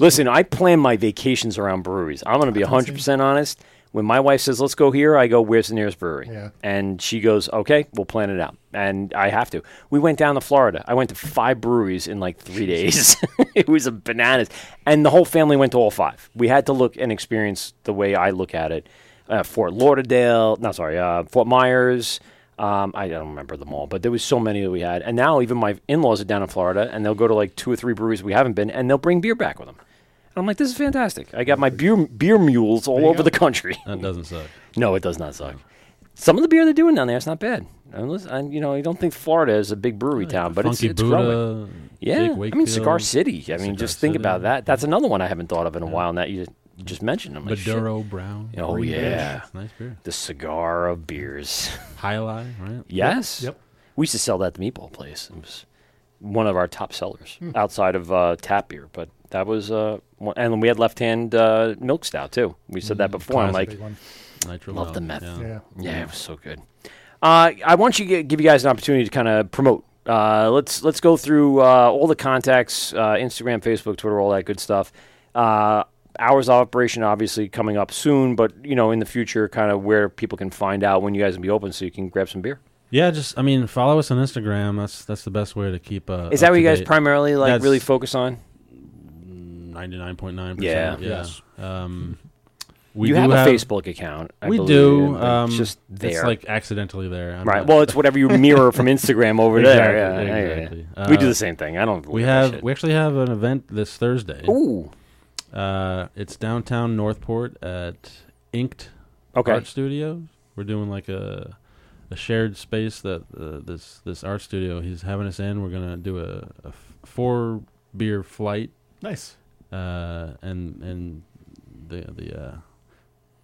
Listen, I plan my vacations around breweries. I'm going to be 100 percent honest. When my wife says let's go here, I go where's the nearest brewery, Yeah. and she goes okay, we'll plan it out, and I have to. We went down to Florida. I went to five breweries in like three days. it was a bananas, and the whole family went to all five. We had to look and experience the way I look at it. Uh, Fort Lauderdale, no, sorry, uh, Fort Myers. Um, I don't remember them all, but there was so many that we had. And now even my in-laws are down in Florida, and they'll go to like two or three breweries we haven't been, and they'll bring beer back with them. And I'm like, this is fantastic. I got my beer, beer mules all over the country. That doesn't suck. no, it does not suck. Some of the beer they're doing down there, it's not bad. Unless, I, you know, I don't think Florida is a big brewery town, but it's, Funky it's growing. Buddha. Yeah, Jake I mean Cigar Wakefield, City. I mean, Cigar just think City. about that. That's another one I haven't thought of in a while. And that you just, you just mentioned them. Like, shit. Maduro Brown. Oh, Green Bush. yeah. It's a nice beer. the cigar of beers. Highlight, right? Yes. Yep. We used to sell that at the meatball place. It was one of our top sellers Hmm. outside of uh, tap beer, but that was uh, one, and we had left hand uh, milk Hmm, stout too. We said that before. I'm like, Classic. big one. Nitro love the Mel, meth. Yeah. Yeah. Yeah, it was so good. Uh, I want you to give you guys an opportunity to kind of promote. Uh, let's let's go through uh, all the contacts: uh, Instagram, Facebook, Twitter, all that good stuff. Uh, hours of operation obviously coming up soon, but you know in the future, kind of where people can find out when you guys will be open, so you can grab some beer. Yeah, just I mean, follow us on Instagram. That's that's the best way to keep. Uh, Is that what you guys primarily like That's- really focus on? Ninety nine point nine Yeah. percent. Yeah. Yes. Um, we you do have a Facebook account. I we believe, do. but Um, it's just there, It's like accidentally there. I'm right? not- Well, it's whatever you mirror from Instagram over there. Yeah, Exactly, yeah, yeah. exactly. we Uh, do the same thing. I don't. we believe that have shit. we actually have an event this Thursday. Ooh. Uh, it's downtown Northport at Inked Okay. Art Studio. We're doing like a a shared space that uh, this this art studio he's having us in. We're gonna do a, a f- four beer flight, Nice. uh, and and the the uh,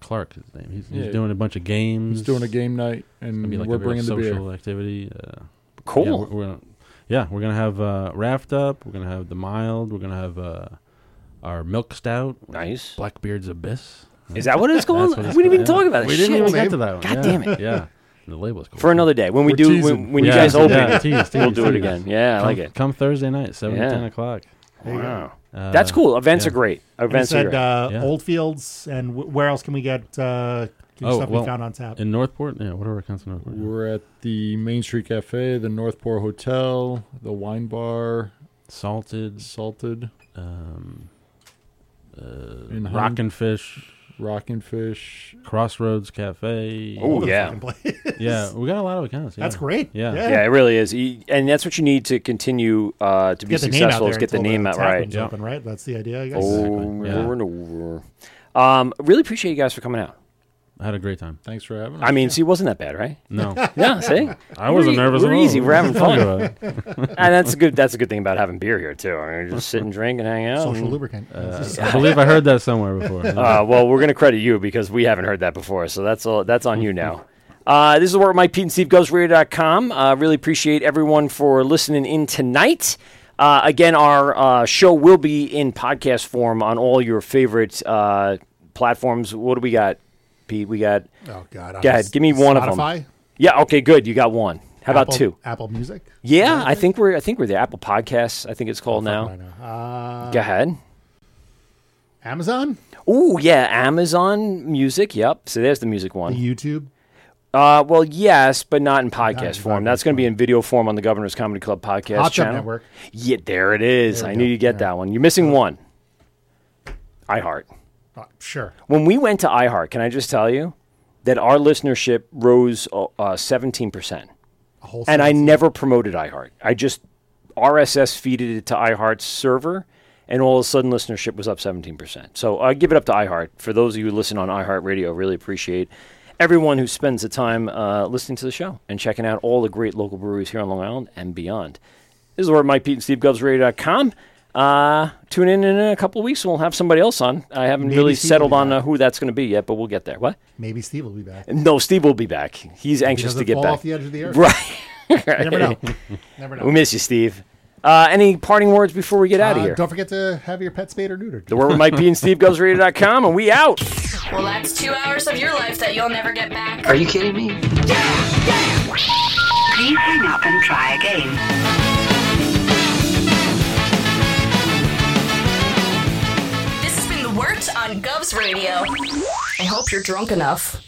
Clark is his name. He's, he's Yeah. doing a bunch of games. He's doing a game night, and Gonna be like we're a real bringing the beer. social activity. Uh, Cool. yeah, we're, we're gonna, yeah, we're gonna have uh, raft up. We're gonna have the mild. We're gonna have uh, our milk stout. Nice. Blackbeard's abyss. Is that what it's called? That's what it's we didn't even called, talk yeah. about it. We didn't Shit. even get to that one. God yeah. damn it. Yeah, the label's cool. For another day. When we We're do, when, teasing. when you Yeah, guys open, yeah, tease, we'll tease, do it tease. again. Yeah, I come, like it. Come Thursday night, seven Yeah. to ten o'clock. Wow. Uh, That's cool. Events yeah. are great. And it Events are said great. uh, Yeah. Old Fields, and w- where else can we get uh, can Oh, stuff well, we found on tap? In Northport, yeah, whatever comes in Northport. We're at the Main Street Cafe, the Northport Hotel, the wine bar, Salted, Salted, um, uh, In Rockin' Fish, Rockin' Fish. Crossroads Cafe. Oh, All the yeah. fucking place. yeah, we got a lot of accounts. Yeah. That's great. Yeah. yeah. yeah, it really is. E- And that's what you need to continue uh, to be Get the name out successful there. is get the until name out tap right. Oh. room's Yeah. Open, right. That's the idea. I guess. Over Exactly, yeah. and over. Um, really appreciate you guys for coming out. I had a great time. Thanks for having us. I mean, see, it wasn't that bad, right? No, Yeah, see, I We're- e- wasn't nervous. We're at all. easy. We're having fun, and Uh, that's a good. That's a good thing about having beer here too. I mean, just sit and drink and hang out. Social and- lubricant. It's I believe I heard that somewhere before. Uh, well, we're going to credit you because we haven't heard that before, so that's all, that's on you now. Uh, this is where Mike Pete and Steve GhostRadio.com. Uh, really appreciate everyone for listening in tonight. Uh, again, our uh, show will be in podcast form on all your favorite uh, platforms. What do we got, Pete? We got. just- oh God. I'm Go ahead, just- give me one of 'em. Spotify, Yeah. Okay. Good. You got one. How about Apple- two? Apple Music. Yeah, I think we're I think we're there. Apple Podcasts. I think it's called I now. know. Uh, Go ahead. Amazon, Ooh, yeah, Amazon Music. Yep. So there's the music one. YouTube. Uh, well, yes, but not in podcast Not in form. podcast That's going to be in video form on the Governor's Comedy Club podcast Hot Tub channel. Network. Yeah, there it is. There I we knew go. you get that one. You're missing one. iHeart. Uh, sure. When we went to iHeart, can I just tell you that our listenership rose uh, uh, 17%. A whole And I series. never promoted iHeart. I just RSS feeded it to iHeart's server, and all of a sudden listenership was up 17%. So I give it up to iHeart. For those of you who listen on iHeart Radio, really appreciate everyone who spends the time uh, listening to the show and checking out all the great local breweries here on Long Island and beyond. This is where Mike Pete and Steve SteveGovsRadio.com. Uh, tune in in a couple of weeks, and we'll have somebody else on. I haven't Maybe really Steve settled will be on back. uh, who that's going to be yet, but we'll get there. What? Maybe Steve will be back. No, Steve will be back. He's He anxious doesn't to get fall back. off the edge of the earth. Right. You never know. Never know. We miss you, Steve. Uh, any parting words before we get out of Uh, here? Don't forget to have your pet spayed or neutered. The word with Mike P and Steve com, and we out. Well, that's two hours of your life that you'll never get back. Are you kidding me? Please hang up and try again. This has been The Wort on Govs Radio. I hope you're drunk enough.